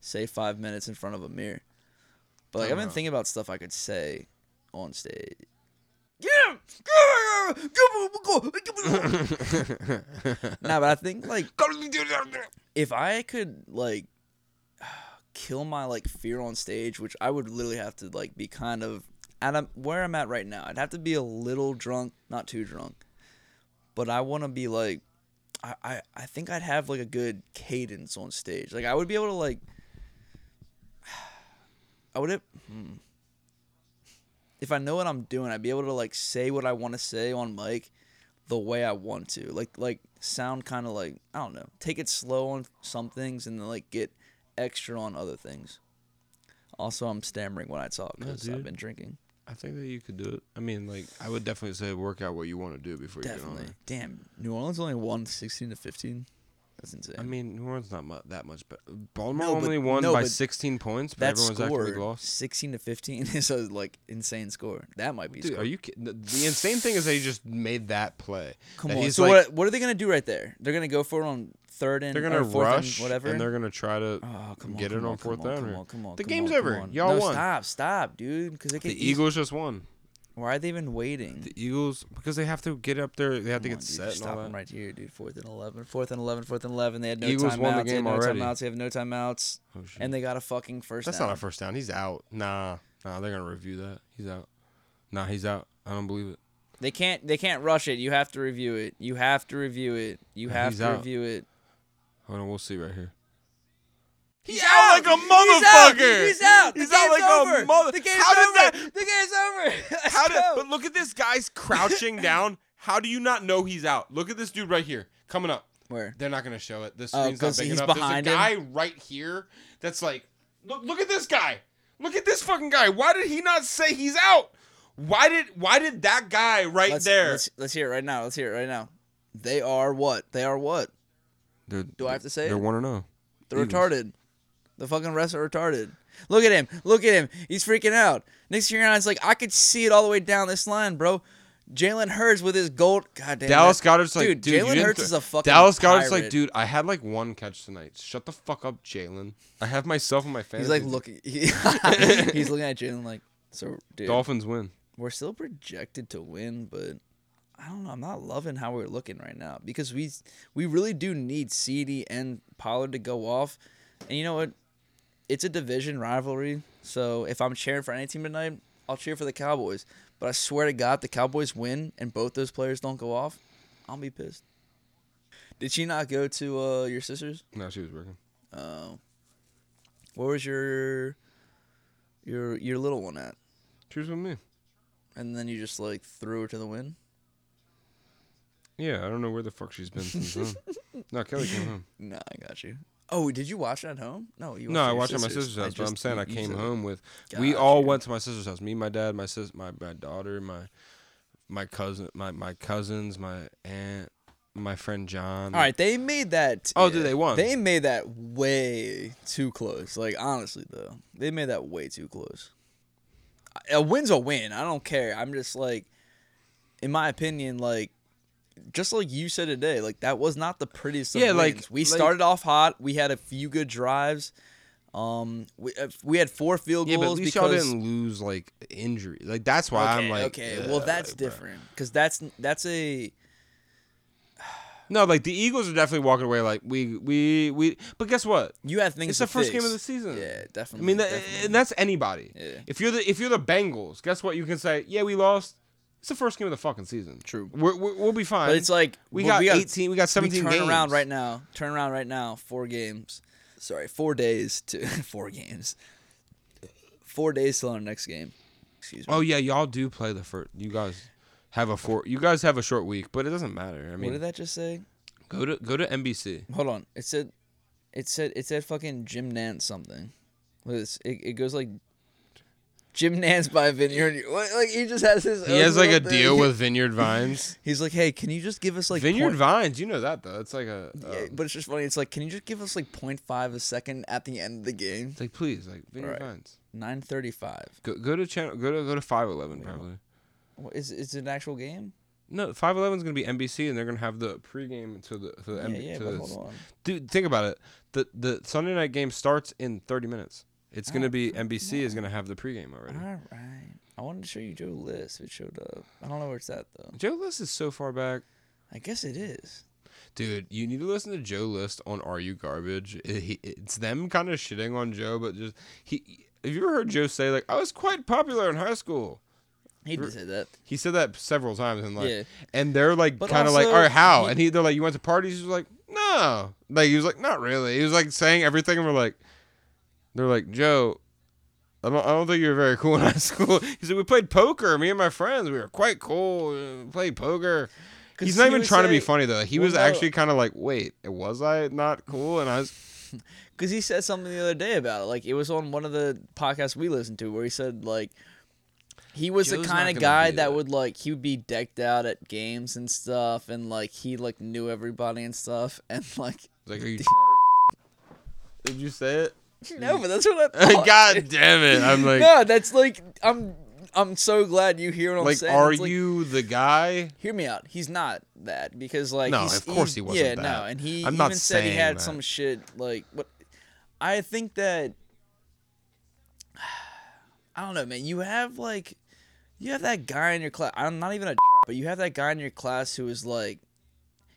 B: say 5 minutes in front of a mirror. But like I've been
A: Uh-huh.
B: thinking about stuff I could say on stage. yeah, [laughs] yeah, yeah, give me- give me- nah, but I think like if I could like [sighs] kill my like fear on stage, which I would literally have to like be kind of at a, where I'm at right now. I'd have to be a little drunk, not too drunk, but I want to be like, I, I I think I'd have like a good cadence on stage. Like I would be able to like, [sighs] I would have. Hmm. If I know what I'm doing, I'd be able to like say what I want to say on mic, the way I want to. Like like sound kind of like I don't know. Take it slow on some things and then like get extra on other things. Also, I'm stammering when I talk
A: No,
B: because I've
A: dude.
B: been drinking.
A: I think that you could do it. I mean, like, I would definitely say work out what you want to do before you get on
B: Definitely.
A: there.
B: Damn, New Orleans only won 16 to 15. That's insane.
A: I mean, New Orleans not mu- that much, but Baltimore
B: No, but-
A: only won
B: no,
A: by
B: but
A: 16 points, but
B: that
A: everyone's
B: score,
A: actually lost.
B: 16 to 15, [laughs] is a like insane score. That might be.
A: Dude,
B: score.
A: are you kidding? The- The insane thing is that he just made that play.
B: Come
A: That
B: on.
A: he's
B: So
A: like-
B: what? What are they gonna do right there? They're gonna go for it on third and
A: They're
B: or
A: gonna
B: fourth and
A: rush,
B: whatever.
A: and they're gonna try to
B: oh, come on,
A: get
B: come
A: it on
B: come
A: fourth down.
B: Come
A: or-
B: on, come on,
A: the
B: come
A: game's
B: on, come
A: over.
B: on.
A: Y'all
B: no,
A: won.
B: Stop, stop, dude. Because they can.
A: The Eagles just won.
B: Why are they even waiting?
A: The Eagles because they have to get up there. They have to
B: Come
A: get
B: on, dude,
A: set and all
B: Stop them
A: that.
B: right here, dude. Fourth and 11. Fourth and 11. Fourth and 11. They had no
A: Eagles
B: timeouts.
A: won the
B: they had
A: game
B: no
A: already.
B: timeouts. They have no timeouts.
A: Oh, shit.
B: And they got a fucking first
A: That's
B: down.
A: not a first down. He's out. Nah, nah. They're gonna review that. He's out. Nah, he's out. I don't believe it.
B: They can't they can't rush it. You have to review it. You have to review it. You
A: Yeah,
B: have
A: he's
B: to
A: out.
B: review it.
A: Hold on, we'll see right here. He's,
B: out! He's out. The
A: He's out
B: game's
A: like a
B: over.
A: mother-
B: The game's
A: How did
B: over. The game's over. [laughs] Let's
A: How did?
B: go.
A: But look at this guy's [laughs] crouching down. How do you not know he's out? Look at this dude right here coming up.
B: Where?
A: They're not gonna show it. This
B: Oh,
A: screen's not
B: 'cause
A: big
B: he's
A: enough.
B: behind
A: There's
B: him?
A: a guy right here that's like, look, look at this guy. Look at this fucking guy. Why did he not say he's out? Why did why did that guy right
B: Let's,
A: there?
B: Let's, let's hear it right now. Let's hear it right now. They are what? They are what? Do I have to say
A: They're
B: it?
A: one oh. or no.
B: They're
A: Eagles.
B: retarded. The fucking refs are retarded. Look at him. Look at him. He's freaking out. Nick Sirianni's like, I could see it all the way down this line, bro. Jalen Hurts with his gold. God damn.
A: Dallas
B: that-
A: Goddard's like, dude, you
B: Jalen
A: didn't
B: Hurts
A: throw-
B: is a fucking.
A: Dallas Goddard's
B: pirate.
A: like, dude, I had like one catch tonight. Shut the fuck up, Jalen. I have myself and my fantasy.
B: He's like
A: team.
B: looking. [laughs] he- he's looking at Jalen like, so dude,
A: Dolphins win.
B: we're still projected to win, but I don't know. I'm not loving how we're looking right now because we we really do need CD and Pollard to go off. And you know what? It's a division rivalry. So if I'm cheering for any team tonight, I'll cheer for the Cowboys. But I swear to God, the Cowboys win and both those players don't go off, I'll be pissed. Did she not go to uh, your sister's?
A: No, she was working.
B: Oh, where was your your your little one at?
A: She was with me.
B: And then you just like threw her to the wind.
A: Yeah, I don't know where the fuck she's been since
B: [laughs]
A: then. no, Kelly came home.
B: Nah, I got you. Oh, did you watch it at home? No, you.
A: No, I watched
B: watched it
A: it at my sister's house, but I'm
B: just-
A: saying
B: you-
A: I
B: you
A: came
B: said-
A: home with. We
B: Got
A: all
B: you.
A: went to my sister's house. Me, my dad, my sis, my my daughter, my my cousin, my my cousins, my aunt, my friend John.
B: All right, they made that.
A: Oh, did they won?
B: They made that way too close. Like honestly, though, they made that way too close. I- A win's a win. I don't care. I'm just like, in my opinion, like, just like you said today, like that was not the prettiest. Of
A: Yeah, like-
B: wins. we
A: like-
B: started off hot. We had a few good drives. Um, we uh, we had four field
A: Yeah, but
B: goals
A: at least y'all
B: because
A: didn't lose like injury. Like that's why
B: okay,
A: I'm like
B: okay.
A: "Ugh,"
B: well, that's
A: like, bruh.
B: different because that's that's a
A: No, like the Eagles are definitely walking away. Like we we we. But guess what?
B: you have things.
A: It's
B: to
A: the first game
B: fix.
A: of the season.
B: Yeah,
A: I
B: definitely.
A: mean, that,
B: definitely.
A: and that's anybody.
B: Yeah.
A: If you're the if you're the Bengals, guess what? You can say, yeah, we lost. It's the first game of the fucking season.
B: True.
A: We're, we're, we'll be fine.
B: but it's like
A: we
B: well,
A: got
B: we got
A: 18. We got 17
B: we turn
A: games.
B: around right now. Turn around right now. Four games. Sorry, four days to [laughs] four games. Four days till our next game. Excuse me.
A: Oh yeah, y'all do play the first. You guys have a four. You guys have a short week, but it doesn't matter. I
B: what did
A: mean,
B: that just say?
A: go to go to NBC.
B: Hold on. It said, it said, it said fucking Jim Nance something. What is it? It goes like Jim Nance by Vineyard. [laughs] What- Like he just has his.
A: He
B: own
A: has like a
B: little thing.
A: deal
B: [laughs]
A: with Vineyard Vines.
B: He's like, hey, can you just give us [laughs] like
A: Vineyard
B: point-
A: Vines, you know that though. It's like a.
B: Yeah,
A: um,
B: but it's just funny. It's like, can you just give us like 0.5 a second at the end of the game?
A: it's like please, like Vineyard
B: Right.
A: Vines.
B: 9:35.
A: Go go to channel. Go to go to five eleven probably.
B: What, is is it an actual game?
A: No, five eleven is gonna be NBC, and they're gonna have the pregame to the to the.
B: Yeah,
A: NB
B: yeah,
A: to
B: but
A: the-
B: hold on.
A: Dude, think about it. The the Sunday night game starts in thirty minutes. It's gonna
B: Oh, Ah.
A: be NBC is gonna have the pregame already.
B: All right. I wanted to show you Joe List. It showed up. I don't know where it's at though.
A: Joe List is so far back.
B: I guess it is.
A: Dude, you need to listen to Joe List on Are You Garbage. It- he- it's them kind of shitting on Joe, but just he. Have you ever heard Joe say like, "I was quite popular in high school"?
B: He did say that.
A: He said that several times, and like,
B: Yeah.
A: and they're like,
B: But
A: kind of like,
B: also,
A: "All right, how?"
B: he-
A: and he, they're like, "You went to parties?" He was like, "No," like he was like, "Not really." He was like saying everything, and we're like, they're like, "Joe." I don't, I don't think you were very [laughs] cool in high school. He said, We played poker. Me and my friends, we were quite cool. uh, We played poker.
B: 'Cause
A: He's not
B: he
A: even
B: would
A: trying to be
B: say-
A: funny, though. He
B: Well,
A: was
B: no.
A: actually kind of like, Wait, was I not cool? And I was,
B: Because he said something the other day about it. Like, it was on one of the podcasts we listened to where he said, like, he was
A: Joe's
B: the
A: not
B: kind
A: gonna
B: of guy
A: do
B: that,
A: that.
B: would, like, he would be decked out at games and stuff. And, like, he, like, knew everybody and stuff. And, like,
A: like, Are
B: [laughs]
A: you. Did you say it? [laughs]
B: no, but that's what I thought. [laughs]
A: God damn it. I'm like,
B: Oh, no, that's like, I'm. I'm so glad you hear what I'm
A: like
B: saying.
A: Are
B: It's like-
A: you the guy?
B: hear me out. He's not that because like
A: No,
B: he's,
A: of course he wasn't
B: Yeah,
A: that.
B: no, and he
A: I'm
B: even
A: not
B: said he
A: saying
B: had
A: that.
B: some shit like what. I think that [sighs] I don't know, man. You have like you have that guy in your class. I'm not even a, but you have that guy in your class who is like.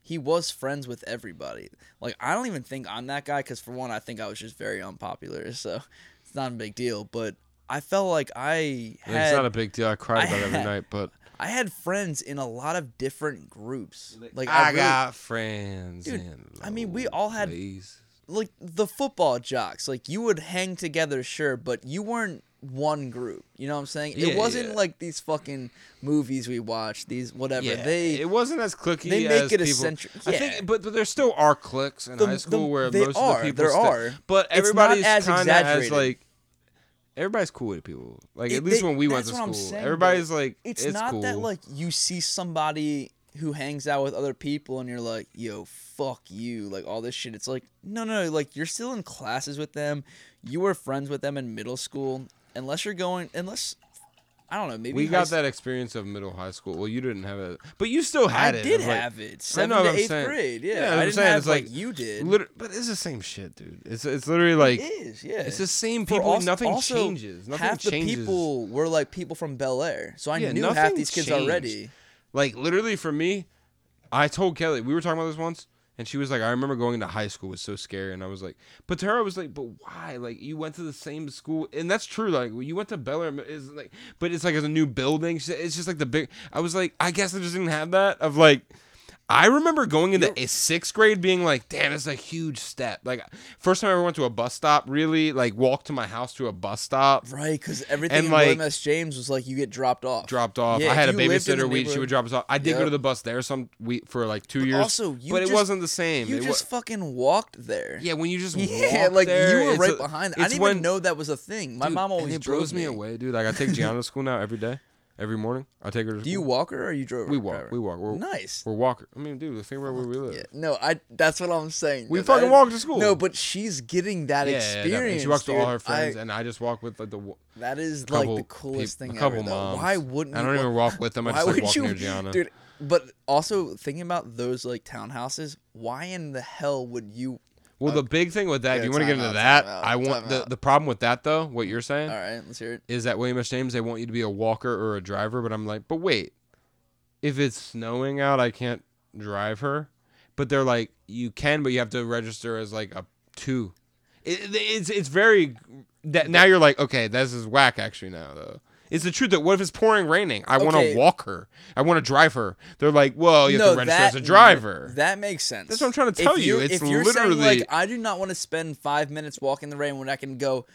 B: He was friends with everybody. Like I don't even think I'm that guy because for one, I think I was just very unpopular, so it's not a big deal. But I felt like I
A: Like,
B: had
A: it's not a big deal. I cried
B: I
A: about it every
B: had-
A: night, but
B: I had friends in a lot of different groups. Like
A: I,
B: I, really,
A: got friends.
B: Dude,
A: in
B: I mean, we
A: low
B: all had-
A: places.
B: like the football jocks. Like you would hang together, sure, but you weren't one group. You know what I'm saying?
A: Yeah,
B: it wasn't
A: yeah.
B: like these fucking movies we watch. These whatever they.
A: it wasn't as clicky.
B: they make
A: as
B: it
A: people.
B: eccentric-
A: I
B: yeah.
A: think, but, but there still are cliques in
B: The-
A: high
B: the-
A: school where
B: they
A: most of
B: are,
A: the people.
B: there
A: stay-
B: are.
A: but
B: It's not
A: everybody's
B: as
A: kind of as
B: exaggerated.
A: like. Everybody's cool with people. Like at
B: It-
A: least
B: they-
A: when we went
B: that's
A: to
B: what I'm
A: school,
B: saying,
A: everybody's
B: though.
A: like,
B: it's, not that
A: cool."
B: like you see somebody who hangs out with other people and you're like, yo, fuck you, like all this shit. It's like, no, no, like you're still in classes with them. You were friends with them in middle school, unless you're going, unless I don't know, maybe
A: we
B: high
A: got
B: s-
A: that experience of middle high school. Well, you didn't have it, but you still
B: I
A: had it.
B: did
A: of, like-
B: have it.
A: I know
B: Seventh
A: what
B: to
A: I'm
B: eighth
A: saying.
B: grade.
A: Yeah,
B: Yeah,
A: that's what
B: I
A: I'm
B: didn't
A: saying.
B: have
A: It's
B: like,
A: like
B: you did.
A: Liter- but it's the same shit, dude. It's it's literally like
B: it is, yeah.
A: It's the same
B: For
A: people.
B: als-
A: nothing
B: also,
A: changes. Nothing
B: half
A: changes.
B: the people were like people from Bel Air, so I
A: Yeah,
B: knew half
A: nothing
B: these kids
A: changed.
B: already.
A: Like literally for me, I told Kelly we were talking about this once, and she was like, "I remember going to high school was so scary," and I was like, "But Tara was like, but why? Like you went to the same school, and that's true. Like you went to Bel Air, is like, but it's like it's a new building. She said, It's just like the big. I was like, I guess I just didn't have that of like. I remember going into a sixth grade being like, damn, it's a huge step. Like, first time I ever went to a bus stop, really, like, walked to my house to a bus stop.
B: Right, because everything
A: And,
B: in
A: like-
B: William S. James was like you get dropped off.
A: dropped off.
B: Yeah,
A: I had a
B: if you lived in the
A: babysitter. We she
B: neighborhood-
A: would drop us off. I did go
B: Yep.
A: to the bus there some we for like two years.
B: Also, you
A: but it
B: just-
A: wasn't the same.
B: You
A: It wa-
B: just fucking walked there. [laughs]
A: yeah, when you just
B: Yeah,
A: walk
B: like
A: there,
B: you were
A: it's
B: right
A: a-
B: behind. I
A: it's
B: didn't
A: when,
B: even know that was a thing. My
A: dude,
B: mom always
A: and it
B: drove
A: blows me away, dude. Like I take Gianna to school now every day, every morning. I take her to.
B: Do you
A: school.
B: walk her or you drove?
A: We
B: her
A: walk.
B: driver?
A: We walk. We're,
B: Nice.
A: We're walker. I mean, dude, think about where we live.
B: Yeah. No, I. That's what I'm saying.
A: We
B: dude.
A: fucking
B: I-
A: walked to school.
B: No, but she's getting that
A: Yeah, yeah, yeah,
B: experience.
A: definitely. she walks
B: dude.
A: to all her friends,
B: I-
A: and I just walk with like the. wa-
B: that is
A: couple
B: like the coolest
A: peop-
B: thing
A: A couple
B: ever. though.
A: moms.
B: Why wouldn't
A: I
B: you
A: don't even
B: walk-
A: walk with them. I
B: Why
A: just like
B: would
A: walk
B: you,
A: near Gianna.
B: dude? But also thinking about those like townhouses, why in the hell would you?
A: Well, the big thing with that,
B: Yeah,
A: if you want to get
B: time
A: into
B: out,
A: that,
B: time out,
A: I want
B: time
A: the,
B: out.
A: the problem with that though. What you're saying
B: All right, let's hear it.
A: is that William S James they want you to be a walker or a driver, but I'm like, but wait, if it's snowing out, I can't drive her. But they're like, you can, but you have to register as like a two. It, it's it's very that now you're like, okay, this is whack actually now though. It's the truth that what if it's pouring raining? I want to
B: Okay.
A: walk her. I want to drive her. They're like, well, you have
B: no,
A: to register
B: that,
A: as a driver.
B: That makes sense.
A: That's what I'm trying to tell
B: if
A: you.
B: you're-
A: It's
B: if you're saying,
A: literally-
B: like I do not want to spend five minutes walking the rain when I can go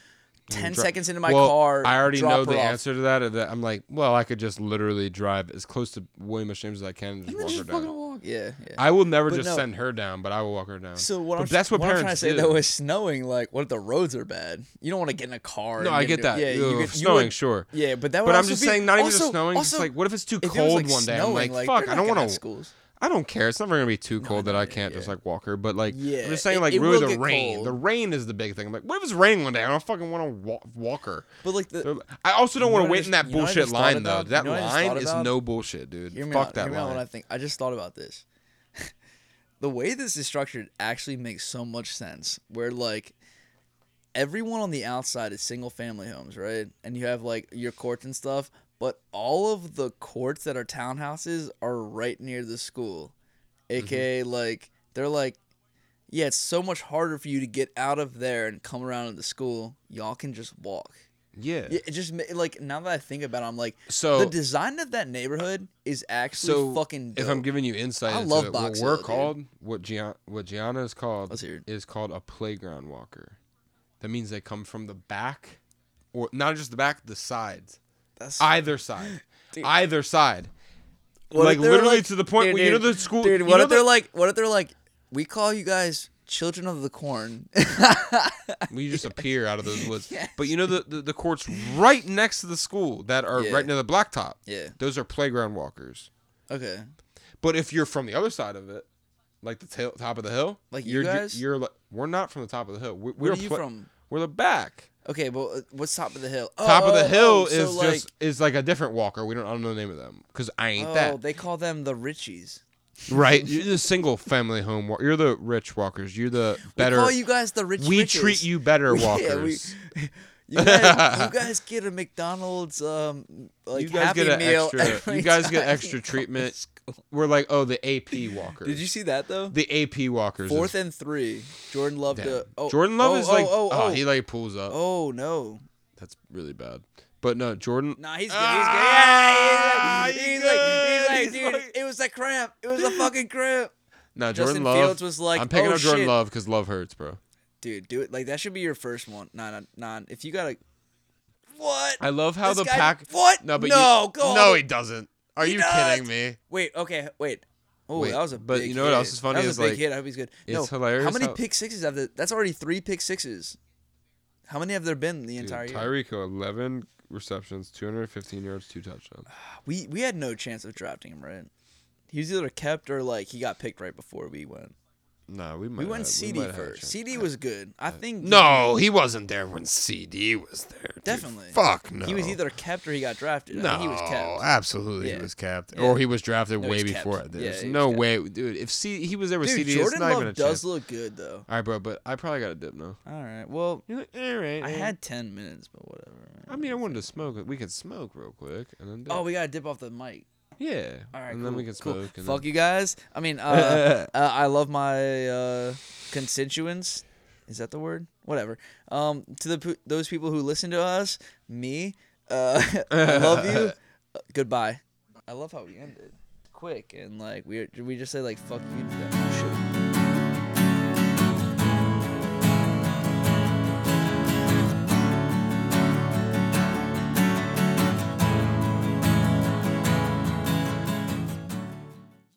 B: ten
A: dri-
B: seconds into my
A: well,
B: car.
A: I already
B: drop
A: know
B: her
A: the
B: off.
A: answer to that, or that. I'm like, well, I could just literally drive as close to William S. James as I can and just
B: And then
A: walk
B: just
A: her down.
B: fucking walk. Yeah, yeah.
A: I will never
B: But
A: just
B: no.
A: send her down, but I will walk her down.
B: so what
A: But
B: I'm
A: that's what,
B: I'm
A: parents
B: trying to say
A: do.
B: though is snowing. Like, what if the roads are bad? You don't want to get in a car.
A: no,
B: and
A: I get
B: into-
A: that.
B: Yeah, you
A: Ugh,
B: get, you
A: snowing,
B: would,
A: sure.
B: Yeah, but that would
A: But I'm
B: also
A: just
B: be-
A: saying, not even
B: also-
A: just snowing.
B: Also,
A: just like, what if it's too
B: if it was,
A: cold
B: like,
A: one day? I'm
B: snowing,
A: like,
B: like,
A: fuck,
B: they're
A: I
B: not
A: don't want
B: gonna have
A: to.
B: schools.
A: I don't care. It's never gonna be too cold that I can't just
B: yeah.
A: like walk her. But like, I'm
B: Yeah,
A: just saying,
B: it-
A: like,
B: it
A: really
B: will
A: the
B: get
A: rain.
B: cold.
A: The rain is the big thing. I'm like, what if it's raining one day? I don't fucking want to walk, walk her.
B: But like the
A: So, I also don't
B: You
A: want
B: know
A: to
B: what I
A: wait
B: just-
A: in that
B: you know what I
A: bullshit
B: just thought
A: line though.
B: about?
A: That
B: You know what I just
A: line
B: thought
A: is
B: about?
A: no bullshit, dude.
B: Hear me
A: Fuck
B: out.
A: that
B: hear me out
A: line.
B: what I think. I just thought about this. [laughs] the way this is structured actually makes so much sense. Where like everyone on the outside is single family homes, right? And you have like your courts and stuff, but all of the courts that are townhouses are right near the school.
A: Mm-hmm.
B: AKA like they're like yeah, it's so much harder for you to get out of there and come around to the school. Y'all can just walk.
A: Yeah.
B: Yeah, it just ma- like now that I think about it, I'm like
A: So
B: the design of that neighborhood is actually
A: Oh. so
B: fucking dope.
A: if I'm giving you insight
B: I
A: into
B: love
A: it,
B: Box
A: what we're
B: Hill, dude.
A: called, what Gian, what Gianna is called,
B: Let's hear it.
A: is called a playground walker. That means they come from the back, or not just the back, the sides,
B: That's,
A: either
B: [laughs]
A: side, either side.
B: What if
A: like
B: they're
A: literally
B: like-
A: to the point
B: dude,
A: where you know
B: dude,
A: the school.
B: Dude,
A: you
B: what
A: know
B: if
A: the-
B: they're like? What if they're like? We call you guys children of the corn. [laughs]
A: We just appear out of those woods. But you know the, the the courts right next to the school that are
B: Yeah.
A: right near the blacktop.
B: Yeah.
A: Those are playground walkers.
B: okay.
A: But if you're from the other side of it, like the tail, top of the hill,
B: Like you
A: you're ju-
B: guys?
A: you're like we're not from the top of the hill. We're,
B: Where
A: we're
B: are you
A: pla-
B: from?
A: We're the back.
B: Okay, but uh, what's top of the hill? Oh,
A: top of the
B: oh,
A: hill
B: oh, so
A: is
B: like,
A: just is like a different walker. We don't I don't know the name of them because I ain't
B: Oh,
A: that
B: they call them the Richies.
A: [laughs] right. You're the single family home. Walk- you're the rich walkers. You're the better.
B: We call you guys the rich.
A: [laughs] we
B: riches.
A: treat you better
B: Yeah, [laughs] we-
A: walkers.
B: You guys,
A: [laughs]
B: you guys get a McDonald's um like
A: you guys
B: Happy
A: get an
B: Meal
A: extra.
B: [laughs] every
A: You guys get
B: time
A: extra
B: you go to
A: treatment.
B: school.
A: We're like oh the AP walkers.
B: Did you see that though?
A: the AP walkers?
B: Fourth
A: is,
B: and three. Jordan Love
A: Damn.
B: to. Oh,
A: Jordan Love
B: oh,
A: is
B: oh,
A: like ah,
B: Oh, oh,
A: he like pulls up.
B: oh no.
A: That's really bad. But no, Jordan.
B: Nah, he's good. He's good.
A: Ah,
B: Yeah, he's,
A: he's
B: like, he's,
A: good.
B: like, he's like,
A: He's
B: dude,
A: like-
B: it was a cramp. It was a fucking cramp.
A: No,
B: Justin
A: Jordan Love.
B: Fields was like,
A: I'm picking
B: "Oh,
A: up Jordan
B: shit."
A: Love because Love hurts, bro.
B: Dude, do it. Like that should be your first one. Nah, nah, nah. If you gotta, what?
A: I love how
B: This
A: the
B: guy-
A: pack.
B: What?
A: No, but
B: No,
A: you,
B: go
A: No,
B: on.
A: he doesn't. Are
B: He
A: you
B: does.
A: kidding me?
B: Wait. Okay. Wait. Oh,
A: Wait,
B: that was a
A: but
B: big
A: you know what else
B: hit.
A: is funny
B: That
A: is,
B: was a big
A: like,
B: hit. I hope he's good. No,
A: it's hilarious
B: How many
A: how-
B: pick sixes have the? That's already three pick sixes. How many have there been the
A: Dude,
B: entire year?
A: Tyreek Hill, 11 receptions, 215 yards, two touchdowns.
B: We we had no chance of drafting him, right? He was either kept or like he got picked right before we went.
A: No, Uh, we might.
B: We went
A: have-
B: CD
A: might have had a
B: first.
A: chance.
B: CD was good. I think.
A: No, he wasn't there when CD was there. dude.
B: Definitely.
A: Fuck no.
B: He was either kept or he got drafted.
A: No,
B: I think he was kept.
A: absolutely,
B: Yeah.
A: he was capped,
B: Yeah.
A: or he was drafted
B: No,
A: way
B: he's kept.
A: before.
B: Yeah,
A: There's
B: he was
A: no
B: kept.
A: way, dude. If C, he was there with
B: Dude,
A: CD,
B: Jordan
A: it's not even a
B: Love does
A: chance.
B: look good though.
A: All right, bro, but I probably got a dip now.
B: All right. Well,
A: You're like, all right.
B: I
A: man."
B: had ten minutes, but whatever. Man.
A: I mean, I wanted to smoke. We could smoke real quick, and then. Dip.
B: Oh, we gotta dip off the mic.
A: yeah.
B: All right,
A: and
B: cool.
A: then we can
B: cool.
A: smoke. And
B: Fuck you guys. I mean,
A: [laughs]
B: uh, uh, I love my uh, constituents. Is that the word? Whatever. Um, to the p- those people who listen to us, me, uh, [laughs] I
A: [laughs]
B: love you. Uh, goodbye. I love how we ended, quick and like we we just say like fuck you. to them. Shit.